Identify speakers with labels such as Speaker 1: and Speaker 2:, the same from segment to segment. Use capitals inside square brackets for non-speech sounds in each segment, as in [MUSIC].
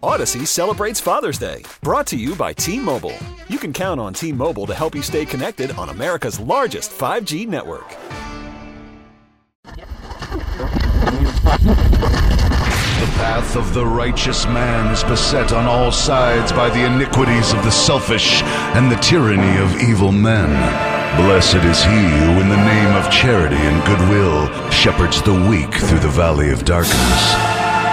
Speaker 1: Odyssey celebrates Father's Day, brought to you by T Mobile. You can count on T Mobile to help you stay connected on America's largest 5G network.
Speaker 2: The path of the righteous man is beset on all sides by the iniquities of the selfish and the tyranny of evil men. Blessed is he who, in the name of charity and goodwill, shepherds the weak through the valley of darkness.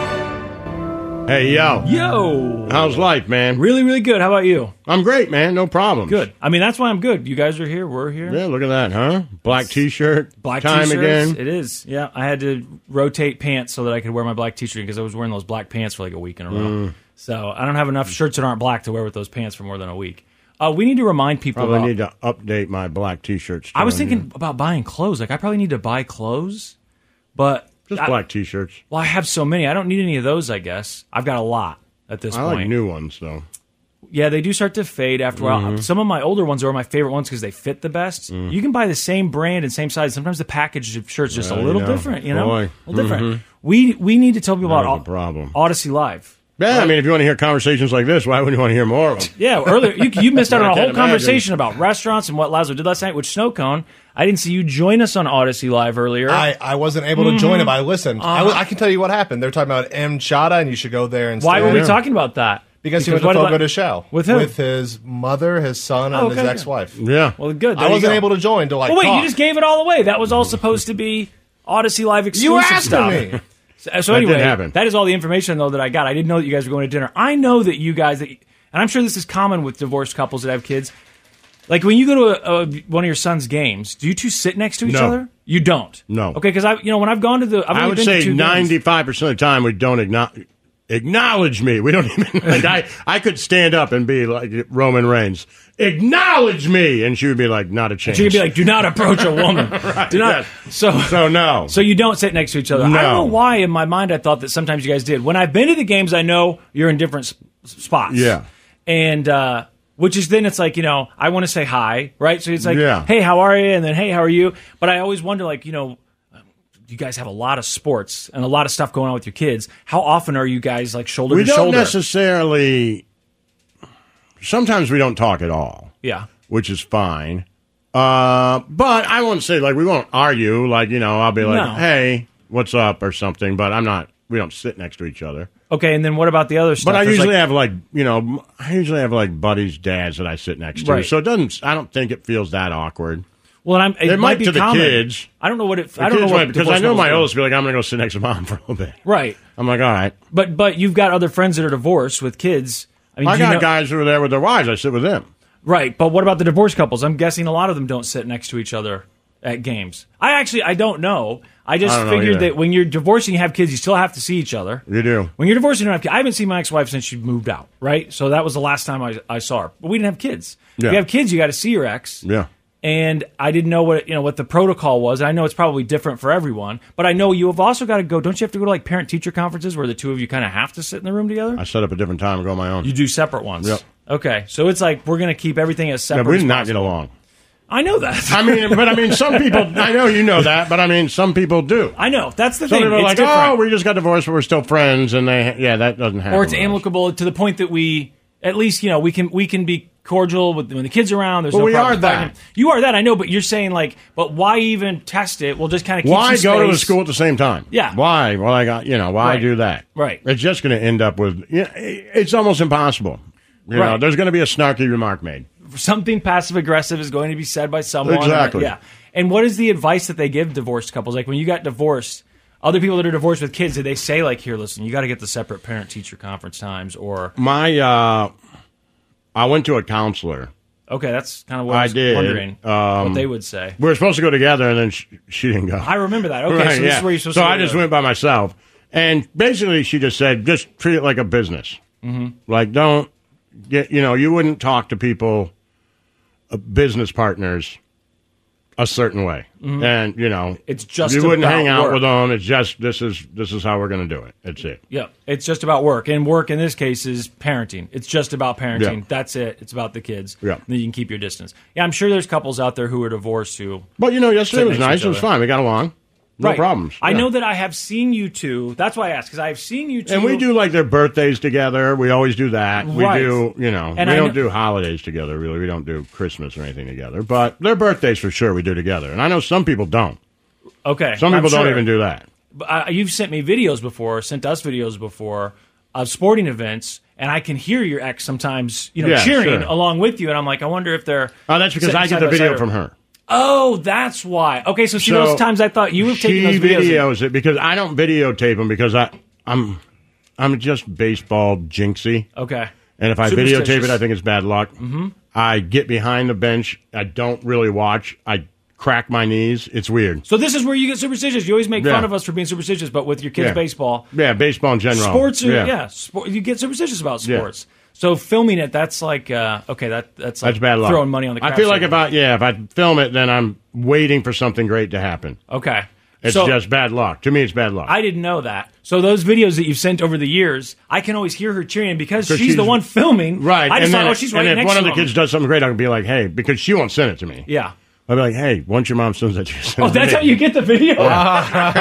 Speaker 2: begun.
Speaker 3: Hey, yo.
Speaker 4: Yo.
Speaker 3: How's life, man?
Speaker 4: Really, really good. How about you?
Speaker 3: I'm great, man. No problem.
Speaker 4: Good. I mean, that's why I'm good. You guys are here. We're here.
Speaker 3: Yeah, look at that, huh? Black t shirt.
Speaker 4: Black
Speaker 3: Time
Speaker 4: t-shirts.
Speaker 3: again.
Speaker 4: It is. Yeah. I had to rotate pants so that I could wear my black t shirt because I was wearing those black pants for like a week in a row.
Speaker 3: Mm.
Speaker 4: So I don't have enough shirts that aren't black to wear with those pants for more than a week. Uh, we need to remind people.
Speaker 3: Probably
Speaker 4: about-
Speaker 3: need to update my black t shirts.
Speaker 4: I was thinking about buying clothes. Like I probably need to buy clothes, but
Speaker 3: Just
Speaker 4: I-
Speaker 3: black t shirts.
Speaker 4: Well, I have so many. I don't need any of those. I guess I've got a lot at this
Speaker 3: I
Speaker 4: point.
Speaker 3: like new ones, though.
Speaker 4: Yeah, they do start to fade after a while.
Speaker 3: Mhm.
Speaker 4: Some of my older ones are my favorite ones because they fit the best.
Speaker 3: Mm.
Speaker 4: You can buy the same brand and same size. Sometimes the package of shirts just
Speaker 3: Yeah,
Speaker 4: a little
Speaker 3: you know.
Speaker 4: different. You know,
Speaker 3: Boy.
Speaker 4: a little different.
Speaker 3: Mhm.
Speaker 4: We we need to tell people
Speaker 3: That
Speaker 4: about
Speaker 3: was a
Speaker 4: Od-
Speaker 3: problem.
Speaker 4: Odyssey Live.
Speaker 3: Yeah, I mean, if you want to hear conversations like this, why wouldn't you want to hear more of them?
Speaker 4: [LAUGHS] Yeah, earlier you, you
Speaker 5: [LAUGHS]
Speaker 4: missed out
Speaker 3: I
Speaker 4: on a
Speaker 3: can't
Speaker 4: whole
Speaker 3: imagine.
Speaker 4: conversation about restaurants and what Lazo did last night with Snow Cone. I didn't see you join us on Odyssey Live earlier.
Speaker 5: I, I wasn't able to join
Speaker 4: Mhm.
Speaker 5: him. I listened. I, wa-
Speaker 4: Uh-huh.
Speaker 5: I can tell you what happened. They're talking about M. Chada, and you should go there and.
Speaker 4: Why were we talking about that?
Speaker 5: Because, he
Speaker 4: Because
Speaker 5: went to
Speaker 4: what
Speaker 5: Fogo
Speaker 4: about-
Speaker 5: de Chao
Speaker 4: With who?
Speaker 5: With his mother, his son, and
Speaker 4: Oh,
Speaker 5: his
Speaker 4: okay,
Speaker 5: ex-wife.
Speaker 3: Yeah.
Speaker 4: Well, good.
Speaker 5: I
Speaker 4: there you
Speaker 5: wasn't
Speaker 4: go.
Speaker 5: able to join till I.
Speaker 4: Well, wait, you
Speaker 5: talked.
Speaker 4: just gave it all away. That was all supposed to be Odyssey Live exclusive
Speaker 5: You asked
Speaker 4: stuff.
Speaker 5: me.
Speaker 4: So, so
Speaker 3: That did
Speaker 4: anyway,
Speaker 3: happen.
Speaker 4: that is all the information though that I got. I didn't know that you guys were going to dinner. I know that you guys, that, and I'm sure this is common with divorced couples that have kids. Like when you go to a, a, one of your son's games, do you two sit next to each
Speaker 3: No.
Speaker 4: other? You don't.
Speaker 3: No.
Speaker 4: Okay, because I, you know, when I've gone to the, I've only
Speaker 3: I would
Speaker 4: been to
Speaker 3: say
Speaker 4: two games.
Speaker 3: ninety-five percent of the time we don't acknowledge, acknowledge me. We don't [LAUGHS] even. Like I, I could stand up and be like Roman Reigns, acknowledge me, and she would be like, not a chance.
Speaker 4: She would be like, "Do not approach a woman.
Speaker 3: [LAUGHS] Right,
Speaker 4: Do not." So,
Speaker 3: so no.
Speaker 4: [LAUGHS] So you don't sit next to each other. I don't
Speaker 3: No.
Speaker 4: know why. In my mind, I thought that sometimes you guys did. When I've been to the games, I know you're in different s- spots.
Speaker 3: Yeah.
Speaker 4: and uh, which is then it's like you know I want to say hi, right? So it's like,
Speaker 3: Yeah.
Speaker 4: "Hey, how are you?" and then "Hey, how are you?" But I always wonder, like you know. um, You guys have a lot of sports and a lot of stuff going on with your kids. How often are you guys like shoulder
Speaker 3: we
Speaker 4: to
Speaker 3: don't
Speaker 4: shoulder?
Speaker 3: necessarily. Sometimes we don't talk at all.
Speaker 4: yeah.
Speaker 3: which is fine. Uh, but I won't say like we won't argue. Like you know, I'll be like,
Speaker 4: No.
Speaker 3: "Hey, what's up?" or something. But I'm not. We don't sit next to each other.
Speaker 4: Okay, and then what about the other stuff?
Speaker 3: But I
Speaker 4: There's,
Speaker 3: usually
Speaker 4: like,
Speaker 3: have like you know, I usually have like buddies, dads that I sit next to.
Speaker 4: Right.
Speaker 3: So it doesn't. I don't think it feels that awkward.
Speaker 4: well, and I'm, it,
Speaker 3: It might
Speaker 4: be
Speaker 3: to the
Speaker 4: common.
Speaker 3: kids.
Speaker 4: I don't know what it.
Speaker 3: The
Speaker 4: I don't
Speaker 3: kids
Speaker 4: know what
Speaker 3: might- because I
Speaker 4: divorced
Speaker 3: know my
Speaker 4: couples do.
Speaker 3: oldest be like, "I'm going to go sit next to mom for a little bit."
Speaker 4: Right.
Speaker 3: I'm like, "All right."
Speaker 4: But but you've got other friends that are divorced with kids. I
Speaker 3: I,
Speaker 4: mean, do you
Speaker 3: got
Speaker 4: know-
Speaker 3: guys who are there with their wives. I sit with them.
Speaker 4: right? But what about the divorced couples? I'm guessing a lot of them don't sit next to each other at games. I actually I don't know. I just
Speaker 3: I don't know
Speaker 4: figured
Speaker 3: either.
Speaker 4: that when you're divorcing, you have kids, you still have to see each other.
Speaker 3: You do.
Speaker 4: When you're divorced, you don't have kids. I haven't seen my ex-wife since she moved out, right? So that was the last time I, I saw her. But we didn't have kids. If
Speaker 3: Yeah.
Speaker 4: you have kids, you got to see your ex.
Speaker 3: Yeah.
Speaker 4: and I didn't know what you know what the protocol was. I know it's probably different for everyone, but I know you have also got to go. Don't you have to go to like parent teacher conferences where the two of you kind of have to sit in the room together?
Speaker 3: I set up a different time and go on my own.
Speaker 4: You do separate ones.
Speaker 3: Yep.
Speaker 4: Okay, so it's like we're gonna keep everything as
Speaker 3: Yeah,
Speaker 4: separate.
Speaker 3: we
Speaker 4: as
Speaker 3: did not
Speaker 4: possible.
Speaker 3: get along.
Speaker 4: I know that. [LAUGHS]
Speaker 3: I mean, but I mean, some people. I know you know that, but I mean, some people do.
Speaker 4: I know that's the
Speaker 3: Some
Speaker 4: thing.
Speaker 3: people are
Speaker 4: It's
Speaker 3: like,
Speaker 4: different.
Speaker 3: oh, we just got divorced, but we're still friends, and they, yeah, that doesn't happen.
Speaker 4: or it's
Speaker 3: with us.
Speaker 4: amicable to the point that we at least you know we can we can be cordial with when the kids are around. There's
Speaker 3: But
Speaker 4: no
Speaker 3: we
Speaker 4: problem
Speaker 3: are that.
Speaker 4: talking. You are that. I know, but you're saying like, but why even test it? We'll just kind of keep
Speaker 3: Why
Speaker 4: some
Speaker 3: go to the
Speaker 4: space.
Speaker 3: school at the same time?
Speaker 4: Yeah.
Speaker 3: Why? Well, I got you know. Why
Speaker 4: Right.
Speaker 3: do that?
Speaker 4: Right.
Speaker 3: It's just going to end up with. Yeah. It's almost impossible. You know,
Speaker 4: Right.
Speaker 3: there's going to be a snarky remark made.
Speaker 4: something passive aggressive is going to be said by someone.
Speaker 3: Exactly.
Speaker 4: Yeah. And what is the advice that they give divorced couples? Like when you got divorced, other people that are divorced with kids, did they say like, "Here, listen, you got to get the separate parent teacher conference times"? Or
Speaker 3: My, uh I went to a counselor.
Speaker 4: okay, that's kind of what
Speaker 3: I
Speaker 4: I was
Speaker 3: did,
Speaker 4: wondering
Speaker 3: um,
Speaker 4: what they would say.
Speaker 3: We were supposed to go together, and then she, she didn't go.
Speaker 4: I remember that. Okay, so
Speaker 3: Right,
Speaker 4: this
Speaker 3: yeah.
Speaker 4: is where you're supposed
Speaker 3: so
Speaker 4: to.
Speaker 3: I
Speaker 4: go.
Speaker 3: just went by myself, and basically she just said, just treat it like a business. Mm-hmm. Like don't get you know you wouldn't talk to people, uh, business partners, a certain way, and you know
Speaker 4: Mm-hmm. It's just
Speaker 3: you wouldn't
Speaker 4: about
Speaker 3: hang out
Speaker 4: work.
Speaker 3: with them. It's just this is this is how we're going to do it. That's it.
Speaker 4: Yeah, it's just about work, and work in this case is parenting. It's just about parenting.
Speaker 3: Yeah.
Speaker 4: That's it. It's about the kids.
Speaker 3: Yeah.
Speaker 4: Then you can keep your distance. Yeah, I'm sure there's couples out there who are divorced who
Speaker 3: But you know yesterday
Speaker 4: Sit
Speaker 3: was
Speaker 4: next to
Speaker 3: nice.
Speaker 4: each
Speaker 3: It was
Speaker 4: other.
Speaker 3: fine. We got along. No
Speaker 4: Right.
Speaker 3: problems.
Speaker 4: I
Speaker 3: Yeah.
Speaker 4: know that I have seen you two. That's why I asked because I've seen you two.
Speaker 3: And we do like their birthdays together. We always do that.
Speaker 4: Right.
Speaker 3: We do, you know,
Speaker 4: And
Speaker 3: we
Speaker 4: I
Speaker 3: don't
Speaker 4: kn-
Speaker 3: do holidays together, really. We don't do Christmas or anything together. But their birthdays for sure we do together. And I know some people don't.
Speaker 4: Okay.
Speaker 3: Some
Speaker 4: I'm
Speaker 3: people don't
Speaker 4: sure.
Speaker 3: even do that.
Speaker 4: But, uh, you've sent me videos before, sent us videos before of sporting events, and I can hear your ex sometimes, you know,
Speaker 3: Yeah,
Speaker 4: cheering
Speaker 3: sure.
Speaker 4: along with you, and I'm like, I wonder if they're.
Speaker 3: Oh, that's because
Speaker 4: sitting
Speaker 3: I get
Speaker 4: side
Speaker 3: the
Speaker 4: by
Speaker 3: video
Speaker 4: side.
Speaker 3: from her.
Speaker 4: Oh, that's why. Okay, so see
Speaker 3: So
Speaker 4: those times I thought you have
Speaker 3: she
Speaker 4: taken those videos. and-
Speaker 3: videos it because I don't videotape them because I, I'm, I'm just baseball jinxy.
Speaker 4: Okay.
Speaker 3: And if I
Speaker 4: Superstitious.
Speaker 3: videotape it, I think it's bad luck. Mm-hmm. I get behind the bench. I don't really watch. I crack my knees. It's weird.
Speaker 4: So this is where you get superstitious. You always make
Speaker 3: Yeah.
Speaker 4: fun of us for being superstitious, but with your kids'
Speaker 3: Yeah.
Speaker 4: baseball,
Speaker 3: Yeah, baseball in general.
Speaker 4: sports are yeah, sport, you get superstitious about
Speaker 3: Yeah.
Speaker 4: sports. So filming it, that's like uh, okay, that that's like
Speaker 3: That's bad luck.
Speaker 4: Throwing money on the.
Speaker 3: I
Speaker 4: crap
Speaker 3: feel like
Speaker 4: table.
Speaker 3: if I yeah, if I film it, then I'm waiting for something great to happen.
Speaker 4: okay,
Speaker 3: It's
Speaker 4: so
Speaker 3: just bad luck. To me, it's bad luck.
Speaker 4: I didn't know that. So those videos that you've sent over the years, I can always hear her cheering because she's,
Speaker 3: Because
Speaker 4: the
Speaker 3: she's-
Speaker 4: one filming.
Speaker 3: right.
Speaker 4: I just
Speaker 3: and
Speaker 4: thought,
Speaker 3: then,
Speaker 4: oh, she's
Speaker 3: and
Speaker 4: right
Speaker 3: if
Speaker 4: next
Speaker 3: one
Speaker 4: to
Speaker 3: of the
Speaker 4: him.
Speaker 3: kids does something great, I can be like, hey, because she won't send it to me.
Speaker 4: Yeah.
Speaker 3: I'll be like, hey, once your mom sends it to you. send
Speaker 4: Oh,
Speaker 3: it to
Speaker 4: that's
Speaker 3: me."
Speaker 4: how you get
Speaker 3: [LAUGHS]
Speaker 4: the video. [LAUGHS] she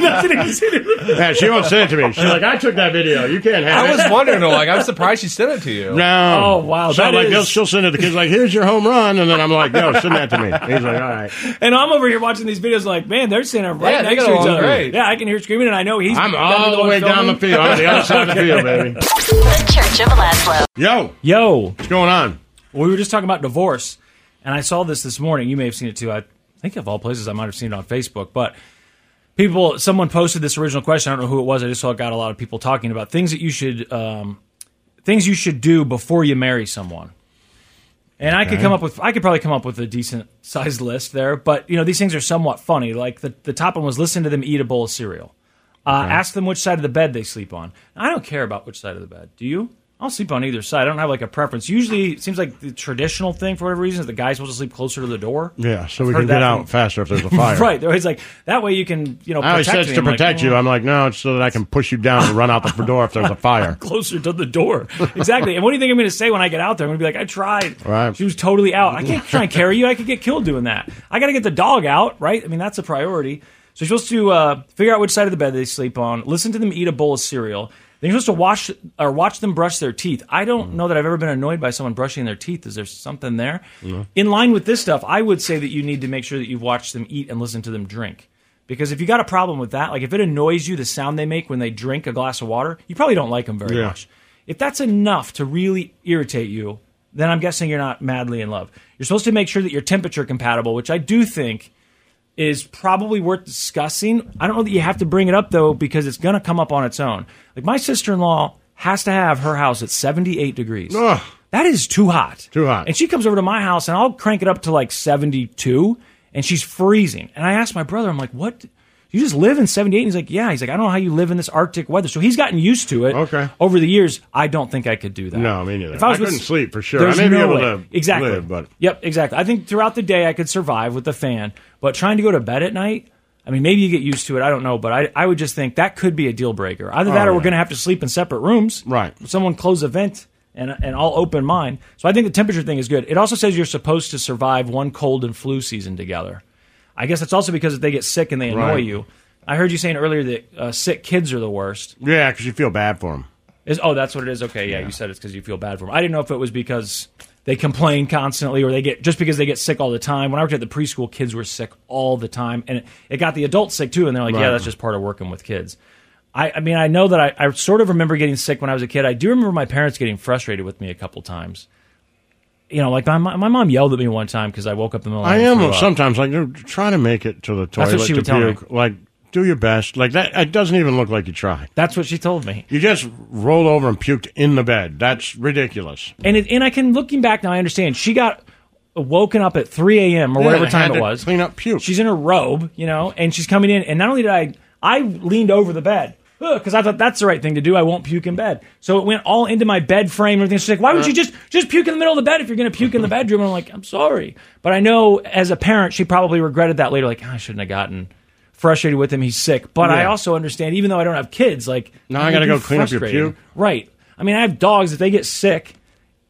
Speaker 4: doesn't even see it.
Speaker 3: Yeah, she won't send it to me. She's like, I took that video. You can't have
Speaker 6: I
Speaker 3: it.
Speaker 6: was wondering, like, I'm surprised she sent it
Speaker 3: [LAUGHS]
Speaker 6: to you.
Speaker 3: no.
Speaker 4: Oh, wow,
Speaker 3: So
Speaker 4: that
Speaker 3: like,
Speaker 4: is-
Speaker 3: they'll- she'll send it to the kids. Like, here's your home run, and then I'm like, yo, send that to me. He's like, all right.
Speaker 4: And I'm over here watching these videos, like, man, they're sitting right
Speaker 6: Yeah, they
Speaker 4: next
Speaker 6: get
Speaker 4: to each
Speaker 6: along
Speaker 4: other.
Speaker 6: great.
Speaker 4: Yeah, I can hear screaming, and I know he's.
Speaker 3: I'm
Speaker 4: gotta be
Speaker 3: all the
Speaker 4: one
Speaker 3: way down the
Speaker 4: filming.
Speaker 3: field. I'm on the other side of the field,
Speaker 4: [LAUGHS]
Speaker 3: baby.
Speaker 7: The Church of Laszlo.
Speaker 3: Yo,
Speaker 4: Yo,
Speaker 3: what's going on?
Speaker 4: we were just talking about divorce, and I saw this this morning. You may have seen it too. I think of all places, I might have seen it on Facebook. But people, someone posted this original question. I don't know who it was. I just saw it got a lot of people talking about things that you should, um, things you should do before you marry someone. And I could come up with, I could probably come up with a decent sized list there. But you know, these things are somewhat funny. Like the the top one was listen to them eat a bowl of cereal. Uh, Ask them which side of the bed they sleep on. I don't care about which side of the bed. Do you? I'll sleep on either side. I don't have like a preference. Usually, it seems like the traditional thing for whatever reason is the guy's supposed to sleep closer to the door.
Speaker 3: Yeah, so we
Speaker 4: heard
Speaker 3: can get
Speaker 4: that
Speaker 3: out
Speaker 4: from-
Speaker 3: faster if there's a fire.
Speaker 4: [LAUGHS] Right. They're always like that way you can you know.
Speaker 3: I always
Speaker 4: protect
Speaker 3: said it's
Speaker 4: me.
Speaker 3: to
Speaker 4: I'm like,
Speaker 3: protect you.
Speaker 4: "Mm,
Speaker 3: I'm like, no, it's so that I can push you down and run out the door if there's a
Speaker 4: [LAUGHS]
Speaker 3: fire.
Speaker 4: Closer to the door, exactly. and what do you think I'm going to say when I get out there? I'm going to be like, "I tried.
Speaker 3: Right.
Speaker 4: She was totally out. I can't try and carry you. I could get killed doing that. I got to get the dog out, right? I mean, that's a priority. So you're supposed to uh, figure out which side of the bed they sleep on. Listen to them eat a bowl of cereal. Then you're supposed to wash or watch them brush their teeth. I don't know that I've ever been annoyed by someone brushing their teeth. Is there something there? In line with this stuff, I would say that you need to make sure that you've watched them eat and listened to them drink. Because if you got a problem with that, like if it annoys you the sound they make when they drink a glass of water, you probably don't like them very
Speaker 3: Yeah.
Speaker 4: much. If that's enough to really irritate you, then I'm guessing you're not madly in love. You're supposed to make sure that you're temperature compatible, which I do think is probably worth discussing. I don't know that you have to bring it up though because it's going to come up on its own. Like my sister-in-law has to have her house at 78 degrees.
Speaker 3: Ugh.
Speaker 4: That is too hot.
Speaker 3: Too hot.
Speaker 4: And she comes over to my house and I'll crank it up to like 72 and she's freezing. And I asked my brother, I'm like, "What? You just live in 78?" And he's like, "Yeah." He's like, "I don't know how you live in this arctic weather." So he's gotten used to it
Speaker 3: Okay.
Speaker 4: over the years. I don't think I could do that.
Speaker 3: No, me neither.
Speaker 4: If I, was
Speaker 3: I
Speaker 4: with-
Speaker 3: couldn't sleep for sure. I
Speaker 4: there's
Speaker 3: may be
Speaker 4: no
Speaker 3: able
Speaker 4: way.
Speaker 3: to
Speaker 4: exactly.
Speaker 3: live, but-
Speaker 4: Yep, exactly. I think throughout the day I could survive with the fan, but trying to go to bed at night, I mean, maybe you get used to it. I don't know, but I, I would just think that could be a deal breaker. Either that, or we're
Speaker 3: Oh, yeah.
Speaker 4: going to have to sleep in separate rooms.
Speaker 3: Right.
Speaker 4: Someone close a vent, and and I'll open mine. So I think the temperature thing is good. It also says you're supposed to survive one cold and flu season together. I guess that's also because if they get sick and they annoy
Speaker 3: Right.
Speaker 4: you. I heard you saying earlier that uh, sick kids are the worst.
Speaker 3: Yeah, because you feel bad for them.
Speaker 4: Is oh, that's what it is. Okay, yeah, you said it's because you feel bad for them. I didn't know if it was because they complain constantly or they get just because they get sick all the time. When I worked at the preschool, kids were sick all the time, and it, it got the adults sick too. And they're like,
Speaker 8: Right.
Speaker 4: yeah, that's just part of working with kids. I, I mean, I know that I, I sort of remember getting sick when I was a kid. I do remember my parents getting frustrated with me a couple times. You know, like my mo- my mom yelled at me one time because I woke up in the middle. of the
Speaker 3: I
Speaker 4: night and
Speaker 3: am
Speaker 4: threw up.
Speaker 3: sometimes like dude, try to make it to the toilet.
Speaker 4: That's what she would
Speaker 3: to
Speaker 4: tell me.
Speaker 3: puke. Like do your best. Like that. It doesn't even look like you tried.
Speaker 4: That's what she told me.
Speaker 3: You just rolled over and puked in the bed. That's ridiculous.
Speaker 4: And it, and I can looking back now, I understand she got woken up at 3 a.m. or
Speaker 3: Yeah,
Speaker 4: whatever
Speaker 3: they
Speaker 4: time
Speaker 3: had
Speaker 4: it
Speaker 3: to
Speaker 4: was. Clean up puke. She's in her robe, you know, and she's coming in. And not only did I, I leaned over the bed because I thought that's the right thing to do. I won't puke in bed. So it went all into my bed frame and everything. She's like, why
Speaker 3: Uh.
Speaker 4: would you just just puke in the middle of the bed if you're going to puke in the bedroom? And I'm like, I'm sorry, but I know as a parent, she probably regretted that later. Like "Ah, I shouldn't have gotten. Frustrated with him, he's sick. But I
Speaker 3: Yeah.
Speaker 4: also understand, even though I don't have kids, like
Speaker 3: Now I gotta
Speaker 4: it'd be
Speaker 3: go clean up your
Speaker 4: frustrating.
Speaker 3: puke.
Speaker 4: Right. I mean, I have dogs. If they get sick,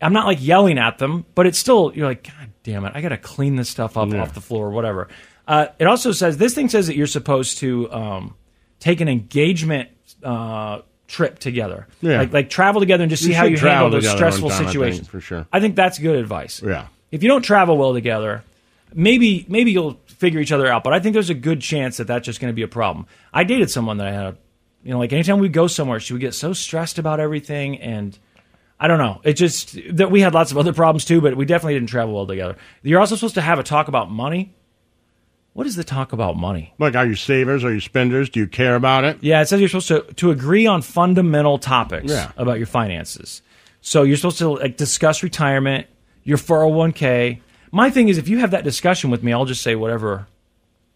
Speaker 4: I'm not like yelling at them, but it's still you're like, God damn it, I gotta clean this stuff up
Speaker 3: Yeah.
Speaker 4: off the floor or whatever. Uh, it also says this thing says that you're supposed to um, take an engagement uh, trip together,
Speaker 3: Yeah.
Speaker 4: like like travel together and just see
Speaker 3: You
Speaker 4: how
Speaker 3: should
Speaker 4: you handle
Speaker 3: travel
Speaker 4: those
Speaker 3: together on
Speaker 4: stressful
Speaker 3: time, I think,
Speaker 4: situations.
Speaker 3: for sure.
Speaker 4: I think that's good advice.
Speaker 3: Yeah.
Speaker 4: If you don't travel well together, maybe maybe you'll figure each other out. But I think there's a good chance that that's just going to be a problem. I dated someone that I had, a, you know, like anytime we go somewhere, she would get so stressed about everything, and I don't know. It just that we had lots of other problems too, but we definitely didn't travel well together. You're also supposed to have a talk about money. What is the talk about money?
Speaker 3: Like, are you savers? Are you spenders? Do you care about it?
Speaker 4: Yeah, it says you're supposed to to agree on fundamental topics
Speaker 3: Yeah.
Speaker 4: about your finances. So you're supposed to like discuss retirement, your 401k. My thing is if you have that discussion with me, I'll just say whatever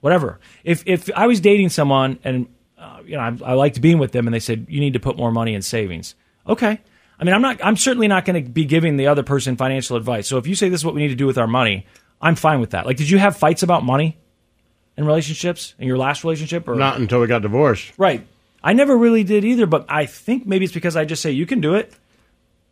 Speaker 4: whatever. If if I was dating someone and uh, you know I, I liked being with them, and they said you need to put more money in savings. Okay, I mean I'm not I'm certainly not going to be giving the other person financial advice. So if you say this is what we need to do with our money, I'm fine with that. Like, did you have fights about money in relationships in your last relationship or
Speaker 3: Not until we got divorced.
Speaker 4: Right. I never really did either, but I think maybe it's because I just say you can do it.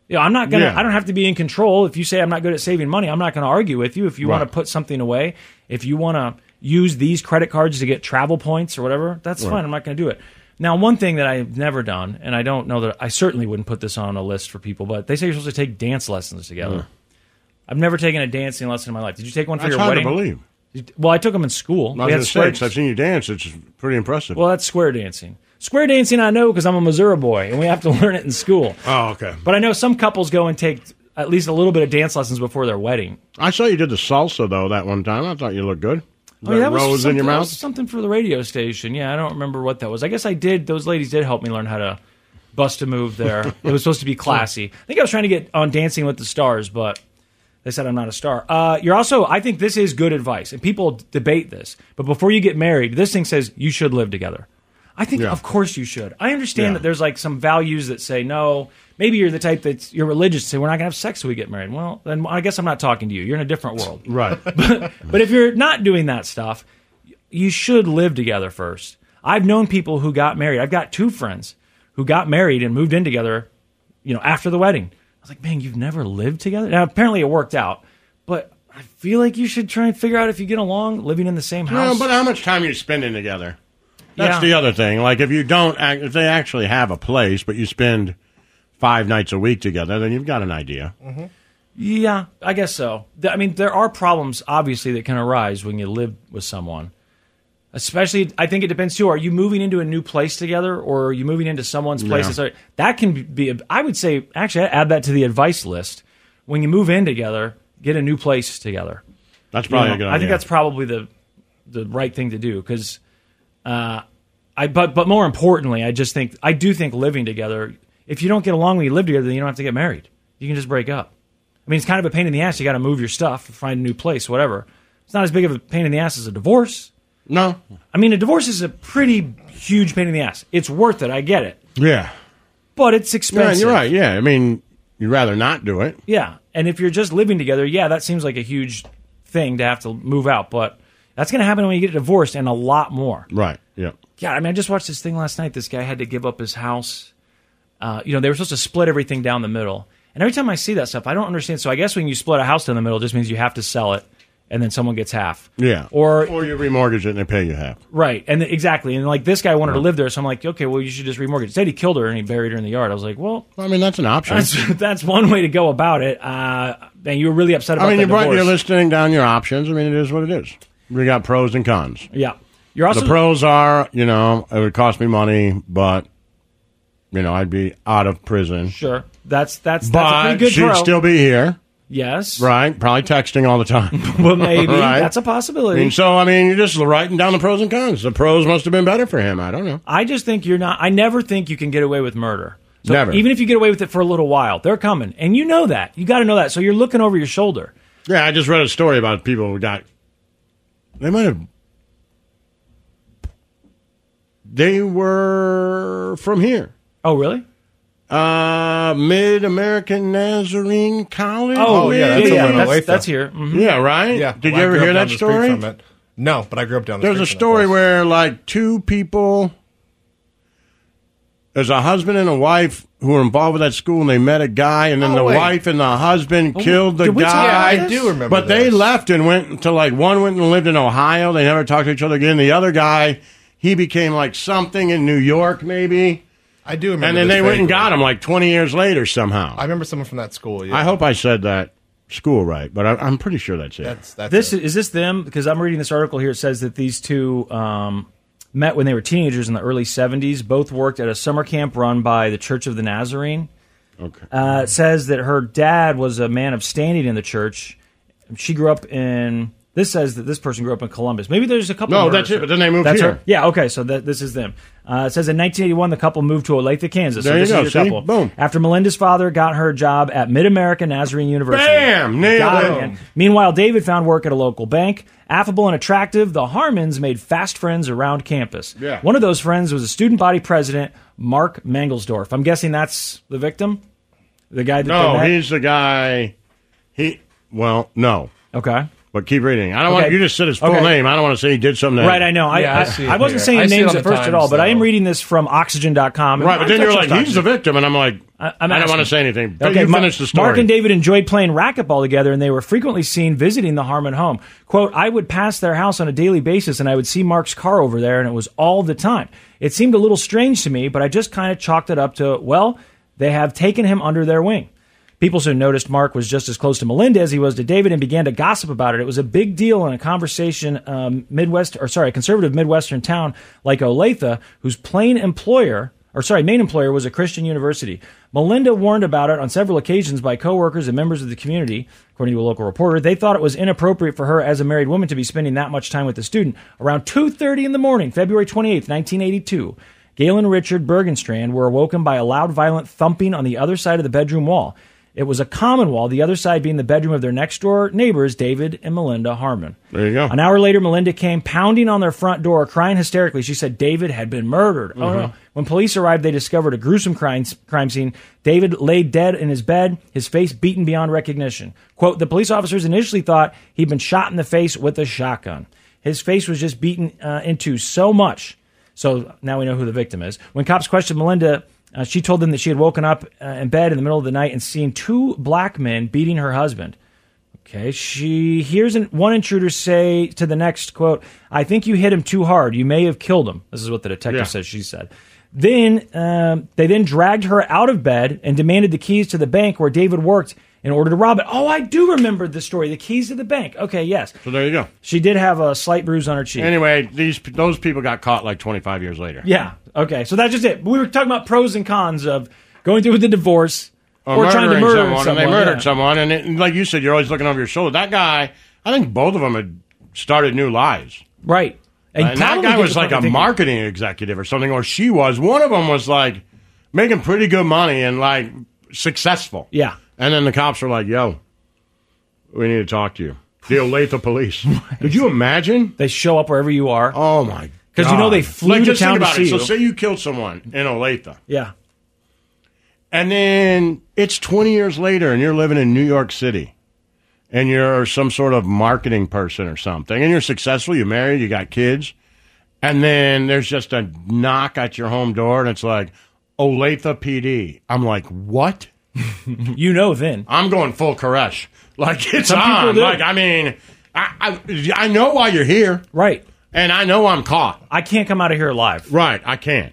Speaker 4: You know, I'm not gonna.
Speaker 3: Yeah.
Speaker 4: I don't have to be in control. If you say I'm not good at saving money, I'm not gonna argue with you. If you want
Speaker 3: Right.
Speaker 4: to put something away, if you want to use these credit cards to get travel points or whatever, that's
Speaker 3: Right.
Speaker 4: fine. I'm not gonna do it. Now, one thing that I've never done, and I don't know that I certainly wouldn't put this on a list for people, but they say you're supposed to take dance lessons together.
Speaker 3: Mm.
Speaker 4: I've never taken a dancing lesson in my life. Did you take one for
Speaker 3: That's
Speaker 4: your
Speaker 3: hard
Speaker 4: wedding?
Speaker 3: to believe.
Speaker 4: You- Well, I took them in school.
Speaker 3: I
Speaker 4: We
Speaker 3: was
Speaker 4: had
Speaker 3: gonna say,
Speaker 4: square-
Speaker 3: 'cause I've seen you dance. It's pretty impressive.
Speaker 4: well, that's square dancing. Square dancing, I know because I'm a Missouri boy, and we have to [LAUGHS] learn it in school.
Speaker 3: oh, okay.
Speaker 4: But I know some couples go and take at least a little bit of dance lessons before their wedding.
Speaker 3: I saw you did the salsa though that one time. I thought you looked good.
Speaker 4: Oh, yeah, that was
Speaker 3: rose in your
Speaker 4: something- that
Speaker 3: mouth.
Speaker 4: was something for the radio station. Yeah, I don't remember what that was. I guess I did. Those ladies did help me learn how to bust a move there.
Speaker 3: [LAUGHS]
Speaker 4: it was supposed to be classy. I think I was trying to get on Dancing with the Stars, but they said I'm not a star. Uh, you're also. I think this is good advice, and people d- debate this. But before you get married, this thing says you should live together. I think, of course, you should. I understand
Speaker 3: Yeah.
Speaker 4: that there's like some values that say no. Maybe you're the type that's you're religious. Say we're not gonna have sex till we get married. Well, then I guess I'm not talking to you. You're in a different world,
Speaker 3: [LAUGHS] right?
Speaker 4: but, but if you're not doing that stuff, you should live together first. I've known people who got married. I've got two friends who got married and moved in together, you know, after the wedding. I was like, man, you've never lived together. Now apparently it worked out, but I feel like you should try and figure out if you get along living in the same
Speaker 3: No,
Speaker 4: house.
Speaker 3: but how much time are you spending together? That's
Speaker 4: Yeah.
Speaker 3: the other thing. Like if you don't, act, if they actually have a place, but you spend five nights a week together, then you've got an idea.
Speaker 4: Yeah, I guess so. Th- I mean, there are problems obviously that can arise when you live with someone. Especially, I think it depends too. Are you moving into a new place together, or are you moving into someone's place?
Speaker 8: Yeah.
Speaker 4: that's already- That can be. I would say actually I'd add that to the advice list. When you move in together, get a new place together.
Speaker 3: That's probably a good
Speaker 4: I think
Speaker 3: idea.
Speaker 4: that's probably the the right thing to do because, uh, I but but more importantly, I just think I do think living together. If you don't get along when you live together, then you don't have to get married. You can just break up. I mean, it's kind of a pain in the ass. You got to move your stuff, find a new place, whatever. It's not as big of a pain in the ass as a divorce.
Speaker 3: No,
Speaker 4: I mean a divorce is a pretty huge pain in the ass. It's worth it. I get it,
Speaker 3: Yeah,
Speaker 4: but it's
Speaker 3: You're right,
Speaker 4: expensive.
Speaker 3: you're right. Yeah, I mean, you'd rather not do it.
Speaker 4: Yeah, and if you're just living together, yeah, that seems like a huge thing to have to move out, but that's going to happen when you get divorced and a lot more.
Speaker 3: Right. Yeah.
Speaker 4: Yeah, I mean, I just watched this thing last night. This guy had to give up his house. Uh, you know, they were supposed to split everything down the middle. And every time I see that stuff, I don't understand. So I guess when you split a house down the middle, it just means you have to sell it and then someone gets half.
Speaker 3: Yeah.
Speaker 4: Or
Speaker 3: or you remortgage it and they pay you half.
Speaker 4: Right, and th- exactly, and like this guy wanted to live there, so I'm like, okay, well, you should just remortgage. He Said he killed her and he buried her in the yard. I was like, well,
Speaker 3: I mean, that's an option.
Speaker 4: That's, [LAUGHS] that's one way to go about it. Uh, and you were really upset about.
Speaker 3: I mean,
Speaker 4: that
Speaker 3: you brought, you're
Speaker 4: divorce.
Speaker 3: listing down your options. I mean, it is what it is. We got pros and cons.
Speaker 4: Yeah, you're also
Speaker 3: the pros are, you know, it would cost me money, but you know, I'd be out of prison.
Speaker 4: sure. That's that's that's a
Speaker 3: But
Speaker 4: pretty good
Speaker 3: she'd
Speaker 4: pro.
Speaker 3: still be here,
Speaker 4: yes,
Speaker 3: right? Probably texting all the
Speaker 4: [LAUGHS]
Speaker 3: time.
Speaker 4: Well, maybe
Speaker 3: [LAUGHS] Right?
Speaker 4: that's a
Speaker 3: I
Speaker 4: possibility.
Speaker 3: mean, so I mean, you're just writing down the pros and cons. The pros must have been better for him. I don't know.
Speaker 4: I just think you're not. I never think you can get away with murder. So
Speaker 3: Never.
Speaker 4: Even if you get away with it for a little while, they're coming, and you know that. You got to know that. So you're looking over your shoulder.
Speaker 3: Yeah, I just read a story about people who got. They might have. They were from here.
Speaker 4: Oh, really?
Speaker 3: Uh, Mid American Nazarene College.
Speaker 5: Oh, yeah, that's over in Olathe.
Speaker 4: Mm-hmm.
Speaker 3: Yeah, right.
Speaker 5: Hmm? Yeah.
Speaker 3: Did
Speaker 5: Well,
Speaker 3: you
Speaker 5: I
Speaker 3: ever
Speaker 5: grew up
Speaker 3: hear
Speaker 5: down
Speaker 3: that
Speaker 5: the street
Speaker 3: story?
Speaker 5: from it. No, but I grew up down the
Speaker 3: There's a
Speaker 5: street. from it.
Speaker 3: story where like two people there's a husband and a wife who were involved with that school and they met a guy and then
Speaker 5: Oh,
Speaker 3: the
Speaker 5: wait.
Speaker 3: wife and the husband
Speaker 5: Oh,
Speaker 3: killed the
Speaker 5: did we talk
Speaker 3: guy.
Speaker 5: about this? I do remember
Speaker 3: But they
Speaker 5: this.
Speaker 3: left and went to like one went and lived in Ohio. They never talked to each other again. The other guy, he became like something in New York maybe.
Speaker 5: I do remember
Speaker 3: And then
Speaker 5: this
Speaker 3: they went and
Speaker 5: vaguely.
Speaker 3: got him like 20 years later somehow.
Speaker 5: I remember someone from that school. Yeah.
Speaker 3: I hope I said that school right, but I, I'm pretty sure that's it.
Speaker 5: That's that's
Speaker 4: this is is this them? Because I'm reading this article here. It says that these two um, met when they were teenagers in the early 70s. Both worked at a summer camp run by the Church of the Nazarene.
Speaker 3: Okay.
Speaker 4: Uh, it says that her dad was a man of standing in the church. She grew up in. This says that this person grew up in Columbus. Maybe there's a couple.
Speaker 3: No,
Speaker 4: murders
Speaker 3: that's it, but then they moved
Speaker 4: That's
Speaker 3: here.
Speaker 4: her. Yeah. Okay. So that, this is them. Uh, it says in 1981 the couple moved to Olathe, Kansas.
Speaker 3: There
Speaker 4: so
Speaker 3: you
Speaker 4: this
Speaker 3: go,
Speaker 4: Is
Speaker 3: see?
Speaker 4: your couple.
Speaker 3: Boom.
Speaker 4: After Melinda's father got her a job at Mid America Nazarene University.
Speaker 3: Bam! Nailed
Speaker 4: Got
Speaker 3: it.
Speaker 4: man. Meanwhile, David found work at a local bank. Affable and attractive, the Harmons made fast friends around campus.
Speaker 3: Yeah.
Speaker 4: One of those friends was a student body president, Mark Mangelsdorf. I'm guessing that's the victim, the guy that
Speaker 3: No,
Speaker 4: they met.
Speaker 3: he's the guy. He well, no.
Speaker 4: Okay.
Speaker 3: But keep reading. I don't want
Speaker 4: Okay.
Speaker 3: you just said his full
Speaker 4: Okay.
Speaker 3: name. I don't want to say he did something.
Speaker 4: Right, I know. I,
Speaker 3: Yeah, I
Speaker 4: I,
Speaker 3: see
Speaker 4: I
Speaker 3: it
Speaker 4: wasn't
Speaker 3: here.
Speaker 4: saying
Speaker 3: I see it
Speaker 4: names
Speaker 3: on
Speaker 4: at
Speaker 3: the
Speaker 4: first at
Speaker 3: Times,
Speaker 4: all, but I am
Speaker 3: though.
Speaker 4: reading this from Oxygen.com.
Speaker 3: right, but then you're like,
Speaker 4: Oxygen.
Speaker 3: he's the victim, and I'm like, I,
Speaker 4: I'm
Speaker 3: don't
Speaker 4: asking.
Speaker 3: want to say anything. But you
Speaker 4: Ma-
Speaker 3: finish the story.
Speaker 4: Mark and David enjoyed playing racquetball together, and they were frequently seen visiting the Harmon home. "Quote: I would pass their house on a daily basis, and I would see Mark's car over there, and it was all the time. It seemed a little strange to me, but I just kind of chalked it up to well, they have taken him under their wing." People soon noticed Mark was just as close to Melinda as he was to David and began to gossip about it. It was a big deal in a conversation, um, Midwest, or sorry, a conservative Midwestern town like Olathe, whose plain employer, or sorry, main employer was a Christian university. Melinda warned about it on several occasions by coworkers and members of the community, according to a local reporter. They thought it was inappropriate for her as a married woman to be spending that much time with the student. Around 2:30 in the morning, February 28th, 1982, Gail and Richard Bergenstrand were awoken by a loud, violent thumping on the other side of the bedroom wall. It was a common wall, the other side being the bedroom of their next door neighbors, David and Melinda Harmon.
Speaker 3: There you go.
Speaker 4: An hour later, Melinda came pounding on their front door, crying hysterically. She said David had been murdered. Oh, no.
Speaker 3: Mhm.
Speaker 4: When police arrived, they discovered a gruesome crime, crime scene. David lay dead in his bed, his face beaten beyond recognition. Quote The police officers initially thought he'd been shot in the face with a shotgun. His face was just beaten uh, into so much. So now we know who the victim is. When cops questioned Melinda, uh, she told them that she had woken up uh, in bed in the middle of the night and seen two black men beating her husband. Okay, she hears an, one intruder say to the next, quote, I think you hit him too hard. You may have killed him. This is what the detective
Speaker 8: Yeah.
Speaker 4: says she said. Then um, they then dragged her out of bed and demanded the keys to the bank where David worked in order to rob it. Oh, I do remember the story. The keys to the bank. Okay, yes.
Speaker 3: So there you go.
Speaker 4: She did have a slight bruise on her cheek.
Speaker 3: Anyway, these those people got caught like 25 years later.
Speaker 4: Yeah. Okay. So that's just it. We were talking about pros and cons of going through with the divorce or, trying to
Speaker 3: murdering
Speaker 4: murder
Speaker 3: someone,
Speaker 4: someone.
Speaker 3: and they murdered
Speaker 4: yeah.
Speaker 3: someone, and it, like you said, you're always looking over your shoulder. That guy, I think both of them had started new lives.
Speaker 4: Right. And
Speaker 3: And, that
Speaker 4: probably
Speaker 3: guy
Speaker 4: gives
Speaker 3: was
Speaker 4: a
Speaker 3: like a
Speaker 4: fucking thing.
Speaker 3: marketing executive or something, or she was. One of them was like making pretty good money and like successful.
Speaker 4: Yeah.
Speaker 3: And then the cops were like, yo, we need to talk to you. The Olathe
Speaker 4: [LAUGHS]
Speaker 3: police. Could you imagine?
Speaker 4: They show up wherever you are.
Speaker 3: Oh, my
Speaker 4: 'Cause you know
Speaker 3: God.
Speaker 4: they flew
Speaker 3: like,
Speaker 4: to
Speaker 3: just
Speaker 4: town
Speaker 3: think
Speaker 4: to
Speaker 3: about it.
Speaker 4: see you.
Speaker 3: So, say you killed someone in Olathe,
Speaker 4: Yeah.
Speaker 3: and then it's 20 years later, and you're living in New York City, and you're some sort of marketing person or something, and you're successful, you're married, you got kids, and then there's just a knock at your home door, and it's like, Olathe PD. I'm like, what?
Speaker 4: you know, then
Speaker 3: I'm going full Koresh. [LAUGHS] Like it's
Speaker 4: Some people
Speaker 3: on.
Speaker 4: do.
Speaker 3: Like I mean, I, I, I know why you're here.
Speaker 4: Right.
Speaker 3: And I know I'm caught.
Speaker 4: I can't come out of here alive.
Speaker 3: Right, I can't.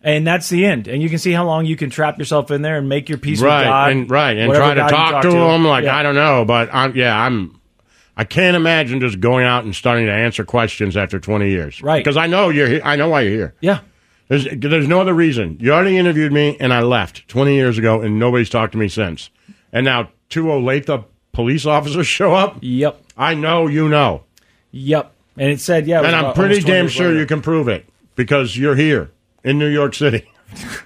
Speaker 4: And that's the end. And you can see how long you can trap yourself in there and make your peace
Speaker 3: right,
Speaker 4: with God.
Speaker 3: and right, and try
Speaker 4: whatever
Speaker 3: to
Speaker 4: God you
Speaker 3: talk, to, him. Like
Speaker 4: Yeah.
Speaker 3: I don't know, but I'm yeah, I'm. I can't imagine just going out and starting to answer questions after 20 years, right? Because I know you're. Here, I know why you're here.
Speaker 4: Yeah.
Speaker 3: There's, there's no other reason. You already interviewed me, and I left 20 years ago, and nobody's talked to me since. And now, too late, the police officers [LAUGHS] show up.
Speaker 4: Yep.
Speaker 3: I know you know.
Speaker 4: Yep. And it said, yeah. it was
Speaker 3: and I'm
Speaker 4: about
Speaker 3: pretty
Speaker 4: almost 20
Speaker 3: damn
Speaker 4: years
Speaker 3: sure
Speaker 4: later.
Speaker 3: you can prove it because you're here in New York City. [LAUGHS]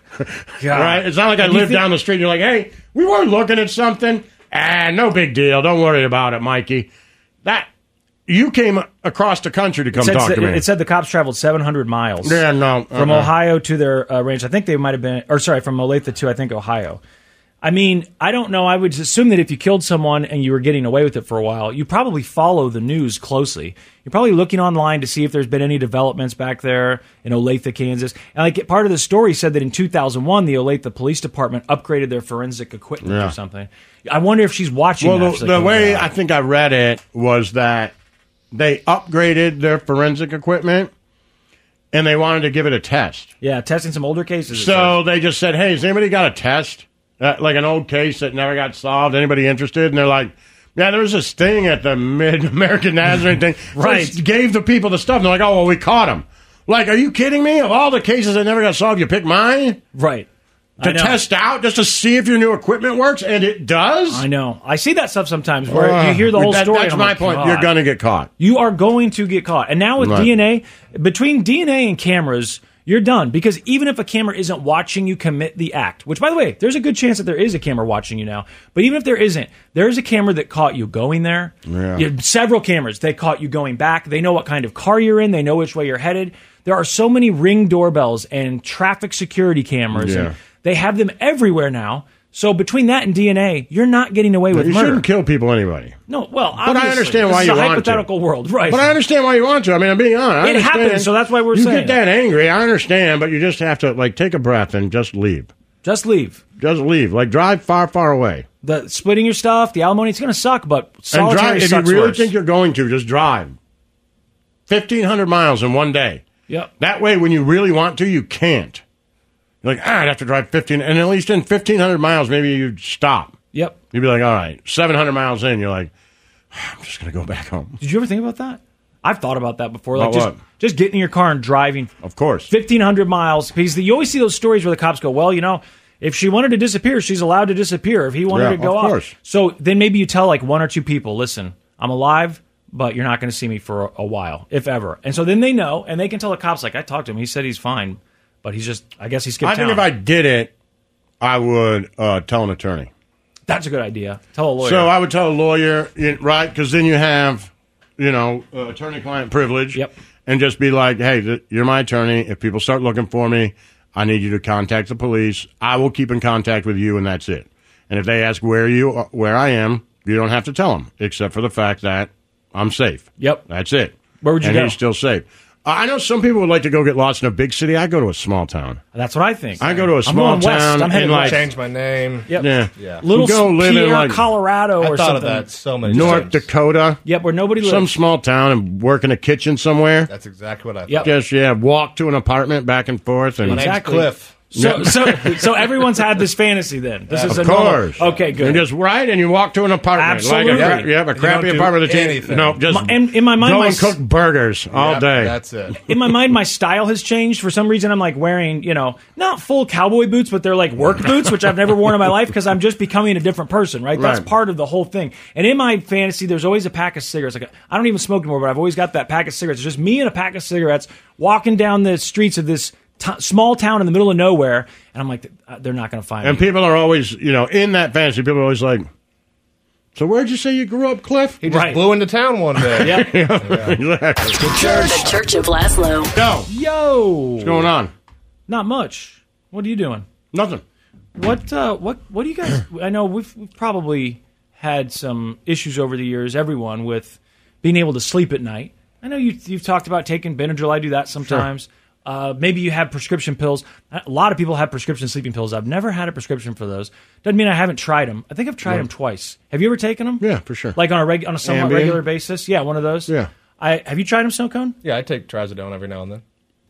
Speaker 4: God.
Speaker 3: Right? It's not like I
Speaker 4: And you
Speaker 3: live
Speaker 4: think-
Speaker 3: down the street and you're like, hey, we were looking at something. Ah, no big deal. Don't worry about it, Mikey. That you came across the country to
Speaker 4: It
Speaker 3: come
Speaker 4: said,
Speaker 3: talk to me.
Speaker 4: it said the cops traveled 700 miles.
Speaker 3: Yeah, no,
Speaker 4: From
Speaker 3: uh-uh.
Speaker 4: Ohio to their uh, range. I think they might have been, or sorry, from Olathe to, I think, Ohio. I mean, I don't know. I would assume that if you killed someone and you were getting away with it for a while, you probably follow the news closely. You're probably looking online to see if there's been any developments back there in Olathe, Kansas. And like part of the story said that in 2001, the Olathe Police Department upgraded their forensic equipment
Speaker 3: Yeah.
Speaker 4: or something. I wonder if she's watching.
Speaker 3: well,
Speaker 4: that
Speaker 3: the,
Speaker 4: so they
Speaker 3: the
Speaker 4: can-
Speaker 3: way I think I read it was that they upgraded their forensic equipment and they wanted to give it a test.
Speaker 4: yeah, testing some older cases. it
Speaker 3: So they just said, "Hey, has anybody got a test? Uh, like an old case that never got solved? Anybody interested?" And they're like, "Yeah, there was this thing at the Mid [LAUGHS] American Nazarene thing. So they
Speaker 4: [LAUGHS] Right.
Speaker 3: s- gave the people the stuff. And they're like, "Oh, well, we caught them." Like, are you kidding me? Of all the cases that never got solved, you pick mine,
Speaker 4: right?
Speaker 3: To
Speaker 4: I know.
Speaker 3: test out just to see if your new equipment works, and it does.
Speaker 4: I know. I see that stuff sometimes where you hear the
Speaker 3: Uh,
Speaker 4: whole
Speaker 3: that-
Speaker 4: story. and
Speaker 3: That's
Speaker 4: I'm
Speaker 3: my
Speaker 4: like, "Oh,
Speaker 3: point.
Speaker 4: God.
Speaker 3: You're gonna get caught.
Speaker 4: You are going to get caught. And now with
Speaker 3: Right.
Speaker 4: DNA, between DNA and cameras, you're done because even if a camera isn't watching you commit the act, which by the way, there's a good chance that there is a camera watching you now. But even if there isn't, there is a camera that caught you going there.
Speaker 3: Yeah.
Speaker 4: You- several cameras. They caught you going back. They know what kind of car you're in. They know which way you're headed. There are so many ring doorbells and traffic security cameras.
Speaker 3: Yeah.
Speaker 4: And they have them everywhere now. So between that and DNA, you're not getting away with
Speaker 3: you
Speaker 4: murder.
Speaker 3: shouldn't kill people anyway.
Speaker 4: No, well,
Speaker 3: But I
Speaker 4: obviously.
Speaker 3: understand why
Speaker 4: This is
Speaker 3: you
Speaker 4: a
Speaker 3: want to.
Speaker 4: hypothetical world, right?
Speaker 3: But I understand why you want to. I mean, I'm being honest. I
Speaker 4: It happens,
Speaker 3: understand.
Speaker 4: so that's why we're
Speaker 3: you get
Speaker 4: saying
Speaker 3: that angry. I understand, but you just have to like take a breath and just leave.
Speaker 4: Just leave.
Speaker 3: Just leave. Like drive far, far away.
Speaker 4: the splitting your stuff, the alimony, it's going to suck, but
Speaker 3: and
Speaker 4: solitary
Speaker 3: drive. If you
Speaker 4: sucks
Speaker 3: really
Speaker 4: worse.
Speaker 3: think you're going to, just drive. Fifteen hundred miles in one day.
Speaker 4: Yep.
Speaker 3: That way, when you really want to, you can't. You're like, ah, I'd have to drive fifteen, and at least in fifteen hundred miles, maybe you stop.
Speaker 4: Yep.
Speaker 3: You'd be like, all right, seven hundred miles in, you're like, "Ah, I'm just gonna go back home.
Speaker 4: Did you ever think about that? I've thought about that before. Like
Speaker 3: About
Speaker 4: just,
Speaker 3: what?
Speaker 4: just getting in your car and driving.
Speaker 3: Of course.
Speaker 4: 1,500 miles. Because you always see those stories where the cops go, well, you know, if she wanted to disappear, she's allowed to disappear. If he wanted
Speaker 3: Yeah,
Speaker 4: to go
Speaker 3: of
Speaker 4: off.
Speaker 3: course.
Speaker 4: So then maybe you tell like one or two people, listen, I'm alive, but you're not going to see me for a, a while, if ever. And so then they know, and they can tell the cops, like, I talked to him. He said he's fine, but he's just, I guess he skipped
Speaker 3: I think
Speaker 4: town.
Speaker 3: if I did it, I would uh, tell an attorney.
Speaker 4: That's a good idea. Tell a lawyer.
Speaker 3: So I would tell a lawyer, you- right? Because then you have, you know, uh, attorney-client privilege. Yep. And just be like, hey, th- you're my attorney. If people start looking for me, I need you to contact the police. I will keep in contact with you, and that's it. And if they ask where you, uh, where I am, you don't have to tell them, except for the fact that I'm safe.
Speaker 4: Yep.
Speaker 3: That's it.
Speaker 4: Where would you
Speaker 3: and
Speaker 4: go?
Speaker 3: he's still safe. I I know some people would like to go get lost in a big city. I go to a small town.
Speaker 4: That's what I think.
Speaker 3: I go to a
Speaker 4: I'm
Speaker 3: small
Speaker 4: going west.
Speaker 3: town
Speaker 4: I'm heading
Speaker 3: and like
Speaker 5: change my name.
Speaker 4: Yep.
Speaker 3: Yeah.
Speaker 5: Yeah.
Speaker 4: Little
Speaker 3: Go live in,
Speaker 4: Pierre,
Speaker 3: like,
Speaker 4: Colorado,
Speaker 5: I
Speaker 4: or
Speaker 5: thought of
Speaker 4: something.
Speaker 5: that so many
Speaker 3: North
Speaker 5: times.
Speaker 3: Dakota.
Speaker 4: Yep, where nobody lives.
Speaker 3: Some small town and work in a kitchen somewhere.
Speaker 5: That's exactly what I thought.
Speaker 3: Just yeah, walk to an apartment back and forth and
Speaker 5: My name's Cliff.
Speaker 4: So,
Speaker 3: Yeah.
Speaker 4: so, so everyone's had this fantasy then. This is
Speaker 3: of
Speaker 4: a normal-
Speaker 3: course.
Speaker 4: okay, good.
Speaker 3: And just right, and you walk to an apartment.
Speaker 4: Absolutely.
Speaker 3: Like a, yeah, a
Speaker 4: You
Speaker 3: crappy
Speaker 4: don't do
Speaker 3: apartment. with a teeny-
Speaker 4: anything.
Speaker 3: No, just
Speaker 4: My- in- in my mind,
Speaker 3: go
Speaker 4: my
Speaker 3: and
Speaker 4: s-
Speaker 3: cook burgers all
Speaker 4: Yep,
Speaker 3: day. [LAUGHS]
Speaker 4: that's
Speaker 5: it.
Speaker 4: in my mind, my style has changed. For some reason, I'm like wearing, you know, not full cowboy boots, but they're like work boots, which I've never worn in my life because I'm just becoming a different person, right? That's
Speaker 3: Right.
Speaker 4: part of the whole thing. And in my fantasy, there's always a pack of cigarettes. Like I don't even smoke anymore, but I've always got that pack of cigarettes. It's just me and a pack of cigarettes walking down the streets of this t- small town in the middle of nowhere, and I'm like, uh, they're not going to find
Speaker 3: And
Speaker 4: me.
Speaker 3: people are always, you know, in that fantasy, people are always like, "So where'd you say you grew up, Cliff?"
Speaker 5: He just blew into town
Speaker 3: [LAUGHS]
Speaker 5: one day.
Speaker 3: yeah. Exactly.
Speaker 7: The Church of Laszlo.
Speaker 3: Yo.
Speaker 4: Yo. What's
Speaker 3: going on?
Speaker 4: Not much. What are you doing?
Speaker 3: Nothing.
Speaker 4: What uh what what do
Speaker 3: [CLEARS THROAT]
Speaker 4: you guys I know we've, we've probably had some issues over the years everyone with being able to sleep at night. I know you you've talked about taking Benadryl. I do that sometimes. Uh, maybe you have prescription pills. A lot of people have prescription sleeping pills. I've never had a prescription for those. Doesn't mean I haven't tried them. I think I've tried
Speaker 3: Yeah.
Speaker 4: them twice. Have you ever taken them?
Speaker 3: Yeah, for sure.
Speaker 4: Like on a reg- on a somewhat
Speaker 3: Ambien?
Speaker 4: regular basis. Yeah, one of those. Yeah. I have you tried them, Snow Cone?
Speaker 5: Yeah, I take trazodone every now and then.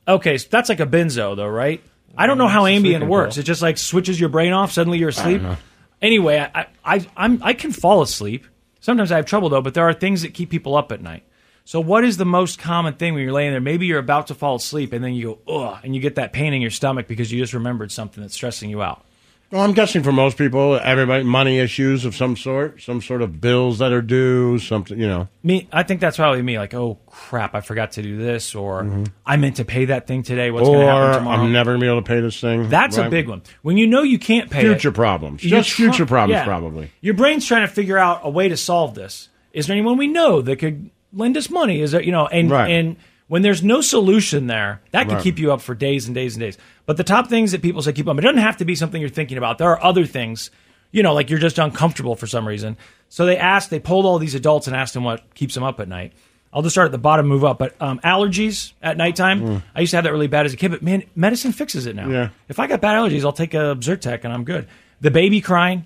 Speaker 4: Okay, so that's like a benzo though, right? I don't know how
Speaker 5: it's a
Speaker 4: Ambien
Speaker 5: sleeping
Speaker 4: works.
Speaker 5: pill.
Speaker 4: It just like switches your brain off. Suddenly you're asleep.
Speaker 5: know.
Speaker 4: Anyway, I, I I I'm I can fall asleep. Sometimes I have trouble though, but there are things that keep people up at night. So what is the most common thing when you're laying there? Maybe you're about to fall asleep and then you go ugh, and you get that pain in your stomach because you just remembered something that's stressing you out.
Speaker 3: Well, I'm guessing for most people, everybody money issues of some sort, some sort of bills that are due, something you know.
Speaker 4: Me, I think that's probably me. Like, oh crap, I forgot to do this, or I meant to pay that thing today. What's
Speaker 3: Mm-hmm. or
Speaker 4: going to happen tomorrow?
Speaker 3: I'm never gonna be able to pay this thing.
Speaker 4: That's a
Speaker 3: Right.
Speaker 4: big one. When you know you can't pay it,
Speaker 3: Future problems.
Speaker 4: you're
Speaker 3: Just future
Speaker 4: try-
Speaker 3: problems,
Speaker 4: yeah.
Speaker 3: probably.
Speaker 4: Your brain's trying to figure out a way to solve this. Is there anyone we know that could lend us money? Is there you know and
Speaker 3: Right.
Speaker 4: and when there's no solution there, that can
Speaker 3: Right.
Speaker 4: keep you up for days and days and days. But the top things that people say keep up, it doesn't have to be something you're thinking about. There are other things, you know, like you're just uncomfortable for some reason. So they asked, they polled all these adults and asked them what keeps them up at night. I'll just start at the bottom, move up. But um, allergies at nighttime,
Speaker 3: Mm.
Speaker 4: I used to have that really bad as a kid, but man, medicine fixes it now.
Speaker 3: Yeah.
Speaker 4: If I got bad allergies, I'll take a Zyrtec and I'm good. The baby crying,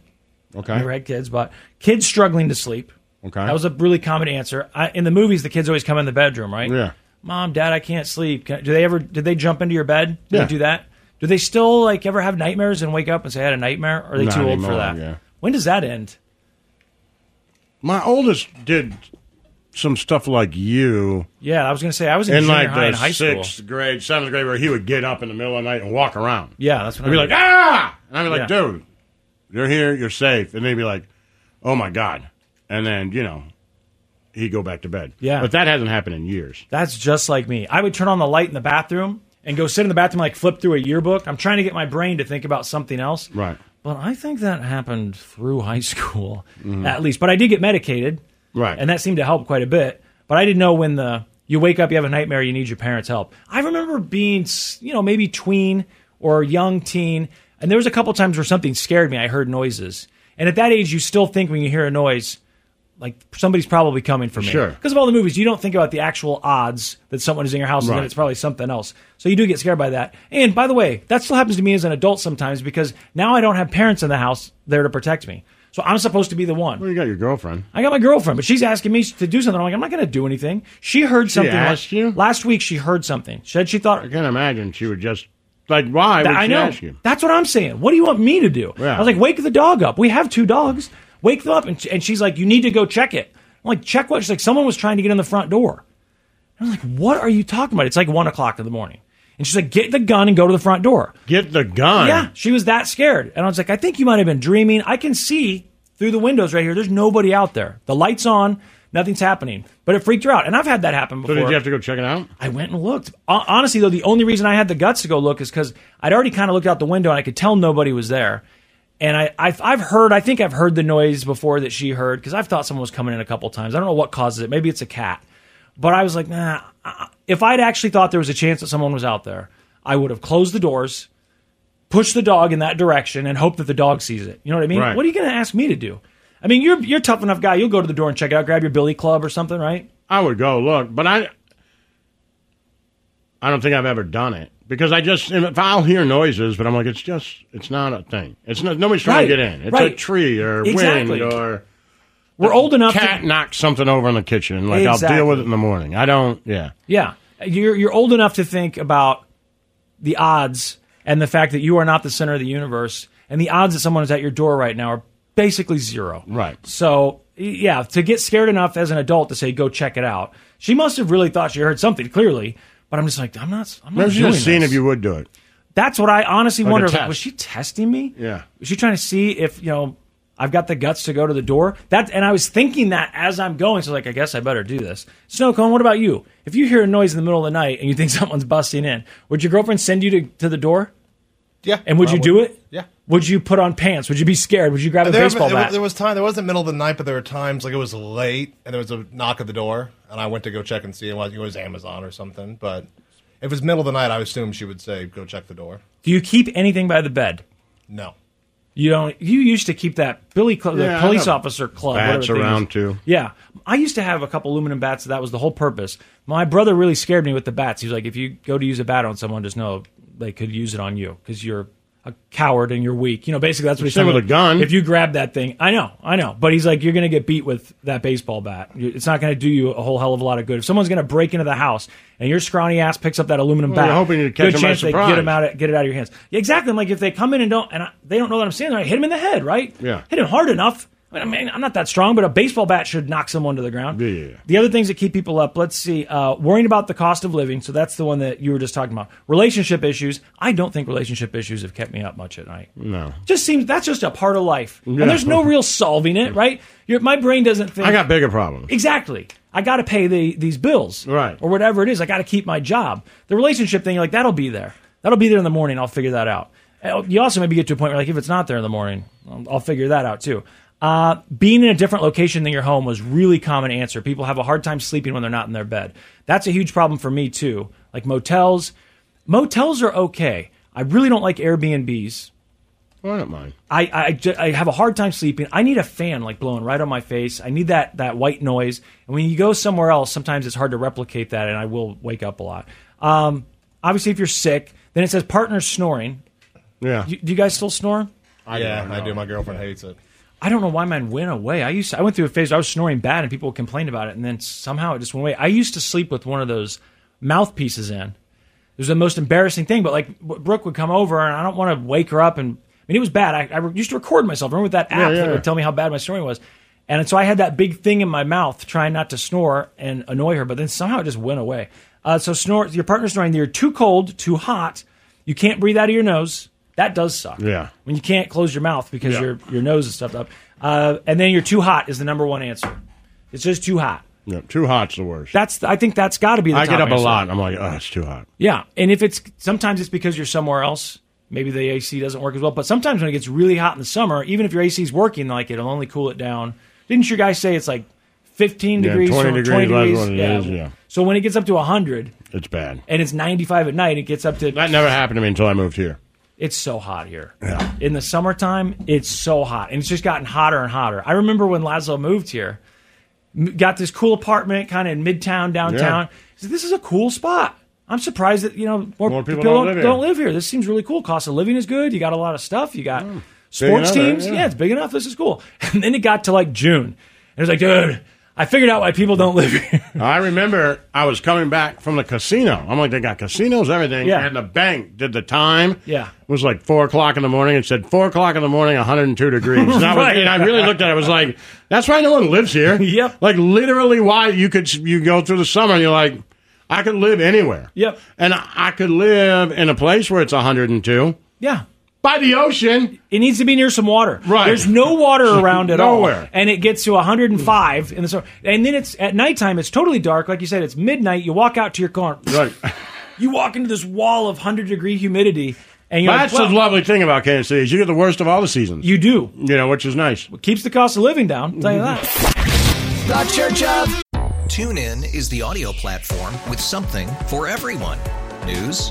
Speaker 3: Okay.
Speaker 4: Never had kids, but kids struggling to sleep.
Speaker 3: Okay.
Speaker 4: That was a really common answer. I, in the movies, the kids always come in the bedroom, right?
Speaker 3: Yeah.
Speaker 4: Mom, Dad, I can't sleep. Can, do they ever? Did they jump into your bed? Do
Speaker 3: Yeah.
Speaker 4: They do that? Do they still like ever have nightmares and wake up and say I had a nightmare? Or are they
Speaker 3: Not
Speaker 4: too old
Speaker 3: anymore,
Speaker 4: for that?
Speaker 3: yeah.
Speaker 4: When does that end?
Speaker 3: My oldest did some stuff like you
Speaker 4: Yeah, I was gonna say I was in,
Speaker 3: in
Speaker 4: junior
Speaker 3: like
Speaker 4: high
Speaker 3: the
Speaker 4: and high school.
Speaker 3: sixth grade, seventh grade, where he would get up in the middle of the night and walk around.
Speaker 4: Yeah, that's what
Speaker 3: I'd be
Speaker 4: I
Speaker 3: like,
Speaker 4: did.
Speaker 3: ah, and I'd be like,
Speaker 4: Yeah.
Speaker 3: dude, you're here, you're safe, and they'd be like, oh my god, and then you know, he'd go back to bed.
Speaker 4: Yeah.
Speaker 3: but that hasn't happened in years.
Speaker 4: That's just like me. I would turn on the light in the bathroom and go sit in the bathroom, like flip through a yearbook. I'm trying to get my brain to think about something else.
Speaker 3: Right.
Speaker 4: But I think that happened through high school,
Speaker 3: Mhm.
Speaker 4: at least. But I did get medicated.
Speaker 3: Right.
Speaker 4: And that seemed to help quite a bit. But I didn't know when the you wake up, you have a nightmare, you need your parents' help. I remember being, s- you know, maybe tween or young teen, and there was a couple times where something scared me. I heard noises, and at that age, you still think when you hear a noise, like somebody's probably coming for me.
Speaker 3: Sure.
Speaker 4: Because of all the movies, you don't think about the actual odds that someone is in your house, and
Speaker 3: Right.
Speaker 4: then it's probably something else. So you do get scared by that. And by the way, that still happens to me as an adult sometimes because now I don't have parents in the house there to protect me. So I'm supposed to be the one.
Speaker 3: Well, you got your girlfriend.
Speaker 4: I got my girlfriend, but she's asking me to do something. I'm like, I'm not going to do anything. She heard something. like-
Speaker 3: asked you?
Speaker 4: Last week, she heard something. She said she thought. I
Speaker 3: can't imagine she would just like why would
Speaker 4: I
Speaker 3: she
Speaker 4: know.
Speaker 3: ask you?
Speaker 4: That's what I'm saying. What do you want me to do?
Speaker 3: Yeah.
Speaker 4: I was like, wake the dog up. We have two dogs. Wake them up. And, and she's like, you need to go check it. I'm like, check what? She's like, someone was trying to get in the front door. I was like, what are you talking about? It's like one o'clock in the morning. And she's like, get the gun and go to the front door.
Speaker 3: Get the gun.
Speaker 4: Yeah, she was that scared. And I was like, I think you might have been dreaming. I can see through the windows right here. There's nobody out there. The light's on, nothing's happening. But it freaked her out. And I've had that happen
Speaker 3: So
Speaker 4: before.
Speaker 3: did you have to go check it out?
Speaker 4: I went and looked. Hon- Honestly, though, the only reason I had the guts to go look is because I'd already kind of looked out the window and I could tell nobody was there. And I, I've, I've heard, I think I've heard the noise before that she heard because I've thought someone was coming in a couple times. I don't know what causes it. Maybe it's a cat. But I was like, nah, I- if I'd actually thought there was a chance that someone was out there, I would have closed the doors, pushed the dog in that direction, and hope that the dog sees it. You know what I mean?
Speaker 3: Right.
Speaker 4: What are you going to ask me to do? I mean, you're you're a tough enough guy. You'll go to the door and check it out, grab your billy club or something, right?
Speaker 3: I would go look, but I I don't think I've ever done it because I just if I'll hear noises, but I'm like it's just it's not a thing. It's not nobody's trying to
Speaker 4: Right,
Speaker 3: get in. It's a
Speaker 4: right.
Speaker 3: tree or
Speaker 4: Exactly.
Speaker 3: wind or
Speaker 4: We're old enough. to-
Speaker 3: Uh, cat knocks something over in the kitchen. Like I'll
Speaker 4: Exactly.
Speaker 3: deal with it in the morning. I don't. Yeah,
Speaker 4: Yeah, you're you're old enough to think about the odds and the fact that you are not the center of the universe, and the odds that someone is at your door right now are basically zero.
Speaker 3: right.
Speaker 4: So y- yeah, to get scared enough as an adult to say go check it out, she must have really thought she heard something clearly. But I'm just like I'm not. I'm not
Speaker 3: Maybe you
Speaker 4: doing
Speaker 3: just seen
Speaker 4: this.
Speaker 3: if you would do it.
Speaker 4: That's what I honestly
Speaker 3: Like a
Speaker 4: wonder. Like,
Speaker 3: test.
Speaker 4: was she testing me?
Speaker 3: Yeah.
Speaker 4: Was she trying to see if you know I've got the guts to go to the door? That and I was thinking that as I'm going, so like I guess I better do this. Snow cone, what about you? If you hear a noise in the middle of the night and you think [LAUGHS] someone's busting in, would your girlfriend send you to, to the door?
Speaker 5: Yeah.
Speaker 4: And would
Speaker 5: I
Speaker 4: you do it?
Speaker 5: Yeah.
Speaker 4: Would you put on pants? Would you be scared? Would you grab a
Speaker 5: There,
Speaker 4: baseball
Speaker 5: there-
Speaker 4: bat?
Speaker 5: there was time. There wasn't middle of the night, but there were times like it was late, and there was a knock at the door, and I went to go check and see. It was, it was Amazon or something, but if it was middle of the night, I assume she would say, "Go check the door."
Speaker 4: Do you keep anything by the bed?
Speaker 5: No,
Speaker 4: You don't. You used to keep that Billy Club,
Speaker 3: Yeah,
Speaker 4: the
Speaker 3: I
Speaker 4: police
Speaker 3: have
Speaker 4: officer club.
Speaker 3: bats
Speaker 4: whatever the thing
Speaker 3: around,
Speaker 4: is.
Speaker 3: too.
Speaker 4: Yeah, I used to have a couple aluminum bats. That was the whole purpose. My brother really scared me with the bats. He was like, "If you go to use a bat on someone, just know they could use it on you because you're a coward and you're weak." You know, basically that's what he's
Speaker 3: Same
Speaker 4: telling
Speaker 3: with a
Speaker 4: me.
Speaker 3: gun.
Speaker 4: If you grab that thing, I know, I know. But he's like, "You're going to get beat with that baseball bat. You- It's not going to do you a whole hell of a lot of good. If someone's going to break into the house and your scrawny ass picks up that aluminum
Speaker 3: Well,
Speaker 4: bat,
Speaker 3: you're hoping to catch
Speaker 4: good
Speaker 3: them by
Speaker 4: chance they
Speaker 3: surprise.
Speaker 4: get him out, of, get it out of your hands." Yeah, exactly. I'm like, if they come in and don't, and I, they don't know that I'm standing there, I hit him in the head, right?
Speaker 3: Yeah.
Speaker 4: hit him hard enough. I mean, I mean, I'm not that strong, but a baseball bat should knock someone to the ground.
Speaker 3: Yeah.
Speaker 4: The other things that keep people up, let's see, uh, worrying about the cost of living. So that's the one that you were just talking about. Relationship issues. I don't think relationship issues have kept me up much at night.
Speaker 3: No.
Speaker 4: Just seems that's just a part of life,
Speaker 3: Yeah.
Speaker 4: and there's no real solving it, right? Your, my brain doesn't think.
Speaker 3: I got bigger problems.
Speaker 4: Exactly. I got to pay the, these bills, right, or whatever it is. I got to keep my job. The relationship thing, you're like that'll be there. That'll be there in the morning. I'll figure that out. Uh, You also maybe get to a point where like if it's not there in the morning, I'll, I'll figure that out too. Uh, being in a different location than your home was really common answer. People have a hard time sleeping when they're not in their bed. That's a huge problem for me too. Like motels, motels are okay. I really don't like Airbnbs.
Speaker 3: I don't mind.
Speaker 4: I, I, ju- I have a hard time sleeping. I need a fan like blowing right on my face. I need that, that white noise. And when you go somewhere else, sometimes it's hard to replicate that, and I will wake up a lot. Um, obviously, if you're sick, then it says partner snoring.
Speaker 3: Yeah.
Speaker 4: You, do you guys still snore?
Speaker 5: I yeah, I do. My girlfriend hates it.
Speaker 4: I don't know why mine went away. I used to, I went through a phase where I was snoring bad and people complained about it, and then somehow it just went away. I used to sleep with one of those mouthpieces in. It was the most embarrassing thing. But like w- Brooke would come over, and I don't want to wake her up. And I mean, it was bad. I, I re- used to record myself. Remember with that app
Speaker 3: Yeah, yeah.
Speaker 4: that would tell me how bad my snoring was. And so I had that big thing in my mouth, trying not to snore and annoy her. But then somehow it just went away. Uh, so snore, your partner's snoring. You're too cold, too hot. You can't breathe out of your nose. That does suck
Speaker 3: Yeah.
Speaker 4: when you can't close your mouth because
Speaker 3: Yeah.
Speaker 4: your your nose is stuffed up. Uh, and then you're too hot is the number one answer. It's just too hot.
Speaker 3: No, too hot's the worst.
Speaker 4: That's I think that's got to be. the
Speaker 3: I
Speaker 4: top
Speaker 3: get up a
Speaker 4: answer.
Speaker 3: lot. and I'm like, oh, it's too hot.
Speaker 4: Yeah, and if it's sometimes it's because you're somewhere else. Maybe the AC doesn't work as well. But sometimes when it gets really hot in the summer, even if your AC is working, like it'll only cool it down. Didn't your guys say it's like 15
Speaker 3: Yeah,
Speaker 4: degrees,
Speaker 3: 20
Speaker 4: from-
Speaker 3: degrees, that's
Speaker 4: degrees?
Speaker 3: what it is, yeah.
Speaker 4: So when it gets up to 100
Speaker 3: It's bad.
Speaker 4: and it's 95 at night, it gets up to
Speaker 3: That never happened to me until I moved here.
Speaker 4: it's so hot here. In the summertime, it's so hot. And it's just gotten hotter and hotter. I remember when Laszlo moved here, m- got this cool apartment kind of in midtown, downtown. He said, this is a cool spot. I'm surprised that, you know, more,
Speaker 3: More people
Speaker 4: people,
Speaker 3: don't
Speaker 4: don't,
Speaker 3: live here."
Speaker 4: don't live here. This seems really cool. Cost of living is good. You got a lot of stuff. You got sports
Speaker 3: Hmm. enough,
Speaker 4: teams.
Speaker 3: yeah.
Speaker 4: Yeah. it's big enough. This is cool. [LAUGHS] And then it got to like June. And it was like, dude, I figured out why people don't live here. [LAUGHS]
Speaker 3: I remember I was coming back from the casino. I'm like, they got casinos, everything.
Speaker 4: Yeah.
Speaker 3: And the bank did the time.
Speaker 4: Yeah.
Speaker 3: It was like 4 o'clock in the morning. It said 4 o'clock in the morning, 102 degrees. And,
Speaker 4: [LAUGHS]
Speaker 3: I, was-
Speaker 4: Right.
Speaker 3: and I really looked at it. I was like, that's why no one lives here.
Speaker 4: [LAUGHS] Yep.
Speaker 3: Like, literally, why you could you go through the summer and you're like, I could live anywhere.
Speaker 4: Yep.
Speaker 3: And I, I could live in a place where it's 102
Speaker 4: yeah.
Speaker 3: by the ocean.
Speaker 4: It needs to be near some water.
Speaker 3: Right.
Speaker 4: There's
Speaker 3: [LAUGHS]
Speaker 4: no water around at all.
Speaker 3: Nowhere.
Speaker 4: And it gets to 105 in the summer. And then it's at nighttime, it's totally dark. Like you said, it's midnight. You walk out to your car.
Speaker 3: Right.
Speaker 4: You walk into this wall of 100 degree humidity. And you're
Speaker 3: [LAUGHS] That's
Speaker 4: like,
Speaker 3: the
Speaker 4: "Well,
Speaker 3: lovely thing about Kansas City is you get the worst of all the seasons.
Speaker 4: You do.
Speaker 3: you know, which is nice.
Speaker 4: Keeps the cost of living down. I'll tell you that.
Speaker 9: The Church of TuneIn is the audio platform with something for everyone. News,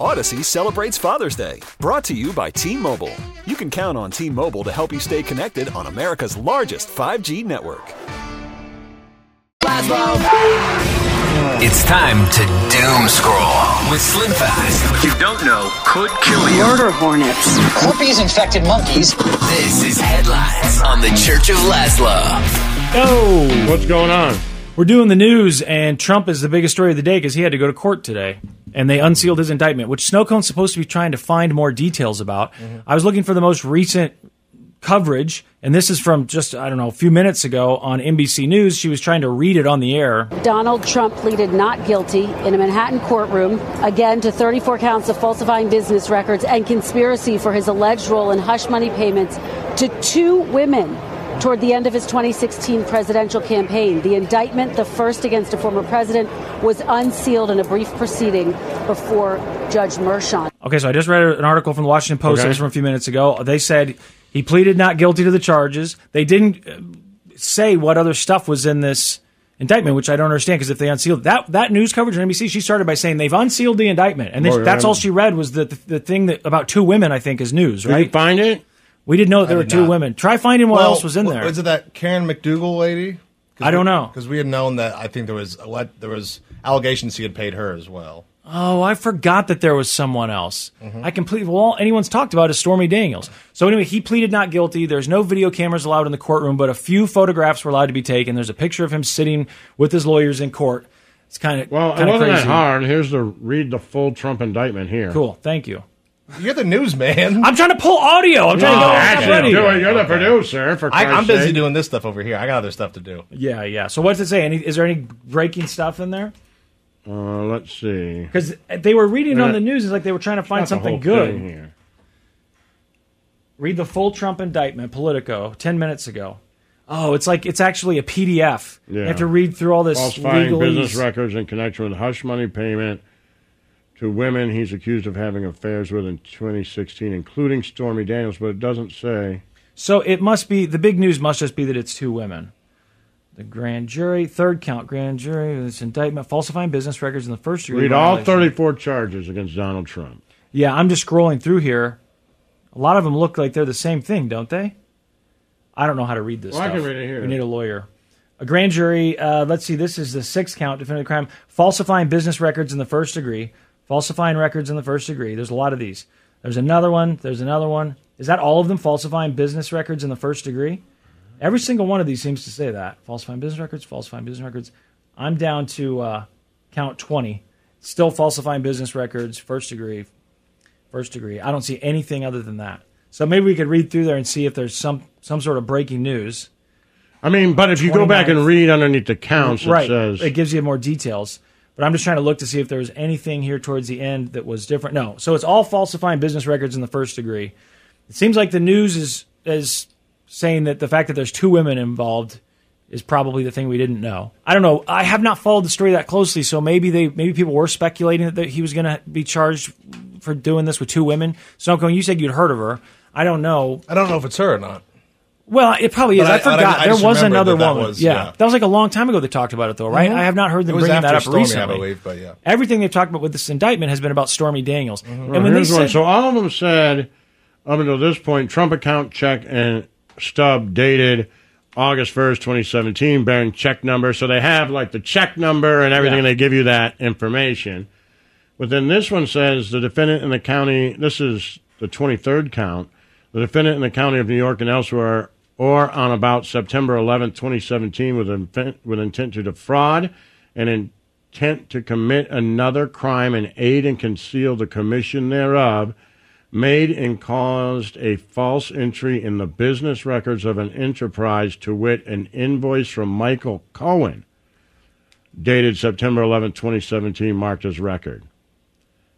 Speaker 1: Odyssey celebrates Father's Day, brought to you by T Mobile. You can count on T Mobile to help you stay connected on America's largest 5G network.
Speaker 8: It's time to doom scroll with Slim Fast. What you don't know could kill you.
Speaker 7: Murder hornets.
Speaker 8: Corpies infected monkeys. This is headlines on the Church of Laszlo.
Speaker 4: Oh.
Speaker 3: What's going on?
Speaker 4: We're doing the news, and Trump is the biggest story of the day because he had to go to court today, and they unsealed his indictment, which Snowcone's supposed to be trying to find more details about. I was looking for the most recent coverage, and this is from just I don't know a few minutes ago on NBC News. She was trying to read it on the air.
Speaker 10: Donald Trump pleaded not guilty in a Manhattan courtroom, again to 34 counts of falsifying business records and conspiracy for his alleged role in hush money payments to two women. toward the end of his 2016 presidential campaign. The indictment, the first against a former president, was unsealed in a brief proceeding before Judge Mershon.
Speaker 4: Okay, so I just read an article from the Washington Post
Speaker 10: Okay.
Speaker 4: that was from a few minutes ago. They said he pleaded not guilty to the charges. They didn't uh, say what other stuff was in this indictment, which I don't understand because if they unsealed that that news coverage on NBC, she started by saying they've unsealed the indictment, and
Speaker 3: Well,
Speaker 4: then that's
Speaker 3: yeah.
Speaker 4: all she read was the, the thing that about two women. I think is news,
Speaker 3: Did you
Speaker 4: right?
Speaker 3: find it?
Speaker 4: We didn't know that there
Speaker 5: I
Speaker 4: were
Speaker 5: did
Speaker 4: two
Speaker 5: not.
Speaker 4: women. Try finding what else was in there.
Speaker 5: Was it that Karen McDougal lady?
Speaker 4: I don't know.
Speaker 5: because we had known that. I think there was what there was allegations he had paid her as well.
Speaker 4: Oh, I forgot that there was someone else. I completely. Well, all anyone's talked about is Stormy Daniels. So anyway, he pleaded not guilty. There's no video cameras allowed in the courtroom, but a few photographs were allowed to be taken. There's a picture of him sitting with his lawyers in court. It's kind of
Speaker 3: Well, it
Speaker 4: kind of
Speaker 3: wasn't
Speaker 4: crazy.
Speaker 3: that hard. Here's the read the full Trump indictment here.
Speaker 4: Cool. Thank you.
Speaker 5: You're the
Speaker 4: [LAUGHS]
Speaker 5: newsman.
Speaker 4: I'm trying to pull audio. I'm trying
Speaker 3: No,
Speaker 4: to get all stuff
Speaker 3: Oh, actually,
Speaker 4: ready.
Speaker 3: do it. You're the producer. For
Speaker 5: I, I'm
Speaker 3: Christ's
Speaker 5: busy
Speaker 3: sake.
Speaker 5: doing this stuff over here. I got other stuff to do.
Speaker 4: Yeah, yeah. So what's it say? Any, is there any breaking stuff in there?
Speaker 3: Uh, let's see.
Speaker 4: Because they were reading
Speaker 3: Uh,
Speaker 4: on the news, it's like they were trying to find
Speaker 3: not the
Speaker 4: something
Speaker 3: whole
Speaker 4: good.
Speaker 3: thing here.
Speaker 4: Read the full Trump indictment, Politico, 10 minutes ago. Oh, it's like it's actually a PDF. You
Speaker 3: Yeah.
Speaker 4: have to read through all this
Speaker 3: Falsifying
Speaker 4: legalese.
Speaker 3: business records in connection with hush money payment to women he's accused of having affairs with in 2016, including Stormy Daniels, but it doesn't say.
Speaker 4: So it must be the big news must just be that it's two women. The grand jury, third count grand jury, this indictment, falsifying business records in the first degree.
Speaker 3: Read all
Speaker 4: violation.
Speaker 3: 34 charges against Donald Trump.
Speaker 4: Yeah, I'm just scrolling through here. A lot of them look like they're the same thing, don't they? I don't know how to read this.
Speaker 3: Well, I
Speaker 4: stuff.
Speaker 3: can read it here.
Speaker 4: We need a lawyer. A grand jury. Uh, let's see. This is the sixth count definitive crime: falsifying business records in the first degree, falsifying records in the first degree. There's a lot of these. There's another one. There's another one. Is that all of them? Falsifying business records in the first degree. Every single one of these seems to say that falsifying business records, falsifying business records. I'm down to uh, count twenty. Still falsifying business records, first degree, first degree. I don't see anything other than that. So maybe we could read through there and see if there's some some sort of breaking news.
Speaker 3: I mean, but if you go back and read underneath the counts,
Speaker 4: right,
Speaker 3: it says.
Speaker 4: it gives you more details. But I'm just trying to look to see if there was anything here towards the end that was different. No, so it's all falsifying business records in the first degree. It seems like the news is is saying that the fact that there's two women involved is probably the thing we didn't know. I don't know. I have not followed the story that closely, so maybe they maybe people were speculating that he was going to be charged for doing this with two women. Snowcone, you said you'd heard of her. I don't know.
Speaker 5: I don't know if it's her or not.
Speaker 4: Well, it probably
Speaker 5: But
Speaker 4: is.
Speaker 5: I-
Speaker 4: I, forgot.
Speaker 5: I- I
Speaker 4: there
Speaker 5: just
Speaker 4: was
Speaker 5: remembered
Speaker 4: another
Speaker 5: that that
Speaker 4: woman.
Speaker 5: was-
Speaker 4: yeah.
Speaker 5: yeah.
Speaker 4: that was like a long time ago. They talked about it though, right?
Speaker 5: Mhm.
Speaker 4: I have not heard them
Speaker 5: It was
Speaker 4: bringing that
Speaker 5: after
Speaker 4: up
Speaker 5: Stormy, I
Speaker 4: recently.
Speaker 5: believe, but yeah.
Speaker 4: everything they've talked about with this indictment has been about Stormy Daniels.
Speaker 5: Mm-hmm.
Speaker 3: Well,
Speaker 4: And when they
Speaker 3: here's one.
Speaker 4: said,
Speaker 3: So all of them said up until this point, Trump account check and stub dated August first, twenty seventeen, bearing check number. So they have like the check number and everything.
Speaker 11: Yeah.
Speaker 3: They give you that information. But then this one says the defendant in the county. This is the twenty third count. The defendant in the county of New York and elsewhere, or on about September eleventh, twenty seventeen, with intent, with intent to defraud and in intent to commit another crime and aid and conceal the commission thereof, made and caused a false entry in the business records of an enterprise, to wit, an invoice from Michael Cohen, dated September 11, 2017, marked as record.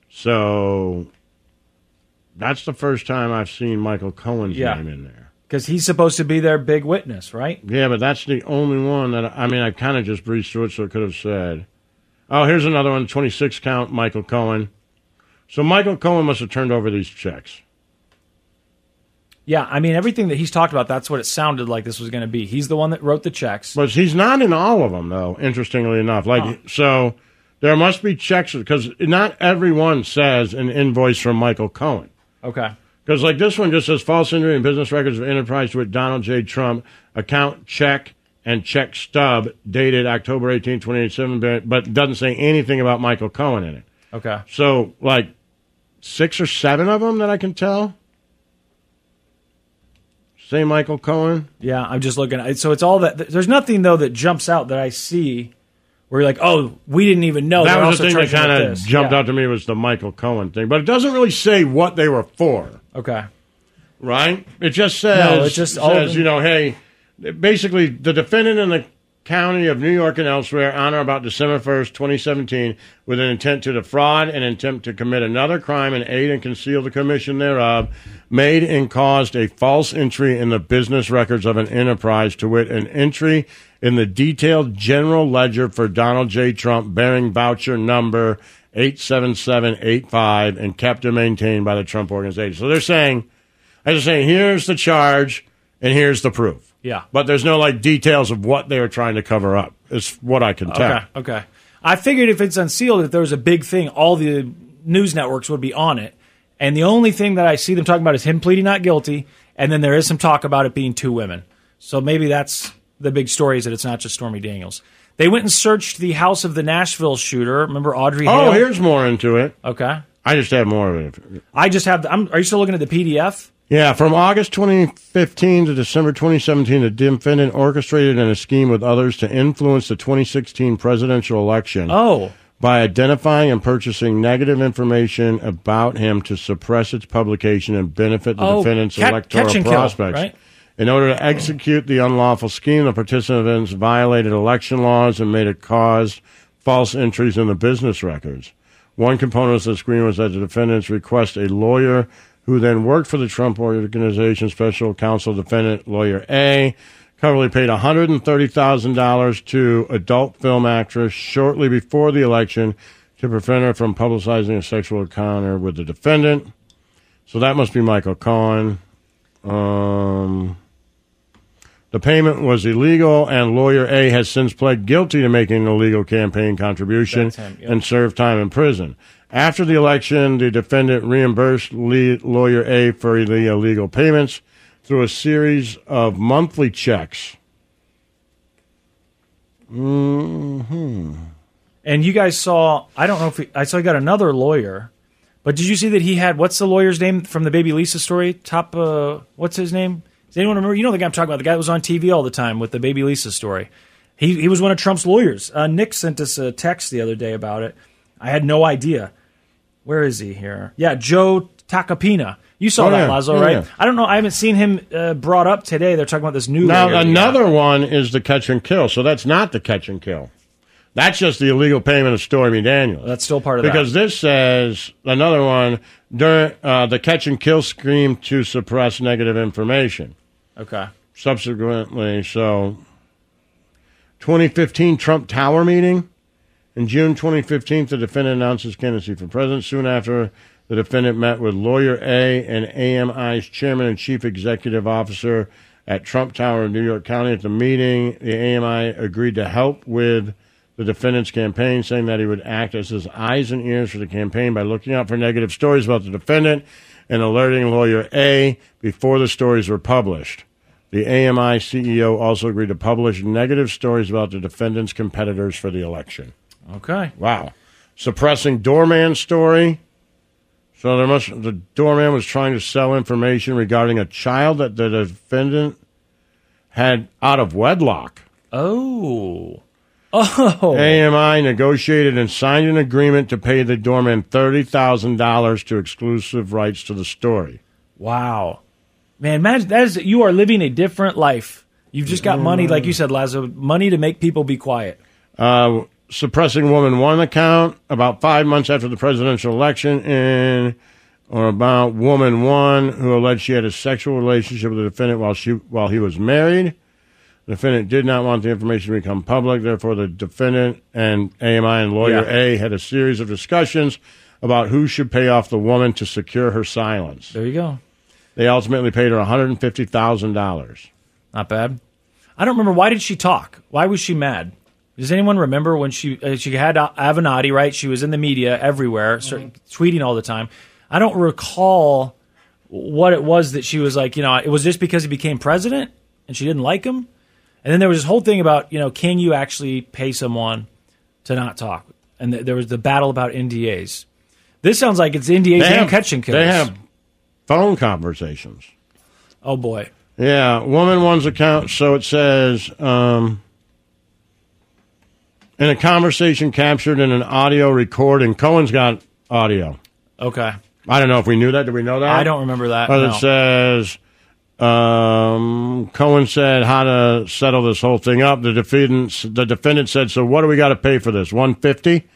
Speaker 3: So that's the first time I've seen Michael Cohen's
Speaker 4: Yeah.
Speaker 3: name in there.
Speaker 4: because he's supposed to be their big witness, right?
Speaker 3: Yeah, but that's the only one that I mean. I kind of just breezed through it, so it could have said. Oh, here's another one, 26 count, Michael Cohen. So Michael Cohen must have turned over these checks.
Speaker 4: Yeah, I mean everything that he's talked about. That's what it sounded like this was going to be. He's the one that wrote the checks.
Speaker 3: But he's not in all of them, though. Interestingly enough, like
Speaker 4: Huh.
Speaker 3: so, there must be checks because not everyone says an invoice from Michael Cohen.
Speaker 4: Okay.
Speaker 3: Because like this one just says false entry and business records of enterprise with Donald J. Trump account check and check stub dated October 18, 2087, but doesn't say anything about Michael Cohen in it.
Speaker 4: Okay.
Speaker 3: So like six or seven of them that I can tell. Say Michael Cohen.
Speaker 4: Yeah, I'm just looking. at- So it's all that. There's nothing though that jumps out that I see where you're like, oh, we didn't even know.
Speaker 3: that
Speaker 4: they're
Speaker 3: was the
Speaker 4: also
Speaker 3: thing that
Speaker 4: charging him
Speaker 3: kind
Speaker 4: with
Speaker 3: of
Speaker 4: this.
Speaker 3: jumped
Speaker 4: Yeah.
Speaker 3: out to me was the Michael Cohen thing, but it doesn't really say what they were for,
Speaker 4: Okay.
Speaker 3: right? It just says,
Speaker 4: No, it
Speaker 3: it
Speaker 4: just
Speaker 3: just
Speaker 4: all-
Speaker 3: says you know, hey, basically the defendant in the County of New York and elsewhere on or about December 1st, 2017, with an intent to defraud and attempt to commit another crime and aid and conceal the commission thereof, made and caused a false entry in the business records of an enterprise, to wit, an entry in the detailed general ledger for Donald J. Trump bearing voucher number 87785 and kept and maintained by the Trump organization. So they're saying, they're just saying, here's the charge and here's the proof.
Speaker 4: Yeah.
Speaker 3: But there's no like details of what they were trying to cover up. Is what I can tell.
Speaker 4: Okay. Okay. I figured if it's unsealed, if there was a big thing, all the news networks would be on it. And the only thing that I see them talking about is him pleading not guilty, and then there is some talk about it being two women. So maybe that's the big story is that it's not just Stormy Daniels. They went and searched the house of the Nashville shooter. Remember Audrey?
Speaker 3: Oh,
Speaker 4: Hale?
Speaker 3: here's more into it.
Speaker 4: Okay.
Speaker 3: I just have more of it.
Speaker 4: I just have. The, I'm, are you still looking at the PDF?
Speaker 3: Yeah, from August 2015 to December 2017, the defendant orchestrated in a scheme with others to influence the 2016 presidential election.
Speaker 4: Oh.
Speaker 3: By identifying and purchasing negative information about him to suppress its publication and benefit the
Speaker 4: Oh,
Speaker 3: defendant's
Speaker 4: cat-
Speaker 3: electoral
Speaker 4: catch and kill,
Speaker 3: prospects.
Speaker 4: right?
Speaker 3: In order to execute the unlawful scheme, the participants violated election laws and made it cause false entries in the business records. One component of the screen was that the defendants request a lawyer who then worked for the Trump Organization Special Counsel Defendant Lawyer A. Coverly paid $130,000 to adult film actress shortly before the election to prevent her from publicizing a sexual encounter with the defendant. So that must be Michael Cohen. Um, the payment was illegal, and lawyer A has since pled guilty to making an illegal campaign contribution
Speaker 11: That's him, yep.
Speaker 3: and served time in prison. After the election, the defendant reimbursed le- lawyer A for the illegal payments through a series of monthly checks.
Speaker 4: Mm-hmm. And you guys saw, I don't know if he, I saw he got another lawyer, but did you see that he had, what's the lawyer's name from the Baby Lisa story? Top, uh, what's his name? Does anyone remember? You know the guy I'm talking about, the guy that was on TV all the time with the Baby Lisa story. He, he was one of Trump's lawyers. Uh, Nick sent us a text the other day about it. I had no idea. Where is he here? Yeah, Joe Takapina. You saw
Speaker 3: Oh,
Speaker 4: that,
Speaker 3: yeah.
Speaker 4: Lazo,
Speaker 3: Yeah,
Speaker 4: right?
Speaker 3: yeah.
Speaker 4: I don't know. I haven't seen him uh, brought up today. They're talking about this new
Speaker 3: Now,
Speaker 4: lawyer.
Speaker 3: another one is the catch and kill. So that's not the catch and kill. That's just the illegal payment of Stormy Daniels.
Speaker 4: That's still part of that.
Speaker 3: Because this says another one during uh, the catch and kill scheme to suppress negative information.
Speaker 4: Okay.
Speaker 3: Subsequently, so 2015 Trump Tower meeting. In June 2015, the defendant announced his candidacy for president. Soon after, the defendant met with lawyer A and AMI's chairman and chief executive officer at Trump Tower in New York County. At the meeting, the AMI agreed to help with the defendant's campaign, saying that he would act as his eyes and ears for the campaign by looking out for negative stories about the defendant and alerting lawyer A before the stories were published. The AMI CEO E also agreed to publish negative stories about the defendant's competitors for the election.
Speaker 4: Okay.
Speaker 3: Wow. Suppressing doorman story. So there must the doorman was trying to sell information regarding a child that the defendant had out of wedlock.
Speaker 4: Oh. Oh.
Speaker 3: AMI negotiated and signed an agreement to pay the doorman thirty thousand dollars to exclusive rights to the story.
Speaker 4: Wow. Man, imagine that is you are living a different life. You've just got money, like you said, Lazo, money to make people be quiet.
Speaker 3: uh, suppressing woman one account about five months after the presidential election in or about woman one who alleged she had a sexual relationship with the defendant while she while he was married. The defendant did not want the information to become public, therefore the defendant and AMI and lawyer
Speaker 4: Yeah.
Speaker 3: A had a series of discussions about who should pay off the woman to secure her silence.
Speaker 4: There you go.
Speaker 3: They ultimately paid her $150,000.
Speaker 4: Not bad. I don't remember why did she talk? Why was she mad? Does anyone remember when she uh, she had uh, Avenatti, right? She was in the media everywhere, cer-
Speaker 3: Mm-hmm.
Speaker 4: tweeting all the time. I don't recall what it was that she was like, you know, it was just because he became president and she didn't like him. And then there was this whole thing about, you know, can you actually pay someone to not talk? And th- there was the battle about NDAs. This sounds like it's NDAs
Speaker 3: They
Speaker 4: and
Speaker 3: have-
Speaker 4: catch and kills.
Speaker 3: They have phone conversations.
Speaker 4: Oh boy.
Speaker 3: Yeah, woman one's account. So it says um, in a conversation captured in an audio recording. Cohen's got audio.
Speaker 4: Okay.
Speaker 3: I don't know if we knew that. Did we know that?
Speaker 4: Uh, I don't remember that,
Speaker 3: But
Speaker 4: no.
Speaker 3: it says Um, Cohen said how to settle this whole thing up. The defendant, the defendant said, "So what do we got to pay for this? One fifty,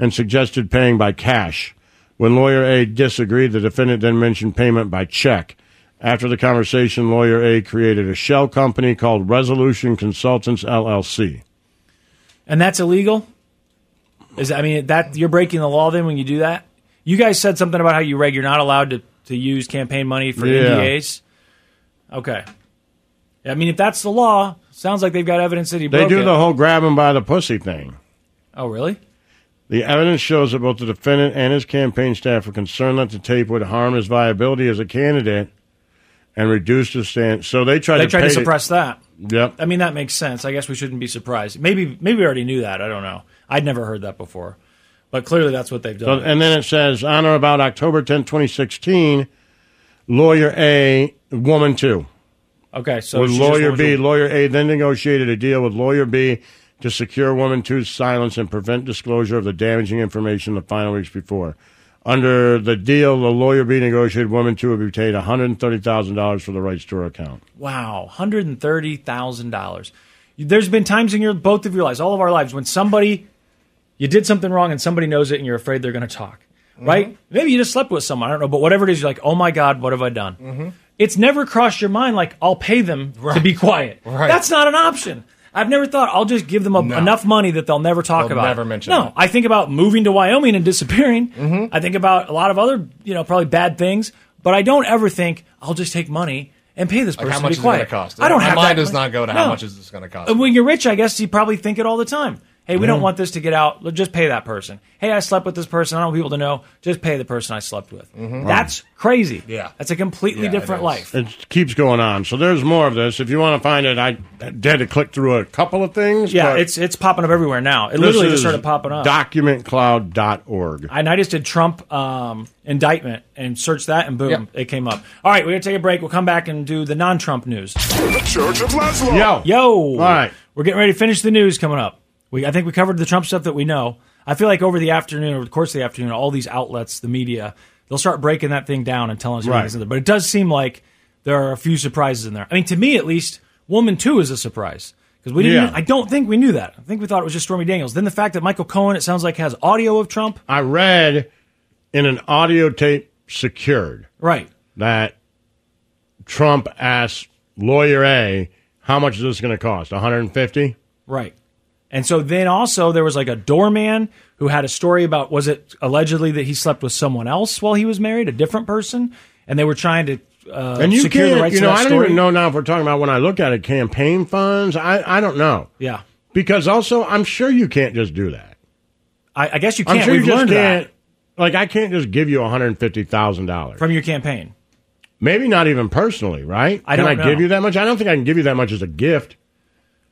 Speaker 3: and suggested paying by cash. When lawyer A disagreed, the defendant then mentioned payment by check. After the conversation, lawyer A created a shell company called Resolution Consultants LLC.
Speaker 4: And that's illegal. Is I mean that you're breaking the law then when you do that. You guys said something about how you reg you're not allowed to, to use campaign money for
Speaker 3: Yeah.
Speaker 4: NDAs. Okay. I mean if that's the law, sounds like they've got evidence that he
Speaker 3: They
Speaker 4: broke
Speaker 3: do
Speaker 4: it.
Speaker 3: the whole grab him by the pussy thing.
Speaker 4: oh really?
Speaker 3: The evidence shows that both the defendant and his campaign staff were concerned that the tape would harm his viability as a candidate and reduce his stand. So they tried
Speaker 4: they
Speaker 3: to
Speaker 4: tried
Speaker 3: pay
Speaker 4: to suppress that.
Speaker 3: Yep.
Speaker 4: I mean that makes sense. I guess we shouldn't be surprised. Maybe maybe we already knew that. I don't know. I'd never heard that before. But clearly that's what they've
Speaker 3: So,
Speaker 4: done.
Speaker 3: and then it says, on or about October 10, 2016, lawyer A, woman two.
Speaker 4: okay, so
Speaker 3: with
Speaker 4: she just
Speaker 3: lawyer
Speaker 4: wants to-
Speaker 3: B, lawyer A then negotiated a deal with lawyer B to secure woman two's silence and prevent disclosure of the damaging information the final weeks before. Under the deal, the lawyer B negotiated woman two would be paid one hundred thirty thousand dollars for the rights to her account.
Speaker 4: Wow, hundred and thirty thousand dollars. There's been times in your both of your lives, all of our lives, when somebody you did something wrong and somebody knows it and you're afraid they're going to talk,
Speaker 5: Mm-hmm.
Speaker 4: right? Maybe you just slept with someone, I don't know, but whatever it is, you're like, oh my god, what have I done? It's never crossed your mind like I'll pay them to be quiet.
Speaker 5: Mm-hmm. Right.
Speaker 4: That's not an option. I've never thought I'll just give them a, enough money that they'll never talk
Speaker 5: They'll
Speaker 4: about. it."
Speaker 5: never mention
Speaker 4: No,
Speaker 5: it. Mm-hmm.
Speaker 4: I think about moving to Wyoming and disappearing. I think about a lot of other, you know, probably bad things. But I don't ever think I'll just take money and pay this
Speaker 5: Like,
Speaker 4: person
Speaker 5: how
Speaker 4: to
Speaker 5: much is
Speaker 4: be
Speaker 5: it going
Speaker 4: quiet.
Speaker 5: to cost?
Speaker 4: I don't
Speaker 5: My
Speaker 4: have
Speaker 5: mind
Speaker 4: that
Speaker 5: does
Speaker 4: money.
Speaker 5: not go to how
Speaker 4: No.
Speaker 5: much is this going to cost.
Speaker 4: And when you're rich, I guess you probably think it all the time. Hey, we
Speaker 5: Yeah.
Speaker 4: don't want this to get out. Let's Just pay that person. Hey, I slept with this person. I don't want people to know. Just pay the person I slept with.
Speaker 5: Mm-hmm.
Speaker 4: That's crazy. Yeah, that's a completely different life.
Speaker 3: It keeps going on. So there's more of this. If you want to find it, I had to click through a couple of things.
Speaker 4: Yeah,
Speaker 3: but
Speaker 4: it's it's popping up everywhere now. It
Speaker 3: this
Speaker 4: literally just
Speaker 3: is
Speaker 4: started popping up.
Speaker 3: Documentcloud.org.
Speaker 4: And I just did Trump um, indictment and searched that, and boom,
Speaker 3: Yep.
Speaker 4: it came up. All right, we're gonna take a break. We'll come back and do the non-Trump news.
Speaker 12: The Church of Laszlo.
Speaker 4: Yo, Oh. yo! All right, we're getting ready to finish the news coming up. We I think we covered the Trump stuff that we know. I feel like over the afternoon, over the course of the afternoon, all these outlets, the media, they'll start breaking that thing down and telling us
Speaker 3: Right.
Speaker 4: everything. Right. But it does seem like there are a few surprises in there. I mean, to me at least, Woman Two is a surprise because we didn't.
Speaker 3: Yeah.
Speaker 4: I don't think we knew that. I think we thought it was just Stormy Daniels. Then the fact that Michael Cohen, it sounds like, has audio of Trump.
Speaker 3: I read in an audio tape secured
Speaker 4: Right.
Speaker 3: that Trump asked lawyer A, "How much is this going to cost? 150?"
Speaker 4: Right. And so then also there was like a doorman who had a story about was it allegedly that he slept with someone else while he was married, a different person, and they were trying to uh,
Speaker 3: and you
Speaker 4: secure the
Speaker 3: can't,
Speaker 4: rights
Speaker 3: you know,
Speaker 4: to that
Speaker 3: I don't
Speaker 4: story.
Speaker 3: even know now if we're talking about when I look at it, campaign funds. I, I don't know
Speaker 4: Yeah,
Speaker 3: because also I'm sure you can't just do that.
Speaker 4: I, I guess you
Speaker 3: I'm
Speaker 4: can't.
Speaker 3: sure you
Speaker 4: We've
Speaker 3: just
Speaker 4: learned
Speaker 3: can't. Like I can't just give you 150 thousand dollars
Speaker 4: that from your campaign.
Speaker 3: Maybe not even personally, right?
Speaker 4: I
Speaker 3: can
Speaker 4: don't
Speaker 3: I
Speaker 4: know.
Speaker 3: give you that much? I don't think I can give you that much as a gift,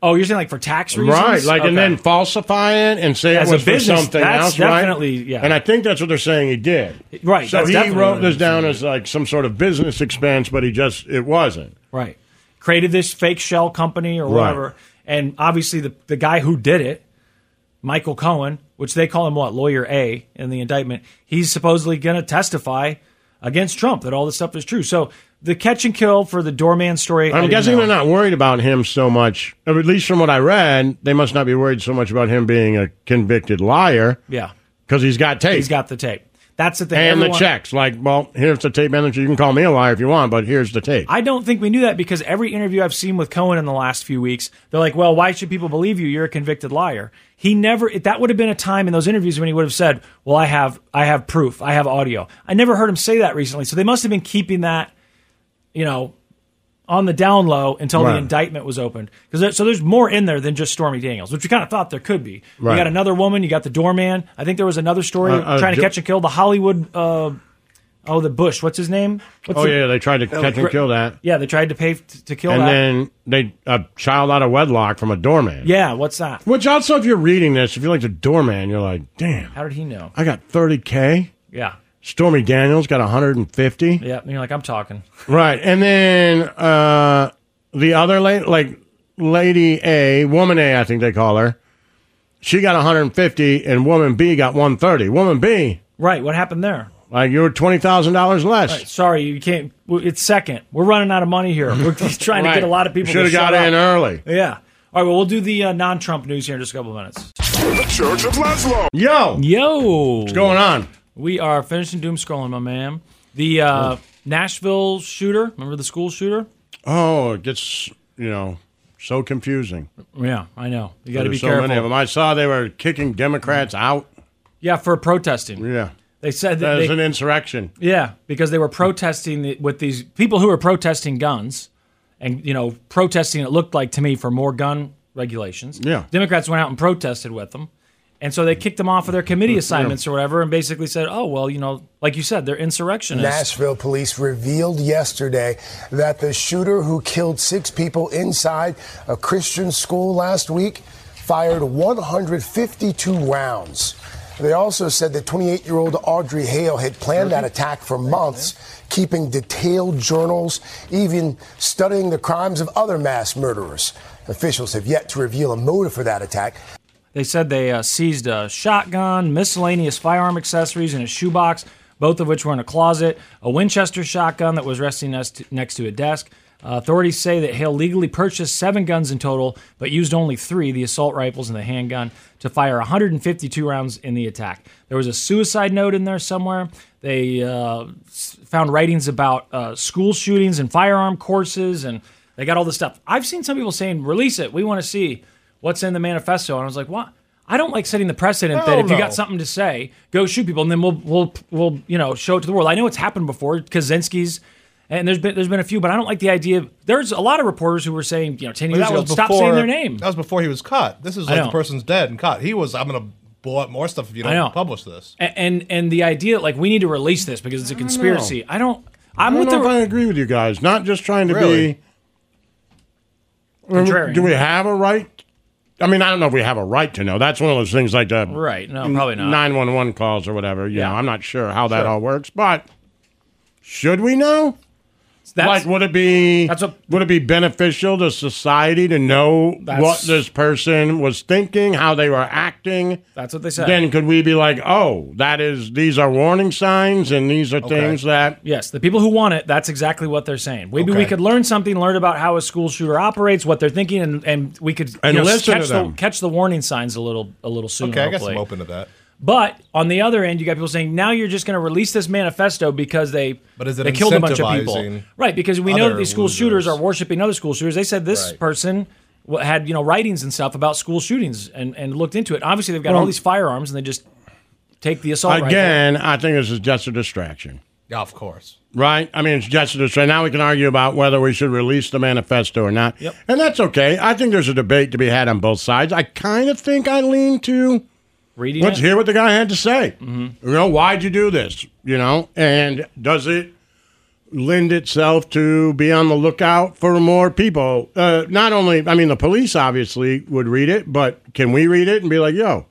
Speaker 4: Oh, you're saying like for tax reasons,
Speaker 3: right? Like, and
Speaker 4: Okay.
Speaker 3: then falsify it and say
Speaker 4: As
Speaker 3: it
Speaker 4: a
Speaker 3: was
Speaker 4: business,
Speaker 3: for something
Speaker 4: that's
Speaker 3: else, right?
Speaker 4: definitely- yeah.
Speaker 3: And I think that's what they're saying he did,
Speaker 4: Right,
Speaker 3: So
Speaker 4: that's
Speaker 3: he
Speaker 4: definitely
Speaker 3: wrote
Speaker 4: what
Speaker 3: this
Speaker 4: they're
Speaker 3: down as like some sort of business expense, but he just it wasn't.
Speaker 4: right created this fake shell company or
Speaker 3: Right.
Speaker 4: whatever, and obviously the the guy who did it, Michael Cohen, which they call him what lawyer A in the indictment, he's supposedly going to testify against Trump that all this stuff is true. So the catch and kill for the doorman story. I
Speaker 3: I'm
Speaker 4: didn't
Speaker 3: guessing
Speaker 4: know.
Speaker 3: they're not worried about him so much. Or At least from what I read, they must not be worried so much about him being a convicted liar
Speaker 4: Yeah,
Speaker 3: because he's got tape
Speaker 4: he's got the tape. That's the thing.
Speaker 3: and the
Speaker 4: Everyone-
Speaker 3: checks. Like, well, here's the tape manager. You can call me a liar if you want, but here's the tape.
Speaker 4: I don't think we knew that because every interview I've seen with Cohen in the last few weeks, they're like, "Well, why should people believe you? You're a convicted liar." He never. it- That would have been a time in those interviews when he would have said, "Well, I have, I have proof. I have audio." I never heard him say that recently, so they must have been keeping that, you know, on the down low until
Speaker 3: Right.
Speaker 4: the indictment was opened. Because there, so there's more in there than just Stormy Daniels, which we kind of thought there could be.
Speaker 3: Right.
Speaker 4: You got another woman. You got the doorman. I think there was another story
Speaker 3: Uh, uh,
Speaker 4: trying to
Speaker 3: Jo-
Speaker 4: catch and kill the Hollywood. Uh, oh, the Bush. What's his name? What's
Speaker 3: oh
Speaker 4: the-
Speaker 3: yeah, they tried to catch and kill that,
Speaker 4: yeah, they tried to pay f- to kill
Speaker 3: and
Speaker 4: that.
Speaker 3: then they a child out of wedlock from a doorman.
Speaker 4: yeah, what's that?
Speaker 3: Which also, if you're reading this, if you're like the doorman, you're like, damn,
Speaker 4: How did he know?
Speaker 3: I got 30k.
Speaker 4: Yeah,
Speaker 3: Stormy Daniels got 150.
Speaker 4: yeah. And you're like, I'm talking.
Speaker 3: Right, and then uh, the other lady, like Lady A, Woman A, I think they call her. She got 150, and Woman B got 130. Woman B
Speaker 4: Right. What happened there?
Speaker 3: Like you were twenty thousand dollars less.
Speaker 4: All right, sorry, you can't. w- It's second. We're running out of
Speaker 3: [LAUGHS]
Speaker 4: money here. We're trying to
Speaker 3: Right.
Speaker 4: get a lot of people.
Speaker 3: Shoulda
Speaker 4: to
Speaker 3: got
Speaker 4: shut
Speaker 3: in
Speaker 4: up.
Speaker 3: early.
Speaker 4: Yeah. All right. Well, we'll do the uh, non-Trump news here in just a couple of minutes.
Speaker 12: The Church of Laszlo.
Speaker 3: Yo.
Speaker 4: Yo. What's
Speaker 3: going on?
Speaker 4: We are finishing doom scrolling, my man. The uh, Nashville shooter. Remember the school shooter?
Speaker 3: Oh, it gets you know so confusing.
Speaker 4: Yeah, I know. You got to
Speaker 3: There's
Speaker 4: be
Speaker 3: so
Speaker 4: careful.
Speaker 3: Many of them. I saw they were kicking Democrats out.
Speaker 4: Yeah, for protesting.
Speaker 3: Yeah,
Speaker 4: They said that
Speaker 3: that was
Speaker 4: they-
Speaker 3: an insurrection.
Speaker 4: Yeah, because they were protesting the, with these people who were protesting guns, and you know, protesting. It looked like to me for more gun regulations.
Speaker 3: Yeah.
Speaker 4: Democrats went out and protested with them, and so they kicked them off of their committee assignments or whatever, and basically said, "Oh well, you know, like you said, they're insurrectionists."
Speaker 11: Nashville police revealed yesterday that the shooter who killed six people inside a Christian school last week fired 152 rounds. They also said that 28 year old Audrey Hale had planned that attack for months, keeping detailed journals, even studying the crimes of other mass murderers. Officials have yet to reveal a motive for that attack.
Speaker 4: They said they uh, seized a shotgun, miscellaneous firearm accessories, and a shoebox, both of which were in a closet, a Winchester shotgun that was resting next to, next to a desk. Uh, authorities say that Hale legally purchased seven guns in total, but used only three the assault rifles and the handgun to fire 152 rounds in the attack. There was a suicide note in there somewhere. They uh, s- found writings about uh, school shootings and firearm courses, and they got all this stuff. I've seen some people saying, release it. We want to see what's in the manifesto. And I was like, what? I don't like setting the precedent that
Speaker 13: Hell
Speaker 4: if you
Speaker 13: no.
Speaker 4: got something to say, go shoot people, and then we'll we'll we'll you know show it to the world. I know it's happened before, Kaczynski's, and there's been there's been a few, but I don't like the idea. Of, there's a lot of reporters who were saying you know ten
Speaker 5: But
Speaker 4: years
Speaker 5: that
Speaker 4: ago,
Speaker 5: was
Speaker 4: stop saying
Speaker 5: before- Oh.
Speaker 4: their name.
Speaker 5: That was before he was caught. This is
Speaker 4: I
Speaker 5: like the
Speaker 4: know.
Speaker 5: person's dead and caught. He was. I'm going to blow up more stuff if you
Speaker 4: I know.
Speaker 5: don't publish this.
Speaker 4: A- And and the idea that like we need to release this because it's a conspiracy. I don't. I'm
Speaker 3: I
Speaker 4: with
Speaker 3: don't know
Speaker 4: the.
Speaker 3: if I agree with you guys. Not just trying to
Speaker 4: Really?
Speaker 3: be. Well,
Speaker 4: Contrarian.
Speaker 3: Do we have a right? I mean, I don't know if we have a right to know. That's one of those things like the
Speaker 4: Right. No, probably not.
Speaker 3: Nine one one calls or whatever. You
Speaker 4: Yeah.
Speaker 3: know, I'm not sure how that
Speaker 4: Sure.
Speaker 3: all works, but should we know?
Speaker 4: That's-
Speaker 3: like, would it be would it be beneficial to society to know what
Speaker 4: That's-
Speaker 3: this person was thinking, how they were acting?
Speaker 4: That's what they said.
Speaker 3: Then could we be like, oh, that is these are warning signs, and these are things that
Speaker 4: Yes, the people who want it, that's exactly what they're saying. Maybe we
Speaker 3: Okay.
Speaker 4: could learn something, learn about how a school shooter operates, what they're thinking, and, and we could you
Speaker 3: And
Speaker 4: know,
Speaker 3: listen to
Speaker 4: catch,
Speaker 3: them.
Speaker 4: The, catch the warning signs a little a little sooner.
Speaker 5: Okay, I guess
Speaker 4: hopefully.
Speaker 5: I'm open to that.
Speaker 4: But on the other end, you got people saying now you're just going to release this manifesto because they
Speaker 5: But is it
Speaker 4: they killed a bunch of people,
Speaker 5: incentivizing
Speaker 4: right? Because we know that
Speaker 5: other
Speaker 4: these school shooters are worshiping other school shooters. They said this
Speaker 5: Right.
Speaker 4: person w- had you know writings and stuff about school shootings and, and looked into it. Obviously, they've got all
Speaker 3: Well-
Speaker 4: these firearms and they just take the assault rifle.
Speaker 3: again, I think this is just a distraction.
Speaker 5: Yeah, of course.
Speaker 3: Right? I mean, it's just a distraction. Now we can argue about whether we should release the manifesto or not.
Speaker 5: Yep.
Speaker 3: And that's okay. I think there's a debate to be had on both sides. I kind of think I lean to
Speaker 4: Reading
Speaker 3: let's
Speaker 4: it?
Speaker 3: hear what the guy had to say. You know, why'd you do this? You know, and does it lend itself to be on the lookout for more people? Uh, not only, I mean, the police obviously would read it, but can we read it and be like, yo,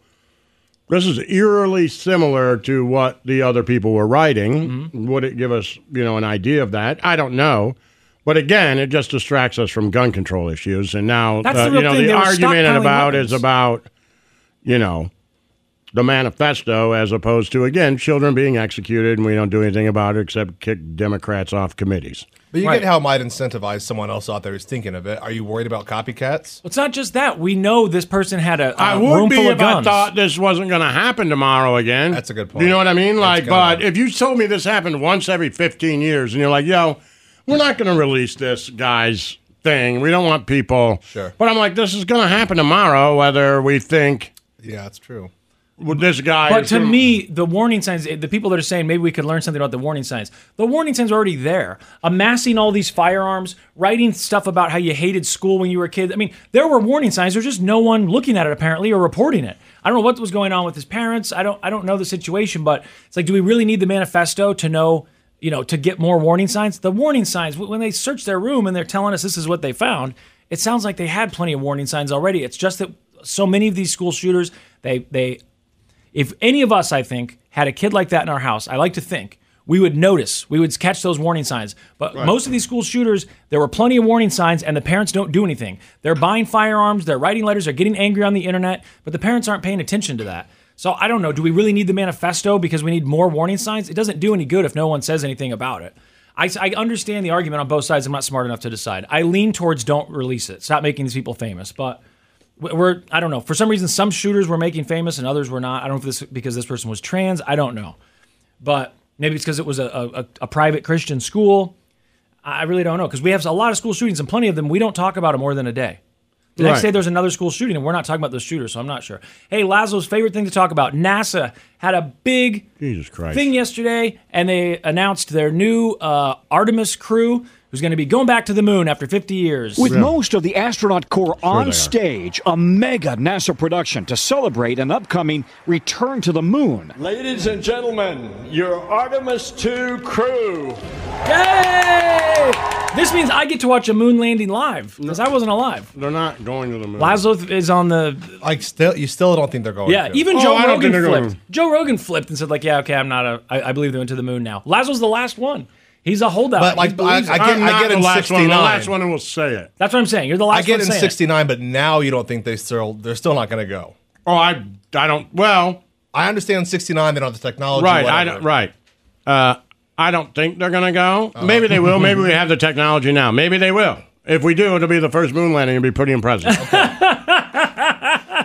Speaker 3: this is eerily similar to what the other people were writing.
Speaker 4: Mm-hmm.
Speaker 3: Would it give us, you know, an idea of that? I don't know. But again, it just distracts us from gun control issues. And now,
Speaker 4: That's the
Speaker 3: uh,
Speaker 4: real
Speaker 3: you know,
Speaker 4: thing.
Speaker 3: the
Speaker 4: They were
Speaker 3: argument
Speaker 4: stockpiling
Speaker 3: about
Speaker 4: weapons.
Speaker 3: is about, you know, the manifesto as opposed to, again, children being executed and we don't do anything about it except kick Democrats off committees.
Speaker 5: But you get how it might incentivize someone else out there who's thinking of it. Are you worried about copycats?
Speaker 4: It's not just that we know this person had a, a
Speaker 3: I would
Speaker 4: Uh, room
Speaker 3: be
Speaker 4: full
Speaker 3: if
Speaker 4: of guns.
Speaker 3: I thought this wasn't going to happen tomorrow again. That's a good point. You know what I mean? Like,
Speaker 5: gonna-
Speaker 3: but if you told me this happened once every 15 years and you're like, yo, we're not going to release this guy's thing. We don't want people. Sure. But I'm like, this is going to happen tomorrow, whether we think
Speaker 5: Yeah, that's true.
Speaker 3: well, this guy.
Speaker 4: But
Speaker 3: is
Speaker 4: to
Speaker 3: gonna-
Speaker 4: me, the warning signs, the people that are saying maybe we could learn something about the warning signs, the warning signs are already there. Amassing all these firearms, writing stuff about how you hated school when you were a kid. I mean, there were warning signs. There's just no one looking at it apparently or reporting it. I don't know what was going on with his parents. I don't I don't know the situation, but it's like, do we really need the manifesto to know, you know, to get more warning signs? The warning signs, wh- when they search their room and they're telling us this is what they found, it sounds like they had plenty of warning signs already. It's just that so many of these school shooters, they they if any of us, I think, had a kid like that in our house, I like to think we would notice, we would catch those warning signs. But
Speaker 13: Right.
Speaker 4: most of these school shooters, there were plenty of warning signs, and the parents don't do anything. They're buying firearms, they're writing letters, they're getting angry on the internet, but the parents aren't paying attention to that. So I don't know. Do we really need the manifesto because we need more warning signs? It doesn't do any good if no one says anything about it. I, I understand the argument on both sides. I'm not smart enough to decide. I lean towards don't release it. Stop making these people famous. But we- we're I don't know. For some reason, some shooters were making famous and others were not. I don't know if this because this person was trans. I don't know. But maybe it's because it was a, a, a- a private Christian school. I I really don't know because we have a lot of school shootings and plenty of them. We don't talk about it more than a day. The next
Speaker 3: Right.
Speaker 4: day, there's another school shooting, and we're not talking about those shooters, so I'm not sure. Hey, Lazo's favorite thing to talk about NASA had a big
Speaker 3: Jesus Christ.
Speaker 4: thing yesterday, and they announced their new uh, Artemis crew, who's going to be going back to the moon after 50 years.
Speaker 13: With most of the astronaut corps
Speaker 4: they are.
Speaker 13: on stage, a mega NASA production to celebrate an upcoming return to the moon.
Speaker 14: Ladies and gentlemen, your Artemis II crew.
Speaker 4: Yay! This means I get to watch a moon landing live because I wasn't alive.
Speaker 3: They're not going to the moon.
Speaker 4: Lazo Mm. is on the
Speaker 5: like still. You still don't think they're going.
Speaker 4: yeah,
Speaker 5: to.
Speaker 4: even Joe Rogan flipped. Joe Rogan flipped and said, like, yeah, okay, I'm not a. I, I believe they went to the moon now. Lazo's the last one. He's a holdout.
Speaker 5: But, like,
Speaker 4: He believes
Speaker 5: I- I
Speaker 4: it.
Speaker 5: get- I'm I not get the in last one. The 69. last
Speaker 3: one will say it.
Speaker 4: That's what I'm saying. You're the
Speaker 5: I
Speaker 4: last
Speaker 5: get
Speaker 4: one
Speaker 5: in
Speaker 4: saying it.
Speaker 5: '69, but now you don't think they still they're still not going to go.
Speaker 3: Oh, I I don't. Well,
Speaker 5: I understand '69. They don't have the technology.
Speaker 3: Right, I
Speaker 5: whatever.
Speaker 3: don't, right. Uh, I don't think they're going to go.
Speaker 4: Uh-huh.
Speaker 3: Maybe they will. Maybe we have the technology now. Maybe they will. If we do, it'll be the first moon landing. It'll be pretty impressive.
Speaker 4: Oh,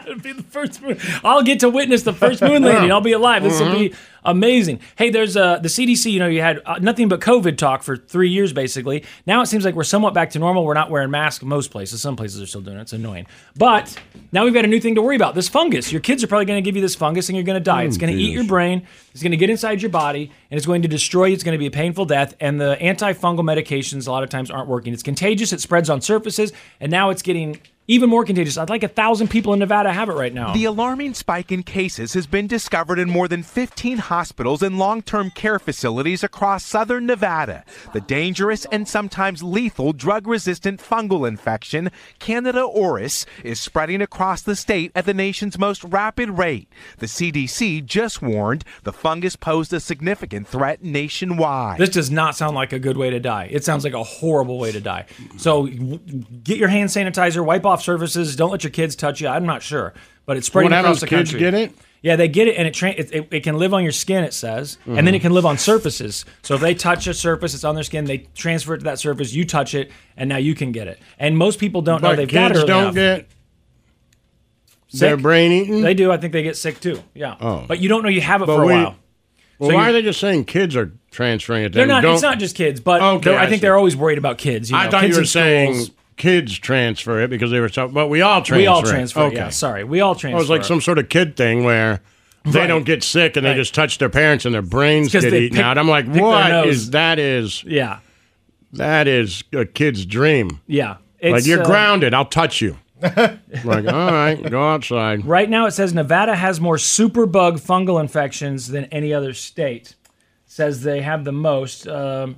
Speaker 4: It'll be the first moon. I'll get to witness the first moon landing. I'll be alive. This will be amazing. Hey, there's uh, the CDC. You know, you had uh, nothing but COVID talk for three years basically. Now it seems like we're somewhat back to normal. We're not wearing masks most places. Some places are still doing it. It's annoying. But now we've got a new thing to worry about. This fungus. Your kids are probably going to give you this fungus, and you're going to die. it's
Speaker 3: Oh,
Speaker 4: going to eat your brain. It's going to get inside your body, and it's going to destroy you. It's going to be a painful death. And the antifungal medications a lot of times aren't working. It's contagious. It spreads on surfaces, and now it's getting. Even more contagious. I'd like a thousand people in Nevada have it right now.
Speaker 15: The alarming spike in cases has been discovered in more than 15 hospitals and long term care facilities across southern Nevada. The dangerous and sometimes lethal drug resistant fungal infection, Candida auris, is spreading across the state at the nation's most rapid rate. The CDC just warned the fungus posed a significant threat nationwide.
Speaker 4: This does not sound like a good way to die. It sounds like a horrible way to die. So w- get your hand sanitizer, wipe off surfaces, don't let your kids touch you. I'm not sure, but it's spreading
Speaker 3: What
Speaker 4: across
Speaker 3: happens?
Speaker 4: the
Speaker 3: Kids
Speaker 4: country.
Speaker 3: get it?
Speaker 4: Yeah, they get it, and it tra- it, it, it can live on your skin. It says, and then
Speaker 3: Mhm.
Speaker 4: it can live on surfaces. So if they touch a surface, it's on their skin. They transfer it to that surface. You touch it, and now you can get it. And most people don't know
Speaker 3: But
Speaker 4: they've
Speaker 3: kids
Speaker 4: got it. early
Speaker 3: don't
Speaker 4: enough.
Speaker 3: get
Speaker 4: Sick?
Speaker 3: their brain eaten.
Speaker 4: They do. I think they get sick too. Yeah.
Speaker 3: Oh.
Speaker 4: But you don't know you have it
Speaker 3: But
Speaker 4: for a
Speaker 3: we-
Speaker 4: while.
Speaker 3: Well,
Speaker 4: So
Speaker 3: why
Speaker 4: you-
Speaker 3: are they just saying kids are transferring it? to
Speaker 4: They're
Speaker 3: them?
Speaker 4: not.
Speaker 3: Don't-
Speaker 4: It's not just kids, but
Speaker 3: Okay,
Speaker 4: they're- I
Speaker 3: I
Speaker 4: think
Speaker 3: see.
Speaker 4: they're always worried about kids. You know,
Speaker 3: I thought
Speaker 4: kids
Speaker 3: you were
Speaker 4: in
Speaker 3: saying
Speaker 4: schools.
Speaker 3: kids transfer it because they were so. But we all transfer.
Speaker 4: We all
Speaker 3: it.
Speaker 4: transfer. it,
Speaker 3: Okay.
Speaker 4: Yeah, sorry, we all transfer.
Speaker 3: It was like some sort of kid thing where. They
Speaker 4: Right.
Speaker 3: don't get sick, and they just touch their parents, and their brains
Speaker 4: It's 'cause
Speaker 3: get
Speaker 4: they
Speaker 3: eaten
Speaker 4: pick-
Speaker 3: out. I'm like,
Speaker 4: pick their
Speaker 3: what
Speaker 4: nose.
Speaker 3: is that? Is
Speaker 4: yeah,
Speaker 3: that is a kid's dream.
Speaker 4: yeah.
Speaker 3: like
Speaker 4: It's,
Speaker 3: you're
Speaker 4: uh,
Speaker 3: grounded. I'll touch
Speaker 4: [LAUGHS]
Speaker 3: you. like all right, go outside.
Speaker 4: Right now, it says Nevada has more superbug fungal infections than any other state. says they have the most. Um,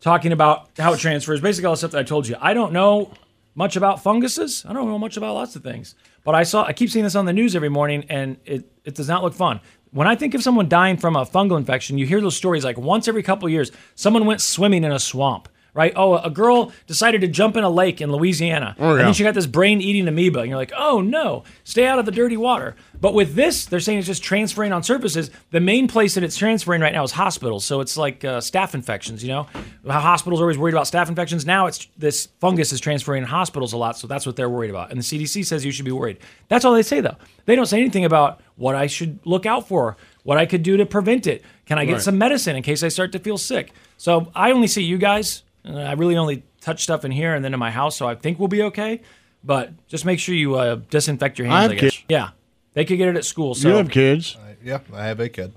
Speaker 4: talking about how it transfers, basically all the stuff that I told you. I don't know much about funguses. I don't know much about lots of things, but I saw. I keep seeing this on the news every morning, and it it does not look fun. When I think of someone dying from a fungal infection, you hear those stories like once every couple years, someone went swimming in a swamp. Right? Oh, a girl decided to jump in a lake in Louisiana.
Speaker 3: Oh,
Speaker 4: And
Speaker 3: yeah.
Speaker 4: then she got this brain eating amoeba. And you're like, oh no, stay out of the dirty water. But with this, they're saying it's just transferring on surfaces. The main place that it's transferring right now is hospitals. So it's like uh, staph infections, you know? How hospitals are always worried about staph infections. Now it's this fungus is transferring in hospitals a lot. So that's what they're worried about. And the CDC says you should be worried. That's all they say, though. They don't say anything about what I should look out for, what I could do to prevent it. Can I get
Speaker 3: Right.
Speaker 4: some medicine in case I start to feel sick? So I only see you guys. Uh, I really only touch stuff in here and then in my house, so I think we'll be okay. But just make sure you uh, disinfect your hands.
Speaker 3: I have
Speaker 4: I guess.
Speaker 3: kids.
Speaker 4: Yeah, they could get it at school. So
Speaker 3: you have kids.
Speaker 5: Yeah, I have a kid.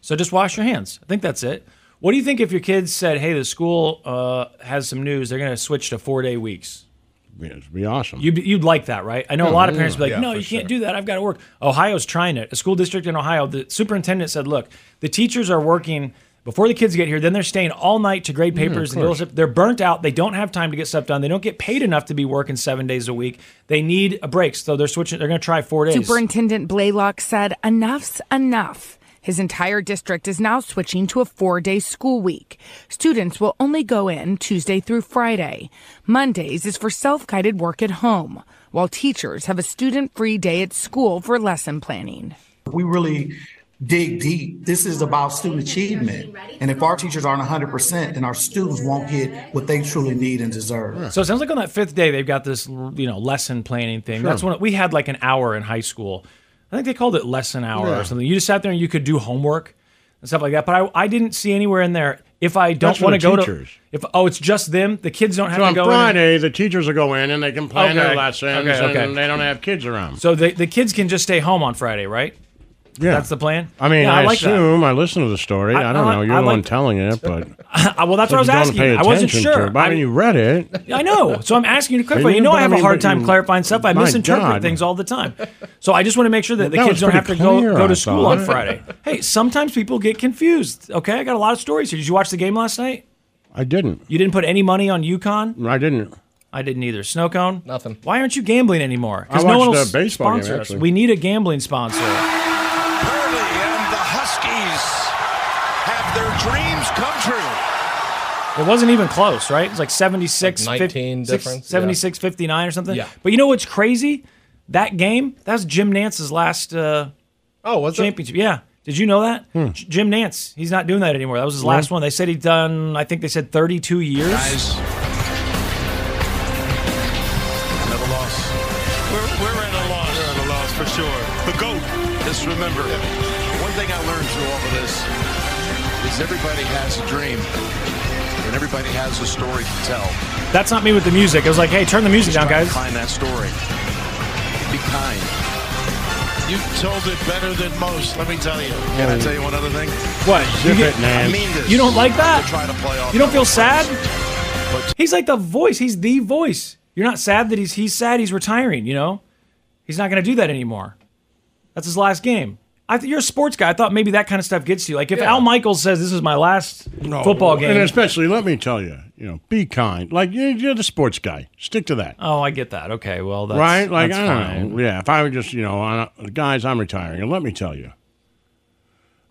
Speaker 4: so just wash your hands. I think that's it. What do you think if your kids said, "Hey, the school uh, has some news. They're going to switch to four day weeks."
Speaker 3: It'd be awesome.
Speaker 4: You'd, you'd like that, right? I know a
Speaker 3: Yeah,
Speaker 4: lot of
Speaker 3: yeah.
Speaker 4: parents would be like,
Speaker 3: Mm-hmm. Yeah,
Speaker 4: no,
Speaker 3: for
Speaker 4: you can't do that. I've got to work. Ohio's trying it. A school district in Ohio, the superintendent said, look, the teachers are working before the kids get here. Then they're staying all night to grade
Speaker 3: Yeah, Mm, of
Speaker 4: papers and
Speaker 3: course.
Speaker 4: deal with- They're burnt out. They don't have time to get stuff done. They don't get paid enough to be working seven days a week. They need a break. So they're switching. They're going to try four days.
Speaker 16: Superintendent Blaylock said, Enough's enough. His entire district is now switching to a four day school week. Students will only go in Tuesday through Friday. Mondays is for self guided work at home, while teachers have a student free day at school for lesson planning.
Speaker 17: We really dig deep. This is about student achievement. And if our teachers aren't 100%, then our students won't get what they truly need and deserve.
Speaker 4: So it sounds like on that fifth day they've got this you know lesson planning thing.
Speaker 17: Sure.
Speaker 4: That's when we had like an hour in high school. I think they called it lesson hour
Speaker 3: Yeah.
Speaker 4: or something. You just sat there and you could do homework and stuff like that. But I, I didn't see anywhere in there if I don't
Speaker 3: That's for
Speaker 4: want to
Speaker 3: the
Speaker 4: go
Speaker 3: teachers.
Speaker 4: to if oh it's just them the kids don't have
Speaker 3: So
Speaker 4: to
Speaker 3: on
Speaker 4: go in and-
Speaker 3: Friday, the teachers will go in and they can plan
Speaker 4: Okay.
Speaker 3: their lessons,
Speaker 4: Okay, okay.
Speaker 3: and they don't have kids around.
Speaker 4: So the, the kids can just stay home on Friday, right?
Speaker 3: Yeah.
Speaker 4: That's the plan?
Speaker 3: I mean,
Speaker 4: Yeah,
Speaker 3: I,
Speaker 4: I like that.
Speaker 3: assume I listen to the story. I,
Speaker 4: I-
Speaker 3: don't
Speaker 4: I
Speaker 3: know.
Speaker 4: like-
Speaker 3: You're
Speaker 4: I
Speaker 3: the
Speaker 4: like
Speaker 3: one telling it, but
Speaker 4: [LAUGHS] well, that's what I was
Speaker 3: you don't
Speaker 4: asking.
Speaker 3: pay
Speaker 4: you. I wasn't
Speaker 3: attention to
Speaker 4: sure.
Speaker 3: it. But I mean, you read it.
Speaker 4: I know. So
Speaker 3: [LAUGHS]
Speaker 4: I'm asking you to clarify.
Speaker 3: But
Speaker 4: You know,
Speaker 3: you-
Speaker 4: I have
Speaker 3: but I
Speaker 4: a
Speaker 3: mean,
Speaker 4: hard
Speaker 3: but
Speaker 4: time
Speaker 3: you-
Speaker 4: clarifying stuff. I
Speaker 3: My
Speaker 4: misinterpret
Speaker 3: God.
Speaker 4: things all the time. So I just want to make sure that the
Speaker 3: That
Speaker 4: kids
Speaker 3: was
Speaker 4: don't have
Speaker 3: pretty
Speaker 4: to go,
Speaker 3: clear,
Speaker 4: go
Speaker 3: I
Speaker 4: to school
Speaker 3: thought.
Speaker 4: on Friday. hey, sometimes people get confused. Okay, I got a lot of stories here. Did you watch the game last night?
Speaker 3: I didn't.
Speaker 4: You didn't put any money on UConn.
Speaker 3: I didn't.
Speaker 4: I didn't either. Snow cone. Nothing. Why aren't you gambling anymore? Because
Speaker 3: I
Speaker 4: no one
Speaker 3: watched
Speaker 4: will
Speaker 3: the
Speaker 4: s-
Speaker 3: baseball game,
Speaker 4: sponsor us.
Speaker 3: actually.
Speaker 4: We need a gambling sponsor.
Speaker 18: and the Huskies have their dreams come true.
Speaker 4: It wasn't even close, right? It was like 76
Speaker 5: Like 19
Speaker 4: fif- six-
Speaker 5: difference, yeah.
Speaker 4: 76 59 or something.
Speaker 5: Yeah.
Speaker 4: But you know what's crazy? That game, that was Jim Nance's last uh,
Speaker 5: oh, was it?
Speaker 4: championship. Yeah. Did you know that? J- Jim Nance, he's not doing that anymore. That was his
Speaker 5: Hmm.
Speaker 4: last one. They said he'd done, I think they said 32 years.
Speaker 18: Another loss. We're, we're at a loss. We're at a loss for sure. The GOAT. Just remember, one thing I learned through all of this is everybody has a dream and everybody has a story to tell.
Speaker 4: That's not me with the music. I was like, hey, turn the music
Speaker 18: Just
Speaker 4: down,
Speaker 18: try to
Speaker 4: guys.
Speaker 18: Find that story. Be kind. You told it better than most, let me tell you. Can I tell you one other thing?
Speaker 4: What? You get-
Speaker 18: I mean this.
Speaker 4: You don't like that?
Speaker 18: To try to play off
Speaker 4: You don't feel
Speaker 18: other
Speaker 4: sad?
Speaker 18: friends.
Speaker 4: He's like the voice. He's the voice. You're not sad that he's he's sad he's retiring, you know? He's not going to do that anymore. That's his last game. I th- you're a sports guy. I thought maybe that kind of stuff gets to you. Like if
Speaker 3: Yeah.
Speaker 4: Al Michaels says this is my last
Speaker 3: No.
Speaker 4: football game.
Speaker 3: And especially, let me tell you, you know, be kind. Like you- you're the sports guy. Stick to that.
Speaker 4: oh, I get that. Okay. Well, that's
Speaker 3: right? Like
Speaker 4: that's
Speaker 3: I don't
Speaker 4: fine.
Speaker 3: know. Yeah, if I were just you know, I don't- guys, I'm retiring, and let me tell you,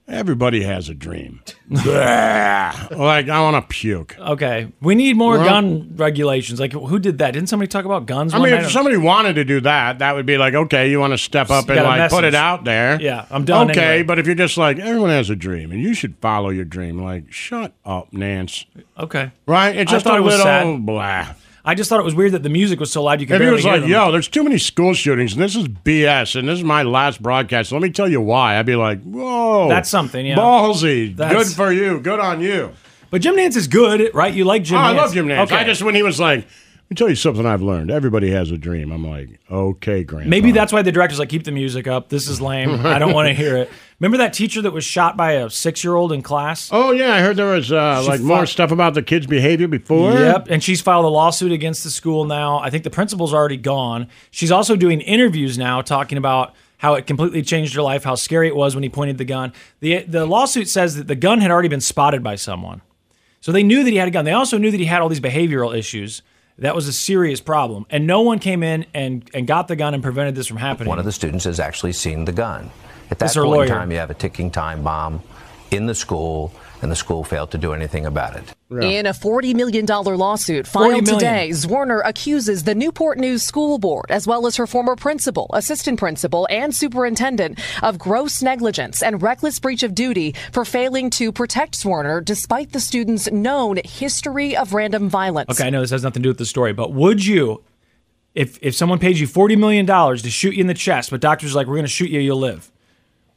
Speaker 3: everybody has a
Speaker 4: [LAUGHS]
Speaker 3: dream. [LAUGHS] Blah. like I want to puke.
Speaker 4: Okay. We need more
Speaker 3: Well-
Speaker 4: gun regulations. Like who did that? Didn't somebody talk about guns
Speaker 3: I
Speaker 4: one
Speaker 3: mean,
Speaker 4: night?
Speaker 3: if somebody wanted to do that, that would be like, okay, you want to step up
Speaker 4: You
Speaker 3: and
Speaker 4: got a
Speaker 3: like put it
Speaker 4: message.
Speaker 3: out there.
Speaker 4: Yeah, I'm done
Speaker 3: Okay,
Speaker 4: anyway.
Speaker 3: but if you're just like everyone has a dream and you should follow your dream, like shut up, Nance.
Speaker 4: Okay.
Speaker 3: Right? It's
Speaker 4: I
Speaker 3: just
Speaker 4: thought
Speaker 3: a
Speaker 4: it was
Speaker 3: little
Speaker 4: sad.
Speaker 3: blah.
Speaker 4: I just thought it was weird that the music was so loud you could
Speaker 3: If he
Speaker 4: barely
Speaker 3: was
Speaker 4: hear
Speaker 3: like,
Speaker 4: them.
Speaker 3: yo, there's too many school shootings and this is BS and this is my last broadcast, let me tell you why, I'd be like, whoa.
Speaker 4: That's something, yeah.
Speaker 3: Ballsy.
Speaker 4: That's-
Speaker 3: Good for you. Good on you.
Speaker 4: But Jim Nance is good, right? You like Jim
Speaker 3: Oh, I
Speaker 4: Nance.
Speaker 3: love Jim Nance.
Speaker 4: Okay.
Speaker 3: I just, when he was like, let me tell you something I've learned. Everybody has a dream. I'm like, okay, Grant.
Speaker 4: Maybe that's why the director's like, keep the music up. This is lame. I
Speaker 3: [LAUGHS]
Speaker 4: don't want to hear it. Remember that teacher that was shot by a six year old in class?
Speaker 3: Oh, yeah. I heard there was uh,
Speaker 4: She
Speaker 3: like more
Speaker 4: fuck-
Speaker 3: stuff about the kids' behavior before.
Speaker 4: Yep. And she's filed a lawsuit against the school now. I think the principal's already gone. She's also doing interviews now talking about how it completely changed her life, how scary it was when he pointed the gun. The, the lawsuit says that the gun had already been spotted by someone. So they knew that he had a gun. They also knew that he had all these behavioral issues. That was a serious problem. And no one came in and, and got the gun and prevented this from happening.
Speaker 19: One of the students has actually seen the gun. At
Speaker 4: This
Speaker 19: that
Speaker 4: is our
Speaker 19: point in
Speaker 4: lawyer.
Speaker 19: time, you have a ticking time bomb in the school, and the school failed to do anything about it.
Speaker 20: In a $40 million lawsuit
Speaker 19: $40
Speaker 20: filed
Speaker 19: million.
Speaker 20: today, Zwerner accuses the Newport News School Board, as well as her former principal, assistant principal, and superintendent, of gross negligence and reckless breach of duty for failing to protect Zwerner despite the student's known history of random violence.
Speaker 4: Okay, I know this has nothing to do with the story, but would you, if if someone paid you forty million dollars to shoot you in the chest, but doctors are like, we're going to shoot you, you'll live.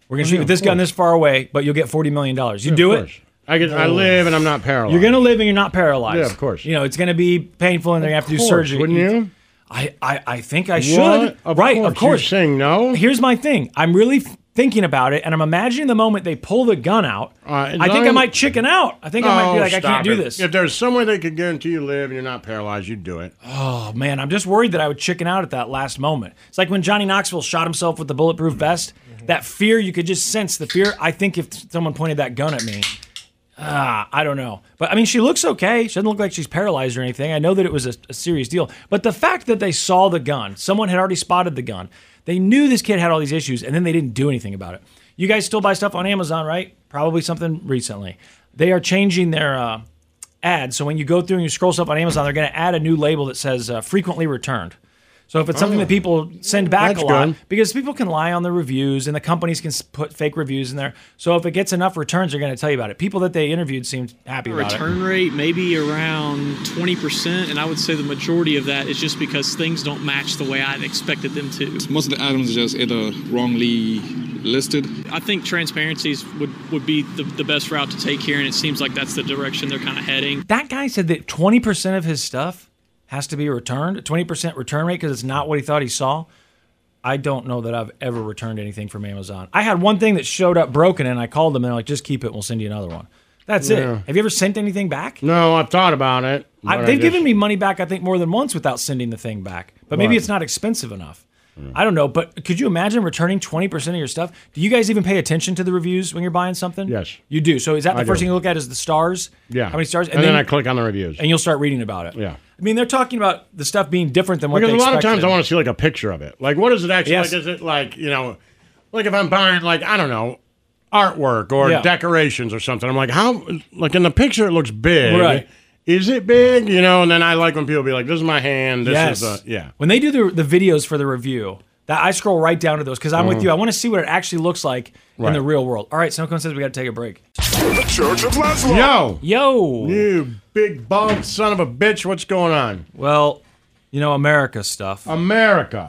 Speaker 4: We're going
Speaker 3: Oh,
Speaker 4: to shoot
Speaker 3: yeah,
Speaker 4: you with this
Speaker 3: of
Speaker 4: gun
Speaker 3: course.
Speaker 4: this far away, but you'll get forty million dollars. You
Speaker 3: Yeah,
Speaker 4: do
Speaker 3: of
Speaker 4: it.
Speaker 3: course. I, get, I live and I'm not paralyzed.
Speaker 4: Oh. You're going to live and you're not paralyzed.
Speaker 3: Yeah, of course.
Speaker 4: You know it's going to be painful, and then you have to do
Speaker 3: course,
Speaker 4: surgery.
Speaker 3: wouldn't you?
Speaker 4: I I, I think I
Speaker 3: What?
Speaker 4: should.
Speaker 3: Of
Speaker 4: right,
Speaker 3: course.
Speaker 4: of course.
Speaker 3: You're saying no.
Speaker 4: Here's my thing. I'm really f- thinking about it, and I'm imagining the moment they pull the gun out. I think I
Speaker 3: long-
Speaker 4: might chicken out. I think I might be
Speaker 3: Oh,
Speaker 4: like, I
Speaker 3: Uh, stop
Speaker 4: can't do
Speaker 3: it.
Speaker 4: this.
Speaker 3: If there's some way they could guarantee you live and you're not paralyzed, you'd do it.
Speaker 4: Oh man, I'm just worried that I would chicken out at that last moment. It's like when Johnny Knoxville shot himself with the bulletproof vest. That fear, you could just sense the fear. I think if someone pointed that gun at me, ah, I don't know. But I mean, she looks okay. She doesn't look like she's paralyzed or anything. I know that it was a, a serious deal. But the fact that they saw the gun, someone had already spotted the gun. They knew this kid had all these issues, and then they didn't do anything about it. You guys still buy stuff on Amazon, right? Probably something recently. They are changing their. Uh, ads. So when you go through and you scroll stuff on Amazon, they're going to add a new label that says uh, frequently returned. So if it's something
Speaker 3: Oh.
Speaker 4: that people send back
Speaker 3: That's
Speaker 4: a lot,
Speaker 3: good.
Speaker 4: because people can lie on the reviews and the companies can s- put fake reviews in there. So if it gets enough returns, they're going to tell you about it. People that they interviewed seemed happy about it.
Speaker 2: return rate maybe around 20% and i would say the majority of that is just because things don't match the way i'd expected them to
Speaker 6: Most of the items are just either wrongly listed.
Speaker 2: i think transparencies would, would be the, the best route to take here and it seems like that's the direction they're kind of heading
Speaker 4: That guy said that 20% of his stuff has to be returned, a 20% return rate because it's not what he thought he saw. I don't know that I've ever returned anything from Amazon. I had one thing that showed up broken and I called them and they're like, just keep it and we'll send you another one. That's
Speaker 3: Yeah.
Speaker 4: it. Have you ever sent anything back?
Speaker 3: No, I've thought about it.
Speaker 4: I,
Speaker 3: but
Speaker 4: they've
Speaker 3: I just-
Speaker 4: given me money back, I think, more than once without sending the thing back. But maybe
Speaker 3: Right. Mm.
Speaker 4: it's not expensive enough. I don't know. But could you imagine returning 20% of your stuff? Do you guys even pay attention to the reviews when you're buying something?
Speaker 3: Yes.
Speaker 4: You do. So is that the
Speaker 3: I do.
Speaker 4: first thing you look at is the stars?
Speaker 3: Yeah.
Speaker 4: How many stars?
Speaker 3: And, then, I click on the reviews.
Speaker 4: and you'll start reading about it.
Speaker 3: Yeah.
Speaker 4: I mean, they're talking about the stuff being different than what
Speaker 3: Because a
Speaker 4: they
Speaker 3: lot of
Speaker 4: expected.
Speaker 3: times I want to see like a picture of it. Like, what is it actually?
Speaker 4: Yes.
Speaker 3: Like, is it like you know, like if I'm buying like I don't know artwork or
Speaker 4: Yeah.
Speaker 3: decorations or something? I'm like, how? Like in the picture, it looks big.
Speaker 4: Right.
Speaker 3: Is it big? You know, and then I like when people be like, "This is my hand. This is the yeah."
Speaker 4: When they do the, the videos for the review, that I scroll right down to those because I'm with
Speaker 3: Mhm.
Speaker 4: you. I want to see what it actually looks like in
Speaker 3: Right.
Speaker 4: the real world. All right, Snowcone says we got to take a break.
Speaker 3: The Church of Laszlo. Yo,
Speaker 4: yo,
Speaker 3: you big bald son of a bitch. What's going on?
Speaker 4: Well, you know America stuff.
Speaker 3: America.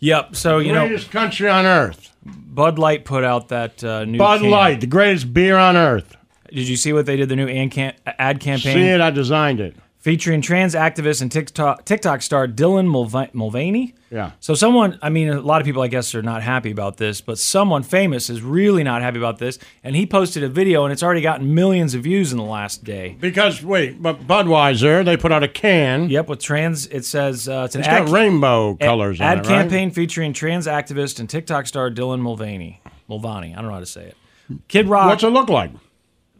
Speaker 4: Yep. So you know,
Speaker 3: Greatest country on earth.
Speaker 4: Bud Light put out that uh, new
Speaker 3: Bud
Speaker 4: can.
Speaker 3: Light, the greatest beer on earth.
Speaker 4: Did you see what they did? The new an can- ad campaign.
Speaker 3: See it? I designed it.
Speaker 4: featuring trans activist and TikTok TikTok star Dylan Mulva- Mulvaney.
Speaker 3: Yeah.
Speaker 4: So someone, I mean, a lot of people, I guess, are not happy about this, but someone famous is really not happy about this, and he posted a video, and it's already gotten millions of views in the last day.
Speaker 3: Because wait, but Budweiser, they put out a can.
Speaker 4: Yep, with trans. It says uh, it's an
Speaker 3: It's
Speaker 4: ad
Speaker 3: got rainbow colors
Speaker 4: ad
Speaker 3: on it, right?
Speaker 4: campaign featuring trans activist and TikTok star Dylan Mulvaney. Mulvaney, I don't know how to say it. Kid Rock.
Speaker 3: What's it look like?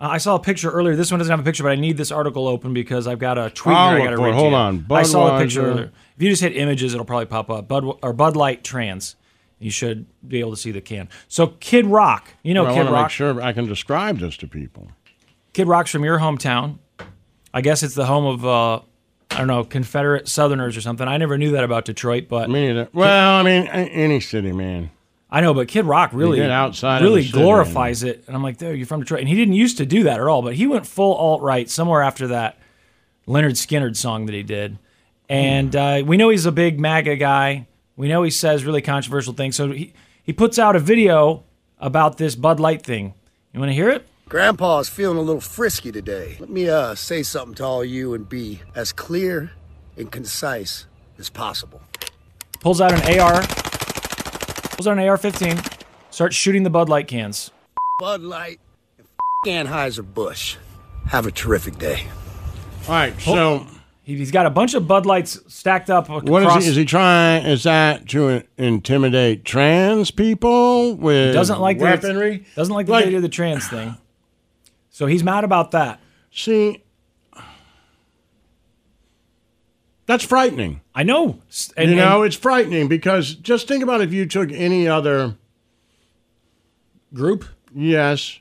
Speaker 4: Uh, I saw a picture earlier. This one doesn't have a picture, but I need this article open because I've got a tweet.
Speaker 3: I'll
Speaker 4: here I
Speaker 3: look
Speaker 4: got to
Speaker 3: for it.
Speaker 4: read. to
Speaker 3: Oh, Hold
Speaker 4: you.
Speaker 3: on.
Speaker 4: I saw a picture
Speaker 3: Budweiser.
Speaker 4: earlier. If you just hit images, it'll probably pop up. Bud or Bud Light Trans. You should be able to see the can. So Kid Rock, you know
Speaker 3: Well, I
Speaker 4: Kid
Speaker 3: wanna
Speaker 4: Rock.
Speaker 3: make sure I can describe this to people.
Speaker 4: Kid Rock's from your hometown. I guess it's the home of uh, I don't know Confederate Southerners or something. I never knew that about Detroit, but
Speaker 3: Me neither. Well, I mean, a- any city, man.
Speaker 4: I know, but Kid Rock really
Speaker 3: get outside of
Speaker 4: really
Speaker 3: the city.
Speaker 4: glorifies it. And I'm like, there, you're from Detroit. And he didn't used to do that at all, but he went full alt right somewhere after that Leonard Skinner song that he did.
Speaker 3: Hmm.
Speaker 4: And uh, we know he's a big MAGA guy. We know he says really controversial things. So he, he puts out a video about this Bud Light thing. You want to hear it?
Speaker 21: Grandpa's feeling a little frisky today. Let me uh, say something to all you and be as clear and concise as possible.
Speaker 4: Pulls out an AR, pulls out an AR-15, starts shooting the Bud Light cans.
Speaker 21: Bud Light and Anheuser-Busch. Have a terrific day.
Speaker 3: All right, so
Speaker 4: he, he's got a bunch of Bud Lights stacked up across.
Speaker 3: What is he? Is he trying? Is that to in- intimidate trans people with
Speaker 4: doesn't like the-
Speaker 3: weaponry?
Speaker 4: doesn't like the idea of the trans thing. So he's mad about that.
Speaker 3: See, that's frightening.
Speaker 4: I know. and-
Speaker 3: you know,
Speaker 4: and-
Speaker 3: it's frightening because just think about if you took any other
Speaker 4: group.
Speaker 3: Yes.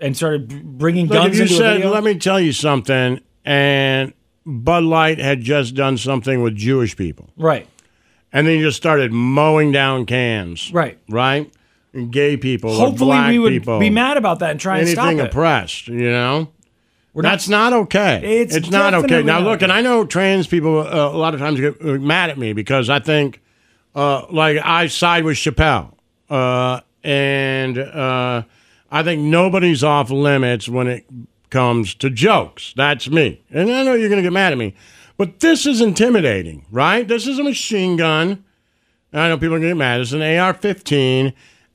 Speaker 4: And started b- bringing
Speaker 3: Like
Speaker 4: guns
Speaker 3: if you
Speaker 4: into a
Speaker 3: said,
Speaker 4: video?
Speaker 3: "Let me tell you something," and Bud Light had just done something with Jewish people,
Speaker 4: right?
Speaker 3: And then you just started mowing down cans,
Speaker 4: Right.
Speaker 3: Right, And gay people, or
Speaker 4: Hopefully,
Speaker 3: black
Speaker 4: we would
Speaker 3: people,
Speaker 4: be mad about that and try and stop
Speaker 3: anything
Speaker 4: it.
Speaker 3: oppressed. You know,
Speaker 4: We're not-
Speaker 3: that's not, okay.
Speaker 4: It's
Speaker 3: not okay.
Speaker 4: definitely
Speaker 3: Now
Speaker 4: not
Speaker 3: look, and I know trans people uh, a lot of times get uh, mad at me because I think, uh, like, I side with Chappelle, uh, and uh, I think nobody's off limits when it comes to jokes. That's me, and I know you're going to get mad at me, but this is intimidating, right? This is a machine gun. And I know people are going to get mad. It's an AR-15,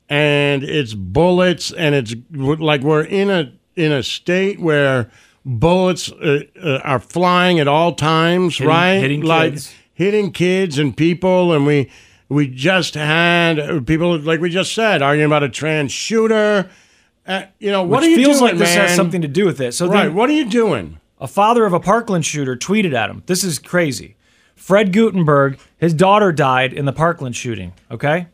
Speaker 3: and it's bullets, and it's like we're in a in a state where bullets uh, uh, are flying at all times,
Speaker 22: Hitting-
Speaker 3: right?
Speaker 22: hitting
Speaker 3: like
Speaker 22: kids.
Speaker 3: hitting kids and people, and we we just had uh, people like we just said arguing about a trans shooter. Uh, you know what
Speaker 4: Which
Speaker 3: are you
Speaker 4: feels
Speaker 3: doing,
Speaker 4: like this has
Speaker 3: man?
Speaker 4: something to do with it. So
Speaker 3: right,
Speaker 4: then-
Speaker 3: what are you doing?
Speaker 4: A father of a Parkland shooter tweeted at him. This is crazy. Fred Gutenberg, his daughter died in the Parkland shooting. Okay,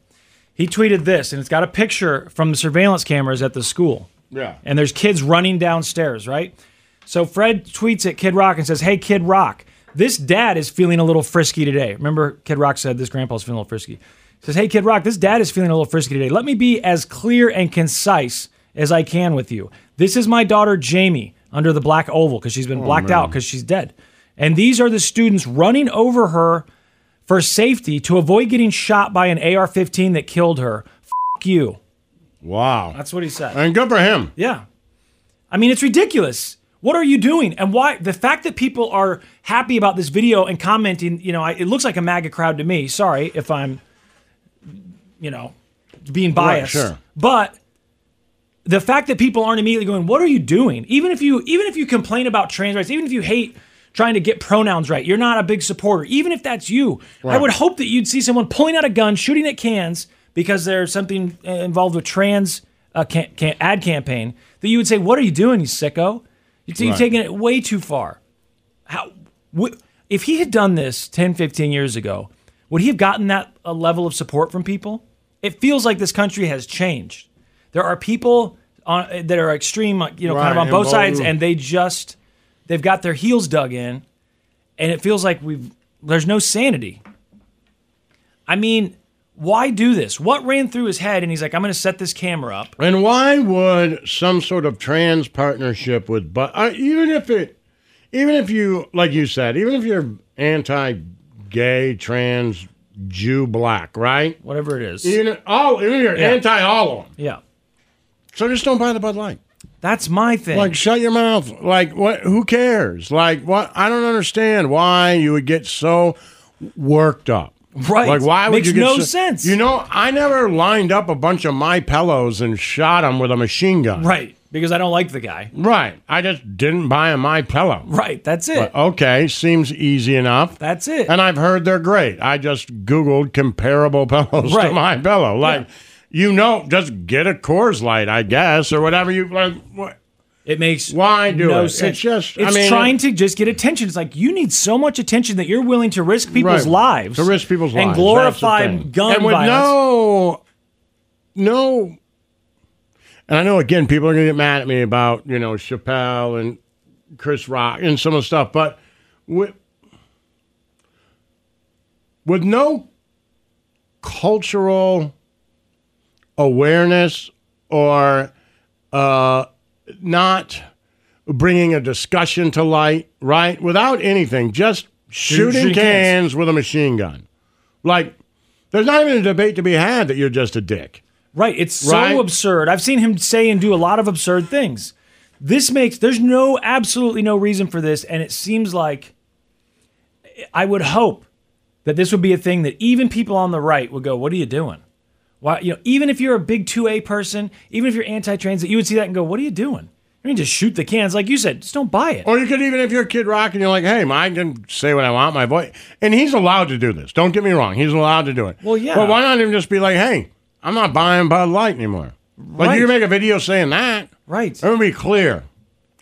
Speaker 4: he tweeted this, and it's got a picture from the surveillance cameras at the school.
Speaker 3: Yeah.
Speaker 4: and there's kids running downstairs, right? So Fred tweets at Kid Rock and says, Hey, Kid Rock, This dad is feeling a little frisky today. Remember, Kid Rock said this grandpa's feeling a little frisky. He says, Hey, Kid Rock, this dad is feeling a little frisky today. Let me be as clear and concise as I can with you. This is my daughter, Jamie, under the black oval because she's been blacked
Speaker 2: man.
Speaker 4: out because she's dead. And these are the students running over her for safety to avoid getting shot by an AR 15 that killed her. F you.
Speaker 3: Wow.
Speaker 4: That's what he said.
Speaker 3: And good for him.
Speaker 4: Yeah. I mean, it's ridiculous. What are you doing? And why? The fact that people are happy about this video and commenting, you know, I, it looks like a MAGA crowd to me. Sorry if I'm, you know, being
Speaker 3: Right,
Speaker 4: biased.
Speaker 3: sure.
Speaker 4: But the fact that people aren't immediately going, "What are you doing?" Even if you, even if you complain about trans rights, even if you hate trying to get pronouns right, you're not a big supporter. Even if that's you, I
Speaker 3: Right.
Speaker 4: would hope that you'd see someone pulling out a gun, shooting at cans because there's something uh, involved with trans uh, can, can, ad campaign. That you would say, "What are you doing, you sicko?" You're, t- you're
Speaker 9: Right.
Speaker 4: taking it way too far. How? Wh- if he had done this 10, 15 years ago, would he have gotten that a level of support from people? It feels like this country has changed. There are people on, that are extreme, like, you know, kind
Speaker 2: Right,
Speaker 4: of on both
Speaker 2: emboldened.
Speaker 4: sides, and they just they've got their heels dug in, and it feels like we've there's no sanity. I mean, why do this? What ran through his head? And he's like, I'm going to set this camera up.
Speaker 3: And why would some sort of trans partnership with but uh, even if it even if you like you said even if you're anti gay trans Jew black right
Speaker 4: whatever it is
Speaker 3: even all even if you're
Speaker 4: Yeah.
Speaker 3: anti all of them
Speaker 4: Yeah.
Speaker 3: so just don't buy the Bud Light
Speaker 4: that's my thing
Speaker 3: like shut your mouth like what who cares like what I don't understand why you would get so worked up
Speaker 4: Right.
Speaker 3: like why would
Speaker 4: Makes
Speaker 3: you get
Speaker 4: no
Speaker 3: so-
Speaker 4: sense.
Speaker 3: you know I never lined up a bunch of my pillows and shot them with a machine gun
Speaker 4: Right. Because I don't like the guy.
Speaker 3: Right. I just didn't buy a my pillow.
Speaker 4: Right. That's it.
Speaker 3: okay. Seems easy enough.
Speaker 4: That's it.
Speaker 3: And I've heard they're great. I just Googled comparable [LAUGHS] pillows
Speaker 4: Right.
Speaker 3: to my pillow. Like, you know, just get a Coors Light, I guess, or whatever you. Like, what?
Speaker 4: It makes
Speaker 3: why do
Speaker 4: no
Speaker 3: it?
Speaker 4: sense.
Speaker 3: It's just.
Speaker 4: It's
Speaker 3: I mean,
Speaker 4: trying to just get attention. It's like you need so much attention that you're willing to risk people's
Speaker 3: Right.
Speaker 4: lives
Speaker 3: to risk people's lives
Speaker 4: and
Speaker 3: That's the
Speaker 4: glorify
Speaker 3: thing.
Speaker 4: gun
Speaker 3: and with
Speaker 4: violence.
Speaker 3: No, no. And I know again, people are going to get mad at me about you know Chappelle and Chris Rock and some of the stuff, but with with no cultural awareness or uh, not bringing a discussion to light, right? Without anything, just
Speaker 18: Shoot-
Speaker 3: shooting,
Speaker 18: shooting
Speaker 3: cans, with a machine gun. Like, there's not even a debate to be had that you're just a dick.
Speaker 4: Right. It's so
Speaker 3: Right.
Speaker 4: absurd. I've seen him say and do a lot of absurd things. This makes there's no absolutely no reason for this, and it seems like I would hope that this would be a thing that even people on the right would go, "What are you doing?" Why, you know, even if you're a big two A person, even if you're anti-trans, that you would see that and go, "What are you doing?" I mean, just shoot the cans, like you said. Just don't buy it.
Speaker 3: Or you could even if you're a Kid Rock and you're like, hey, I can say what I want, my voice, and he's allowed to do this. Don't get me wrong, he's allowed to do it.
Speaker 4: Well, yeah.
Speaker 3: But why not even just be like, hey, I'm not buying Bud Light anymore. Like
Speaker 4: Right.
Speaker 3: you can make a video saying that,
Speaker 4: right?
Speaker 3: Let me be clear,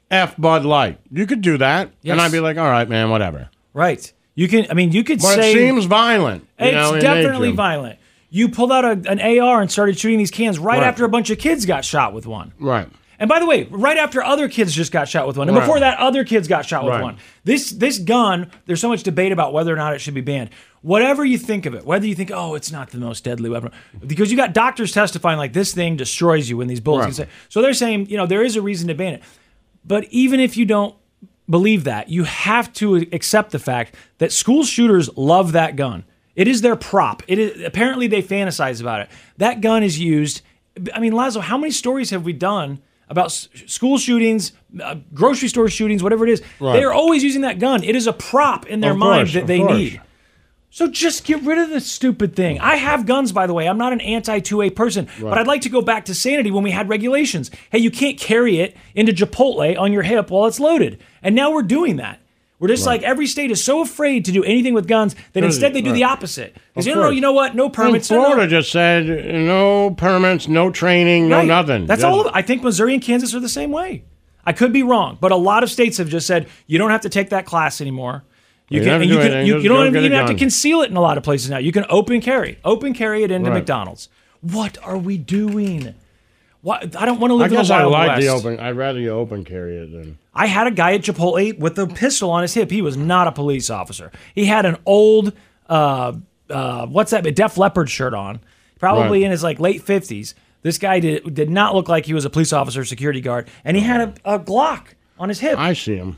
Speaker 3: f Bud Light. You could do that,
Speaker 4: Yes.
Speaker 3: and I'd be like, all right, man, whatever.
Speaker 4: Right. You can. I mean, you could
Speaker 3: But
Speaker 4: say
Speaker 3: it seems violent. you
Speaker 4: It's
Speaker 3: know, in
Speaker 4: definitely
Speaker 3: nature.
Speaker 4: violent. You pulled out a, an AR and started shooting these cans right,
Speaker 3: Right.
Speaker 4: after a bunch of kids got shot with one.
Speaker 3: Right.
Speaker 4: And by the way, right after other kids just got shot with one, and
Speaker 2: Right.
Speaker 4: before that, other kids got shot with
Speaker 2: Right.
Speaker 4: one. This this gun, there's so much debate about whether or not it should be banned. Whatever you think of it, whether you think, oh, it's not the most deadly weapon, because you got doctors testifying like this thing destroys you when these bullets.
Speaker 2: Right.
Speaker 4: can say- So they're saying, you know, there is a reason to ban it. But even if you don't believe that, you have to accept the fact that school shooters love that gun. It is their prop. It is apparently they fantasize about it. That gun is used. I mean, Lazo, how many stories have we done about s- school shootings, uh, grocery store shootings, whatever it is?
Speaker 2: Right.
Speaker 4: They are always using that gun. It is a prop in their
Speaker 2: Of
Speaker 4: mind
Speaker 2: course,
Speaker 4: that
Speaker 2: of
Speaker 4: they
Speaker 2: course.
Speaker 4: need. So just get rid of this stupid thing. I have guns, by the way. I'm not an anti 2A person, but
Speaker 2: Right.
Speaker 4: I'd like to go back to sanity when we had regulations. Hey, you can't carry it into Chipotle on your hip while it's loaded. And now we're doing that. We're just
Speaker 2: Right.
Speaker 4: like every state is so afraid to do anything with guns that
Speaker 3: Right,
Speaker 4: instead they do the
Speaker 3: right.
Speaker 4: opposite. Because
Speaker 3: Of
Speaker 4: you know,
Speaker 3: course.
Speaker 4: you know what? No permits.
Speaker 3: And
Speaker 4: no- no-
Speaker 3: Florida just said no permits, no training, no
Speaker 4: Right.
Speaker 3: nothing.
Speaker 4: That's
Speaker 3: Just-
Speaker 4: all. Of, I think Missouri and Kansas are the same way. I could be wrong, but a lot of states have just said you don't have to take that class anymore. You,
Speaker 3: You
Speaker 4: can,
Speaker 3: don't have
Speaker 4: and
Speaker 3: to
Speaker 4: you,
Speaker 3: do
Speaker 4: can-
Speaker 3: anything,
Speaker 4: you-
Speaker 3: just
Speaker 4: you
Speaker 3: go
Speaker 4: don't even,
Speaker 3: get a
Speaker 4: even have to
Speaker 3: gun.
Speaker 4: conceal it in a lot of places now. You can open carry, open carry it into
Speaker 3: Right.
Speaker 4: McDonald's. What are we doing? Why, I don't want to
Speaker 3: I
Speaker 4: live in
Speaker 3: guess
Speaker 4: the
Speaker 3: I
Speaker 4: Wild
Speaker 3: like the
Speaker 4: West.
Speaker 3: open. I'd rather you open carry it than
Speaker 4: I had a guy at Chipotle with a pistol on his hip. He was not a police officer. He had an old, uh, uh, what's that? A Def Leppard shirt on, probably
Speaker 3: Right.
Speaker 4: in his like late fifties. This guy did did not look like he was a police officer, or security guard, and he had a, a Glock on his hip.
Speaker 3: I see him.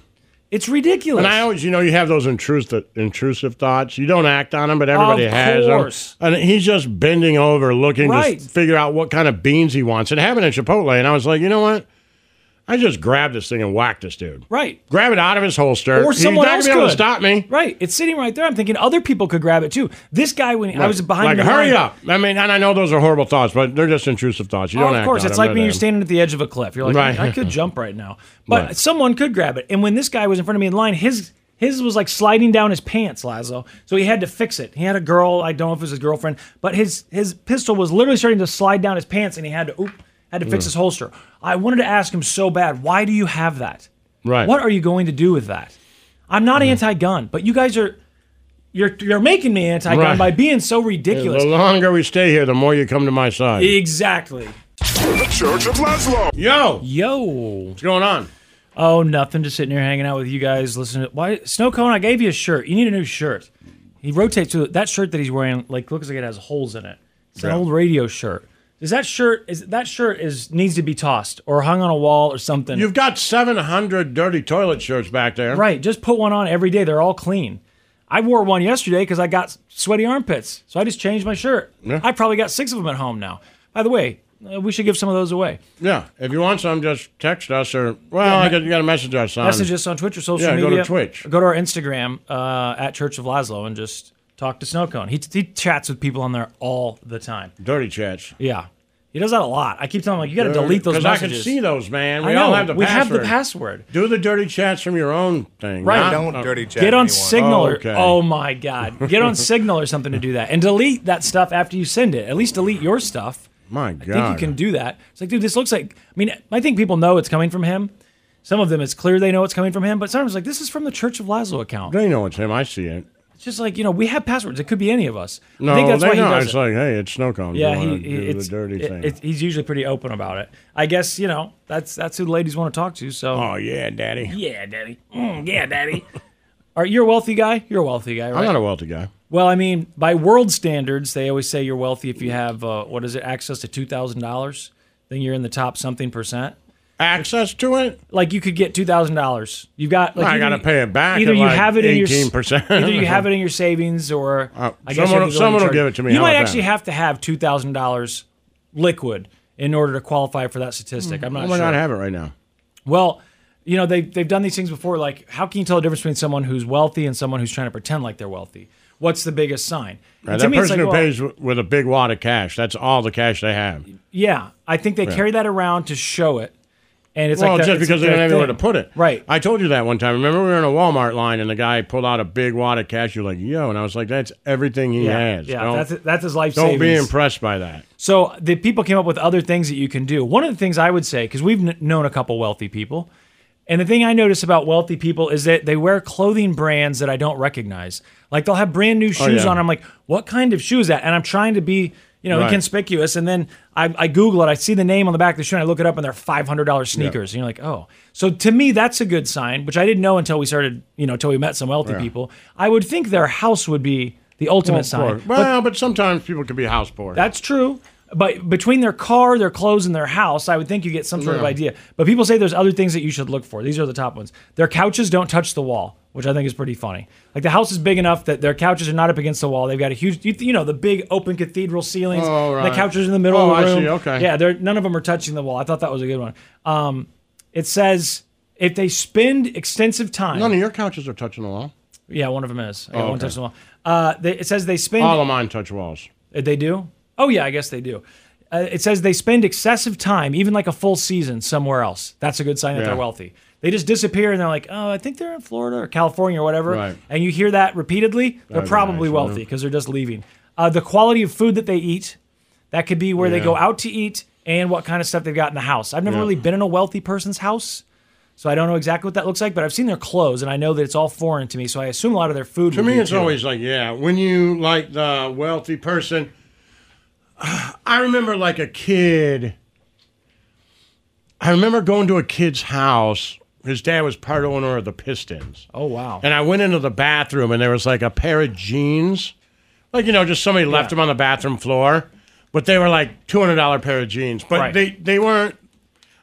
Speaker 4: It's ridiculous.
Speaker 3: And I always, you know, you have those intrusive intrusive thoughts. You don't act on them, but everybody
Speaker 4: Of
Speaker 3: has
Speaker 4: course.
Speaker 3: them. And he's just bending over, looking
Speaker 4: Right.
Speaker 3: to figure out what kind of beans he wants. It happened at Chipotle, and I was like, you know what? I just grabbed this thing and whacked this dude.
Speaker 4: Right.
Speaker 3: Grab it out of his holster.
Speaker 4: Or
Speaker 3: He's not
Speaker 4: someone
Speaker 3: gonna
Speaker 4: else
Speaker 3: be able
Speaker 4: could
Speaker 3: to stop me.
Speaker 4: Right. It's sitting right there. I'm thinking other people could grab it too. This guy when I was behind
Speaker 3: Like,
Speaker 4: him in
Speaker 3: hurry
Speaker 4: line-
Speaker 3: up! I mean, and I know those are horrible thoughts, but they're just intrusive thoughts. You
Speaker 4: Oh,
Speaker 3: don't.
Speaker 4: of
Speaker 3: act
Speaker 4: course,
Speaker 3: on
Speaker 4: it's
Speaker 3: them.
Speaker 4: like when
Speaker 3: They're there.
Speaker 4: you're standing at the edge of a cliff. You're like,
Speaker 3: Right.
Speaker 4: I could jump
Speaker 3: [LAUGHS]
Speaker 4: right now, but
Speaker 3: Right.
Speaker 4: someone could grab it. And when this guy was in front of me in line, his his was like sliding down his pants, Lazo. So he had to fix it. He had a girl. I don't know if it was his girlfriend, but his his pistol was literally starting to slide down his pants, and he had to oop, had to fix
Speaker 3: Mm.
Speaker 4: his holster. I wanted to ask him so bad, why do you have that?
Speaker 3: Right. Mm.
Speaker 4: What are you going to do with that? I'm not anti-gun, but you guys are. You're, you're making me anti-gun
Speaker 3: Right.
Speaker 4: by being so ridiculous.
Speaker 3: The longer we stay here, the more you come to my side.
Speaker 4: Exactly. The Church of Laszlo.
Speaker 3: Yo.
Speaker 4: Yo. What's
Speaker 3: going on?
Speaker 4: Oh, nothing. Just sitting here hanging out with you guys, listening. To, why snow cone? I gave you a shirt. You need a new shirt. He rotates to that shirt that he's wearing. Like looks like it has holes in it. It's an
Speaker 3: Yeah.
Speaker 4: old radio shirt. Is that shirt? Is that shirt is needs to be tossed or hung on a wall or something?
Speaker 3: You've got 700 dirty toilet shirts back there.
Speaker 4: Right. Just put one on every day. They're all clean. I wore one yesterday because I got sweaty armpits. So I just changed my shirt. I probably got six of them at home now. By the way, uh, we should give some of those away.
Speaker 3: Yeah. If you want some, just text us or well, I got, you got to message us on
Speaker 4: Message us on Twitch or social
Speaker 3: Um, yeah,
Speaker 4: media.
Speaker 3: go to Twitch.
Speaker 4: Go to our Instagram uh, at Church of Laszlo and just talk to Snowcone. He, he chats with people on there all the time.
Speaker 3: Dirty chats.
Speaker 4: Yeah. He does that a lot. I keep telling him, like, you got to delete those
Speaker 3: because Uh, I can
Speaker 4: messages.
Speaker 3: see those, man.
Speaker 4: I
Speaker 3: We all
Speaker 4: know.
Speaker 3: have the
Speaker 4: We have
Speaker 3: password.
Speaker 4: the password.
Speaker 3: Do the dirty chats from your own thing.
Speaker 4: Right.
Speaker 3: not-
Speaker 4: Don't
Speaker 3: uh,
Speaker 4: dirty Get on Signal or oh my god,
Speaker 3: [LAUGHS]
Speaker 4: get on Signal or something to do that, and delete that stuff after you send it. At least delete your stuff.
Speaker 3: My
Speaker 4: I think
Speaker 3: God.
Speaker 4: you can do that. It's like, dude, this looks like. I mean, I think people know it's coming from him. Some of them, it's clear they know it's coming from him. But sometimes, like, this is from the Church of Laszlo account.
Speaker 3: They know it's him. I see it.
Speaker 4: It's just like you know, we have passwords. It could be any of us.
Speaker 3: No,
Speaker 4: I think that's
Speaker 3: they
Speaker 4: why
Speaker 3: know.
Speaker 4: he does
Speaker 3: it's
Speaker 4: it.
Speaker 3: like, hey, it's snow cone.
Speaker 4: yeah,
Speaker 3: you
Speaker 4: he,
Speaker 3: wanna
Speaker 4: he-
Speaker 3: do
Speaker 4: it's
Speaker 3: the dirty
Speaker 4: it-
Speaker 3: thing.
Speaker 4: it- he's usually pretty open about it. I guess you know that's that's who the ladies want to talk to. So,
Speaker 3: oh yeah, daddy.
Speaker 4: yeah, daddy, Mm, yeah, daddy. [LAUGHS] Are you a wealthy guy? You're a wealthy guy, right?
Speaker 3: I'm not a wealthy guy.
Speaker 4: Well, I mean, by world standards, they always say you're wealthy if you have uh, what is it, access to two thousand dollars. Then you're in the top something percent.
Speaker 3: Access to it?
Speaker 4: Like you could get two thousand dollars. You've got. Like
Speaker 3: I
Speaker 4: either
Speaker 3: gotta
Speaker 4: you-
Speaker 3: pay it back
Speaker 4: Either
Speaker 3: at,
Speaker 4: you
Speaker 3: like,
Speaker 4: have it in your
Speaker 3: 18%.
Speaker 4: either you have it in your savings, or I
Speaker 3: Uh,
Speaker 4: guess
Speaker 3: someone-
Speaker 4: you have to go in
Speaker 3: someone will
Speaker 4: charge-
Speaker 3: give it to me.
Speaker 4: You
Speaker 3: How
Speaker 4: might
Speaker 3: about
Speaker 4: actually
Speaker 3: that?
Speaker 4: have to have two thousand dollars liquid in order to qualify for that
Speaker 3: [LAUGHS]
Speaker 4: statistic. I'm not.
Speaker 3: I might
Speaker 4: sure.
Speaker 3: not have it right now.
Speaker 4: Well, you know, they've, they've done these things before. Like, how can you tell the difference between someone who's wealthy and someone who's trying to pretend like they're wealthy? What's the biggest sign?
Speaker 3: Right,
Speaker 4: And
Speaker 3: that
Speaker 4: it's
Speaker 3: person who
Speaker 4: well,
Speaker 3: pays w- with a big wad of cash, that's all the cash they have.
Speaker 4: Yeah, I think they
Speaker 3: Yeah.
Speaker 4: carry that around to show it. And it's
Speaker 3: well,
Speaker 4: like that,
Speaker 3: just
Speaker 4: it's
Speaker 3: because they
Speaker 4: their
Speaker 3: don't have anywhere to
Speaker 4: thing.
Speaker 3: put it. Right. I told you that one time. Remember, we were in a Walmart line and the guy pulled out a big wad of cash. You're like, yo. And I was like, that's everything he
Speaker 4: Yeah,
Speaker 3: has.
Speaker 4: yeah,
Speaker 3: Don't-
Speaker 4: that's- that's his life
Speaker 3: Don't be
Speaker 4: savings.
Speaker 3: impressed by that.
Speaker 4: So the people came up with other things that you can do. One of the things I would say, because we've kn- known a couple wealthy people, and the thing I notice about wealthy people is that they wear clothing brands that I don't recognize. Like they'll have brand new
Speaker 9: Oh,
Speaker 4: shoes
Speaker 9: yeah.
Speaker 4: on. I'm like, what kind of shoe is that? And I'm trying to be, you know,
Speaker 9: Right.
Speaker 4: inconspicuous. And then I, I Google it. I see the name on the back of the shoe. and I look it up, and they're five hundred dollars sneakers. And you're like, oh. So to me, that's a good sign, which I didn't know until we started, you know, until we met some wealthy
Speaker 3: Yeah.
Speaker 4: people. I would think their house would be the ultimate
Speaker 3: Well, of
Speaker 4: sign.
Speaker 3: course. Well, but sometimes people can be house poor.
Speaker 4: That's true. But between their car, their clothes, and their house, I would think you get some sort of
Speaker 3: Yeah.
Speaker 4: idea. But people say there's other things that you should look for. These are the top ones. Their couches don't touch the wall, which I think is pretty funny. Like the house is big enough that their couches are not up against the wall. They've got a huge, you, you know, the big open cathedral ceilings.
Speaker 3: Oh, right.
Speaker 4: The couches in the middle
Speaker 3: Oh,
Speaker 4: of
Speaker 3: I
Speaker 4: the
Speaker 3: see.
Speaker 4: room.
Speaker 3: Okay.
Speaker 4: Yeah, they're, none of them are touching the wall. I thought that was a good one. Um, it says if they spend extensive time.
Speaker 3: None of your couches are touching the wall.
Speaker 4: Yeah, one of them is. I got
Speaker 3: Oh,
Speaker 4: one
Speaker 3: okay.
Speaker 4: touching the wall. Uh, they, it says they spend.
Speaker 3: All of mine touch walls.
Speaker 4: Uh, They do? Oh, yeah, I guess they do. Uh, it says they spend excessive time, even like a full season, somewhere else. That's a good sign that
Speaker 9: Yeah.
Speaker 4: they're wealthy. They just disappear and they're like, oh, I think they're in Florida or California or whatever.
Speaker 9: Right.
Speaker 4: And you hear that repeatedly, they're
Speaker 9: That'd be
Speaker 4: probably
Speaker 9: nice,
Speaker 4: wealthy
Speaker 9: yeah.
Speaker 4: because they're just leaving. Uh, the quality of food that they eat, that could be where they
Speaker 9: Yeah.
Speaker 4: go out to eat and what kind of stuff they've got in the house. I've never
Speaker 9: Yeah.
Speaker 4: really been in a wealthy person's house. So I don't know exactly what that looks like, but I've seen their clothes and I know that it's all foreign to me. So I assume a lot of their food.
Speaker 3: To
Speaker 4: would
Speaker 3: me,
Speaker 4: be,
Speaker 3: it's
Speaker 4: too.
Speaker 3: always like, yeah, when you like the [SIGHS] wealthy person. I remember like a kid I remember going to a kid's house. His dad was part owner of the Pistons.
Speaker 4: Oh wow.
Speaker 3: And I went into the bathroom and there was like a pair of jeans. Like, you know, just somebody left them on the bathroom floor. But they were like two hundred dollar pair of jeans. But
Speaker 4: Right.
Speaker 3: they, they weren't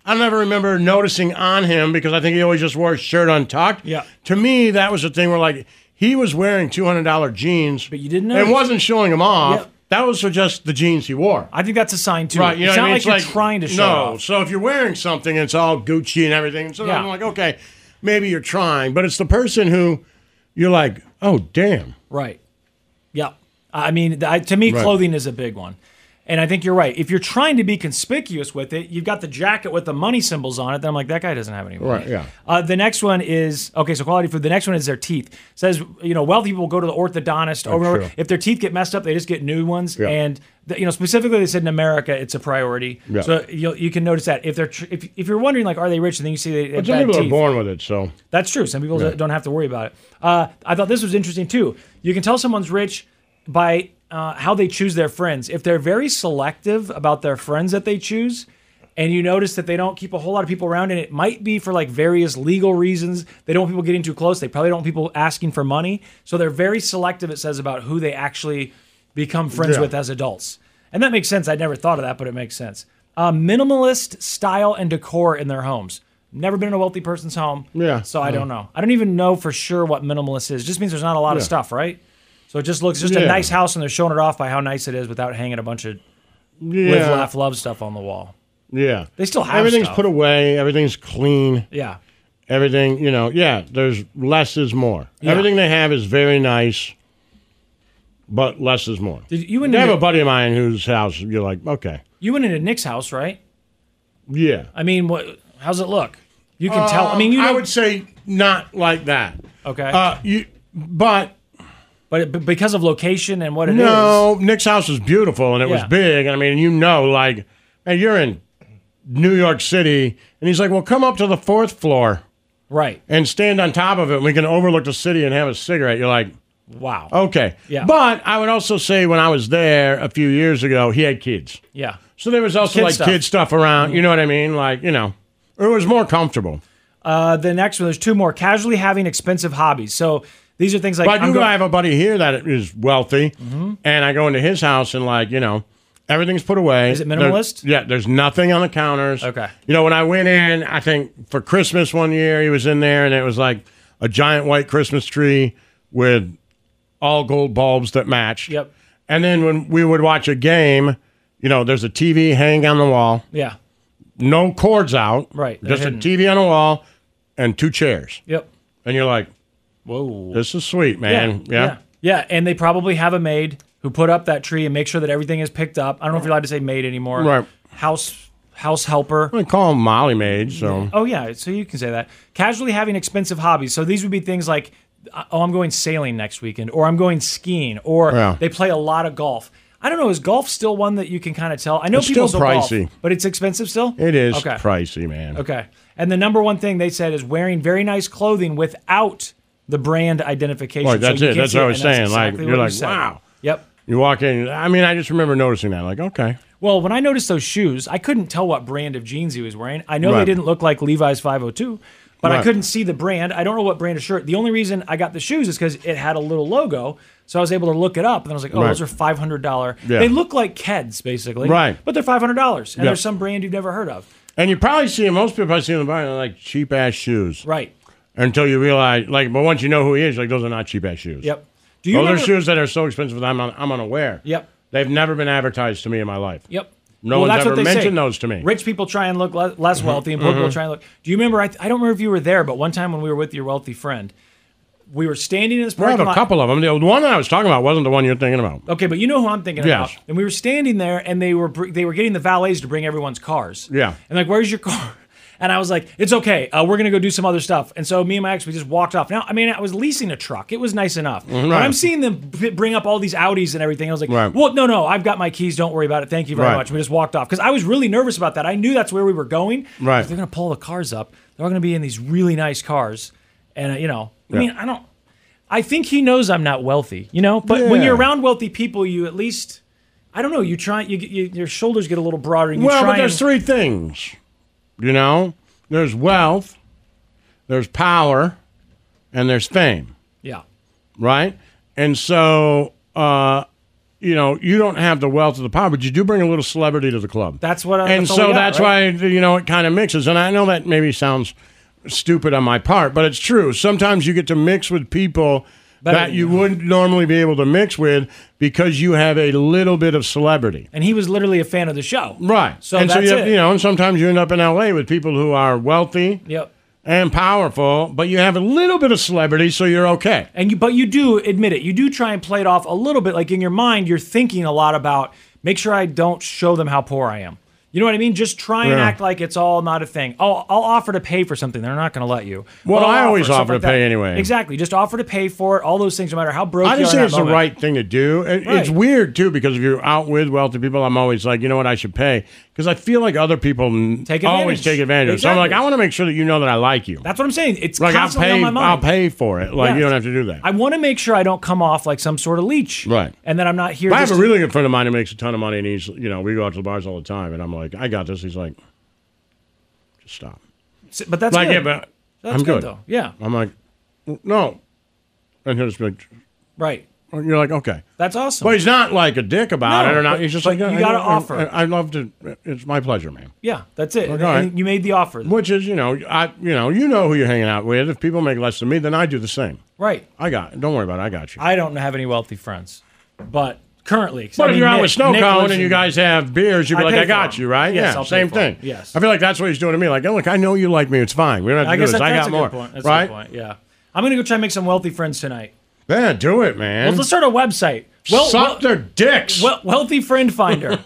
Speaker 3: I never remember noticing on him because I think he always just wore his shirt untucked. Yeah. To me, that was the thing where like he was wearing two hundred dollar jeans. But you didn't
Speaker 4: notice.
Speaker 3: and wasn't showing them off.
Speaker 4: Yep.
Speaker 3: That was for just the jeans he wore.
Speaker 4: I think that's a sign too.
Speaker 3: Right, you know
Speaker 4: it's
Speaker 3: what
Speaker 4: not
Speaker 3: I mean?
Speaker 4: like
Speaker 3: It's
Speaker 4: you're trying to show
Speaker 3: no.
Speaker 4: it off.
Speaker 3: So if you're wearing something, it's all Gucci and everything. So
Speaker 4: Yeah.
Speaker 3: I'm like, okay, maybe you're trying, but it's the person who you're like, oh damn,
Speaker 4: Right. Yeah. I mean, th- I, to me,
Speaker 3: Right.
Speaker 4: clothing is a big one. And I think you're right. If you're trying to be conspicuous with it, you've got the jacket with the money symbols on it. Then I'm like, that guy doesn't have any money.
Speaker 3: Right, yeah.
Speaker 4: Uh, the next one is okay. So quality food. The next one is their teeth. says you know wealthy people go to the orthodontist
Speaker 3: Oh,
Speaker 4: over and over.
Speaker 3: true.
Speaker 4: If their teeth get messed up, they just get new ones.
Speaker 3: Yeah.
Speaker 4: And the, you know specifically, they said in America it's a priority.
Speaker 3: Yeah.
Speaker 4: So you you can notice that if they're tr- if, if you're wondering like are they rich and then you see they,
Speaker 3: But
Speaker 4: they have
Speaker 3: some
Speaker 4: bad
Speaker 3: people
Speaker 4: teeth.
Speaker 3: are born with it. So
Speaker 4: That's true. Some people
Speaker 3: Yeah.
Speaker 4: don't have to worry about it. Uh, I thought this was interesting too. You can tell someone's rich by uh, how they choose their friends. If they're very selective about their friends that they choose, and you notice that they don't keep a whole lot of people around, and it might be for like various legal reasons. They don't want people getting too close. They probably don't want people asking for money. So they're very selective. It says about who they actually become friends
Speaker 3: Yeah.
Speaker 4: with as adults, and that makes sense. I never thought of that, but it makes sense. Uh, minimalist style and decor in their homes. Never been in a wealthy person's home.
Speaker 3: Yeah.
Speaker 4: So I
Speaker 3: Yeah.
Speaker 4: don't know. I don't even know for sure what minimalist is. just means there's not a lot of
Speaker 3: Yeah.
Speaker 4: stuff, right? So it just looks just
Speaker 3: Yeah.
Speaker 4: a nice house, and they're showing it off by how nice it is without hanging a bunch of live,
Speaker 3: Yeah.
Speaker 4: laugh, love stuff on the wall.
Speaker 3: yeah,
Speaker 4: They still have
Speaker 3: everything's
Speaker 4: stuff.
Speaker 3: put away. Everything's clean.
Speaker 4: Yeah.
Speaker 3: Everything, you know, yeah. There's less is more.
Speaker 4: Yeah.
Speaker 3: Everything they have is very nice, but less is more.
Speaker 4: Did you went
Speaker 3: I have
Speaker 4: into-
Speaker 3: a buddy of mine whose house you're like, okay,
Speaker 4: You went into Nick's house, right?
Speaker 3: yeah.
Speaker 4: I mean, what? How's it look? You can tell. I
Speaker 3: Um,
Speaker 4: mean, you.
Speaker 3: I
Speaker 4: know-
Speaker 3: would say not like that.
Speaker 4: Okay.
Speaker 3: Uh, you, but
Speaker 4: but, it- but because of location and what it is.
Speaker 3: no, Nick's house was beautiful and it was
Speaker 4: Yeah.
Speaker 3: big. And I mean, you know, like, hey, you're in New York City. And he's like, well, come up to the fourth floor
Speaker 4: Right.
Speaker 3: and stand on top of it. And we can overlook the city and have a cigarette. You're like,
Speaker 4: Wow.
Speaker 3: okay.
Speaker 4: Yeah.
Speaker 3: But I would also say when I was there a few years ago, he had kids.
Speaker 4: Yeah.
Speaker 3: So there was also
Speaker 4: Kid
Speaker 3: like
Speaker 4: stuff. Mm-hmm.
Speaker 3: kid stuff around. You know what I mean? Like, you know, it was more comfortable.
Speaker 4: Uh, the next one, there's two more. Casually having expensive hobbies. So these are things like.
Speaker 3: but I
Speaker 4: I'm
Speaker 3: do
Speaker 4: go- Mm-hmm.
Speaker 3: I have a buddy here that is wealthy, and I go into his house and like you know everything's put away.
Speaker 4: Is it
Speaker 3: There-
Speaker 4: minimalist?
Speaker 3: yeah, there's nothing on the counters.
Speaker 4: Okay.
Speaker 3: You know when I went in, I think for Christmas one year he was in there and it was like a giant white Christmas tree with all gold bulbs that matched.
Speaker 4: Yep.
Speaker 3: And then when we would watch a game, you know, there's a TV hanging on the wall,
Speaker 4: Yeah.
Speaker 3: no cords out,
Speaker 4: Right, they're
Speaker 3: Just
Speaker 4: hidden.
Speaker 3: a TV on the wall and two chairs,
Speaker 4: Yep.
Speaker 3: and you're like,
Speaker 4: Whoa.
Speaker 3: this is sweet, man.
Speaker 4: Yeah, yeah. Yeah, and they probably have a maid who put up that tree and make sure that everything is picked up. I don't know if you're allowed to say maid anymore.
Speaker 3: Right.
Speaker 4: House house helper.
Speaker 3: I call him Molly Maid, so
Speaker 4: Oh yeah, so you can say that. Casually having expensive hobbies. So these would be things like uh, oh, I'm going sailing next weekend or I'm going skiing or
Speaker 3: Yeah.
Speaker 4: they play a lot of golf. I don't know, is golf still one that you can kind of tell? I know
Speaker 3: It's
Speaker 4: people
Speaker 3: still
Speaker 4: golf,
Speaker 3: pricey.
Speaker 4: but it's expensive still?
Speaker 3: it is
Speaker 4: Okay.
Speaker 3: pricey, man.
Speaker 4: Okay. And the number one thing they said is wearing very nice clothing without the brand identification.
Speaker 3: Right, that's
Speaker 4: you
Speaker 3: it.
Speaker 4: can't
Speaker 3: That's
Speaker 4: see
Speaker 3: what I was
Speaker 4: and that's
Speaker 3: saying. Like,
Speaker 4: exactly
Speaker 3: you're
Speaker 4: what you
Speaker 3: like,
Speaker 4: said.
Speaker 3: wow.
Speaker 4: Yep.
Speaker 3: You walk in. I mean, I just remember noticing that. Like, okay,
Speaker 4: Well, when I noticed those shoes, I couldn't tell what brand of jeans he was wearing. I know
Speaker 3: Right.
Speaker 4: they didn't look like Levi's 502, but I
Speaker 3: Right.
Speaker 4: couldn't see the brand. I don't know what brand of shirt. The only reason I got the shoes is because it had a little logo. So I was able to look it up, and I was like, "Oh,
Speaker 3: Right.
Speaker 4: those are five hundred dollar.
Speaker 3: Yeah.
Speaker 4: They look like Keds, basically,
Speaker 3: Right.
Speaker 4: But they're five hundred dollars, and
Speaker 3: Yeah.
Speaker 4: there's some brand you've never heard of,
Speaker 3: and you probably see most people I see in the bar they're like cheap ass shoes,
Speaker 4: right?
Speaker 3: Until you realize, like, but once you know who he is, like, those are not cheap ass shoes.
Speaker 4: Yep. Do
Speaker 3: Those
Speaker 4: you
Speaker 3: are
Speaker 4: remember-
Speaker 3: shoes that are so expensive that I'm un- I'm unaware.
Speaker 4: Yep.
Speaker 3: They've never been advertised to me in my life.
Speaker 4: Yep.
Speaker 3: No
Speaker 4: Well,
Speaker 3: one's
Speaker 4: that's what
Speaker 3: ever
Speaker 4: they say.
Speaker 3: mentioned those to me.
Speaker 4: Rich people try and look le- less wealthy, and poor people
Speaker 3: mhm.
Speaker 4: try and look. Do you remember? I, th- I don't remember if you were there, but one time when we were with your wealthy friend, we were standing in this
Speaker 3: We have
Speaker 4: parking
Speaker 3: a
Speaker 4: lot.
Speaker 3: couple of them. The one that I was talking about wasn't the one you're thinking about.
Speaker 4: Okay, but you know who I'm thinking
Speaker 3: Yes.
Speaker 4: about. And we were standing there, and they were br- they were getting the valets to bring everyone's cars.
Speaker 3: Yeah.
Speaker 4: And like, where's your car? [LAUGHS] And I was like, it's okay. Uh, we're gonna go do some other stuff. And so me and my ex, we just walked off. Now, I mean, I was leasing a truck. It was nice enough.
Speaker 3: Mhm,
Speaker 4: But
Speaker 3: right.
Speaker 4: I'm seeing them b- bring up all these Audis and everything. I was like,
Speaker 3: Right.
Speaker 4: well, no, no, I've got my keys. Don't worry about it. Thank you very
Speaker 3: Right.
Speaker 4: much. We just walked off because I was really nervous about that. I knew that's where we were going.
Speaker 3: Right.
Speaker 4: They're gonna pull the cars up. They're all gonna be in these really nice cars, and uh, you know, I
Speaker 3: Yeah.
Speaker 4: mean, I don't. I think he knows I'm not wealthy, you know. But when
Speaker 3: Yeah.
Speaker 4: you're around wealthy people, you at least, I don't know, you try, you, get- you your shoulders get a little broader. And you
Speaker 3: Well,
Speaker 4: try
Speaker 3: but there's
Speaker 4: and,
Speaker 3: three things You know, there's wealth, there's power, and there's fame,
Speaker 4: Yeah.
Speaker 3: right? And so, uh, you know, you don't have the wealth of the power, but you do bring a little celebrity to the club.
Speaker 4: That's what. I,
Speaker 3: and
Speaker 4: that's all
Speaker 3: so
Speaker 4: we got,
Speaker 3: that's
Speaker 4: right?
Speaker 3: why you know it kind of mixes and i know that maybe sounds stupid on my part but it's true sometimes you get to mix with people
Speaker 4: Better
Speaker 3: that
Speaker 4: than
Speaker 3: you wouldn't normally be able to mix with because you have a little bit of celebrity
Speaker 4: And he was literally a fan of the show.
Speaker 3: right
Speaker 4: So
Speaker 3: and
Speaker 4: that's
Speaker 3: so you,
Speaker 4: it.
Speaker 3: you know and sometimes you end up in la with people who are wealthy
Speaker 4: Yep.
Speaker 3: and powerful but you have a little bit of celebrity so you're okay
Speaker 4: And you, but you do admit it. You do try and play it off a little bit. Like in your mind, you're thinking a lot about make sure I don't show them how poor I am. You know what I mean? Just try and
Speaker 3: Yeah.
Speaker 4: act like it's all not a thing. Oh, I'll offer to pay for something. They're not going to let you.
Speaker 3: Well,
Speaker 4: But I'll
Speaker 3: I always
Speaker 4: stuff
Speaker 3: offer to
Speaker 4: that.
Speaker 3: pay anyway.
Speaker 4: Exactly. Just offer to pay for it. All those things, no matter how broke.
Speaker 3: I
Speaker 4: you
Speaker 3: just
Speaker 4: are
Speaker 3: think
Speaker 4: in that
Speaker 3: it's the
Speaker 4: moment.
Speaker 3: right thing to do. It-
Speaker 4: Right.
Speaker 3: It's weird too because if you're out with wealthy people, I'm always like, you know what, I should pay because I feel like other people n-
Speaker 4: Take
Speaker 3: always
Speaker 4: advantage.
Speaker 3: take advantage. of it. So I'm
Speaker 4: Exactly.
Speaker 3: like, I want to make sure that you know that I like you.
Speaker 4: That's what I'm saying. It's
Speaker 3: like I'll
Speaker 4: constantly
Speaker 3: pay,
Speaker 4: on my mind.
Speaker 3: I'll pay for it. Like
Speaker 4: Yes.
Speaker 3: you don't have to do that.
Speaker 4: I want to make sure I don't come off like some sort of leech,
Speaker 3: Right.
Speaker 4: and that I'm not here.
Speaker 3: But I have
Speaker 4: just
Speaker 3: a
Speaker 4: to-
Speaker 3: really good friend of mine who makes a ton of money, and he's you know we go out to the bars all the time, and I'm like, I got this. He's like, just stop.
Speaker 4: but that's
Speaker 3: like,
Speaker 4: good.
Speaker 3: yeah, but
Speaker 4: That's
Speaker 3: I'm
Speaker 4: good,
Speaker 3: good.
Speaker 4: though. Yeah.
Speaker 3: I'm like, no, and he'll just be like,
Speaker 4: right.
Speaker 3: and you're like, okay.
Speaker 4: That's awesome.
Speaker 3: But he's not like a dick about
Speaker 4: No,
Speaker 3: it or not.
Speaker 4: but-
Speaker 3: He's just
Speaker 4: but
Speaker 3: like,
Speaker 4: you
Speaker 3: "I-
Speaker 4: gotta
Speaker 3: I-
Speaker 4: offer."
Speaker 3: I, I love to. It's my pleasure, man.
Speaker 4: Yeah, that's it.
Speaker 3: Like,
Speaker 4: And-
Speaker 3: all right.
Speaker 4: and you made the offer,
Speaker 3: Which is, you know, I, you know, you know who you're hanging out with. If people make less than me, then I do the same.
Speaker 4: right?
Speaker 3: I got. Don't worry about it. I got you.
Speaker 4: I don't have any wealthy friends, but currently,
Speaker 3: But
Speaker 4: I
Speaker 3: if
Speaker 4: mean,
Speaker 3: you're out
Speaker 4: Nick-
Speaker 3: with Snow
Speaker 4: Nick
Speaker 3: Cone
Speaker 4: lives
Speaker 3: and
Speaker 4: in-
Speaker 3: you guys have beers, you'd be
Speaker 4: I
Speaker 3: like,
Speaker 4: pay
Speaker 3: "I got
Speaker 4: for 'em.
Speaker 3: you, right?"
Speaker 4: Yes,
Speaker 3: yeah,
Speaker 4: I'll pay
Speaker 3: same
Speaker 4: for 'em.
Speaker 3: thing.
Speaker 4: Yes.
Speaker 3: I feel like that's what he's doing to me. Like, oh, look, I know you like me. It's fine. We don't have to
Speaker 4: I
Speaker 3: do
Speaker 4: guess
Speaker 3: this.
Speaker 4: that,
Speaker 3: I
Speaker 4: that's
Speaker 3: got
Speaker 4: a
Speaker 3: more.
Speaker 4: good point. That's
Speaker 3: right?
Speaker 4: a good point. Yeah, I'm gonna go try and make some wealthy friends tonight.
Speaker 3: Yeah, do it, man.
Speaker 4: Well, let's start a website. Well,
Speaker 3: Suck
Speaker 4: well-
Speaker 3: their dicks.
Speaker 4: Well, wealthy friend
Speaker 3: [LAUGHS]
Speaker 4: finder.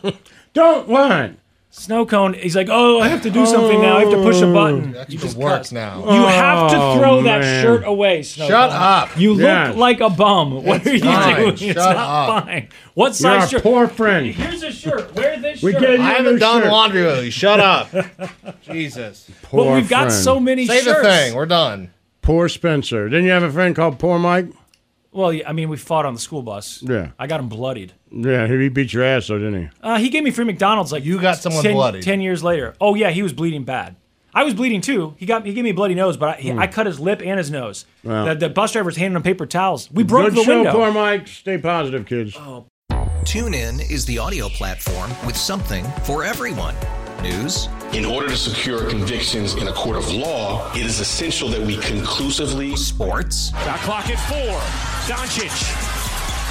Speaker 3: Don't want.
Speaker 4: Snow cone. He's like, oh, I have to do something now. I have to push a button.
Speaker 5: You just work now.
Speaker 4: You have to
Speaker 3: Oh,
Speaker 4: throw that
Speaker 3: man.
Speaker 4: shirt away, Snow
Speaker 5: Shut
Speaker 4: Cone.
Speaker 5: up.
Speaker 4: You
Speaker 3: Yes.
Speaker 4: look like a bum. What
Speaker 5: It's
Speaker 4: are you
Speaker 5: fine.
Speaker 4: doing?
Speaker 5: Shut
Speaker 4: it's not
Speaker 5: up.
Speaker 4: fine. What
Speaker 3: You're
Speaker 4: size
Speaker 3: our
Speaker 4: shirt?
Speaker 3: poor friend.
Speaker 4: Here's a shirt. Wear this
Speaker 3: We
Speaker 4: shirt.
Speaker 3: gave you
Speaker 5: I
Speaker 3: a
Speaker 5: haven't
Speaker 3: new
Speaker 5: done
Speaker 3: shirt.
Speaker 5: laundry with you.
Speaker 4: [LAUGHS]
Speaker 5: Shut up. Jesus.
Speaker 3: Poor
Speaker 4: but we've got
Speaker 3: friend.
Speaker 4: so many
Speaker 5: Say the
Speaker 4: shirts.
Speaker 5: thing. We're done.
Speaker 3: Poor Spencer. Didn't you have a friend called Poor Mike?
Speaker 4: Well, yeah, I mean, we fought on the school bus.
Speaker 3: Yeah.
Speaker 4: I got him bloodied.
Speaker 3: Yeah, he beat your ass though, didn't he?
Speaker 4: Uh, he gave me free McDonald's like you got
Speaker 5: someone
Speaker 4: ten,
Speaker 5: bloodied.
Speaker 4: ten years later. Oh yeah, he was bleeding bad. I was bleeding too. He got he gave me a bloody nose, but I, he, I cut his lip and his nose.
Speaker 3: Wow.
Speaker 4: The, the bus driver's handing him paper towels. We broke
Speaker 3: Good
Speaker 4: the
Speaker 3: show,
Speaker 4: window.
Speaker 3: poor Mike. Stay positive, kids.
Speaker 9: TuneIn is the audio platform with something for everyone. News,
Speaker 23: In order to secure convictions in a court of law, it is essential that we conclusively.
Speaker 9: sports,
Speaker 24: Shot clock at four. Doncic.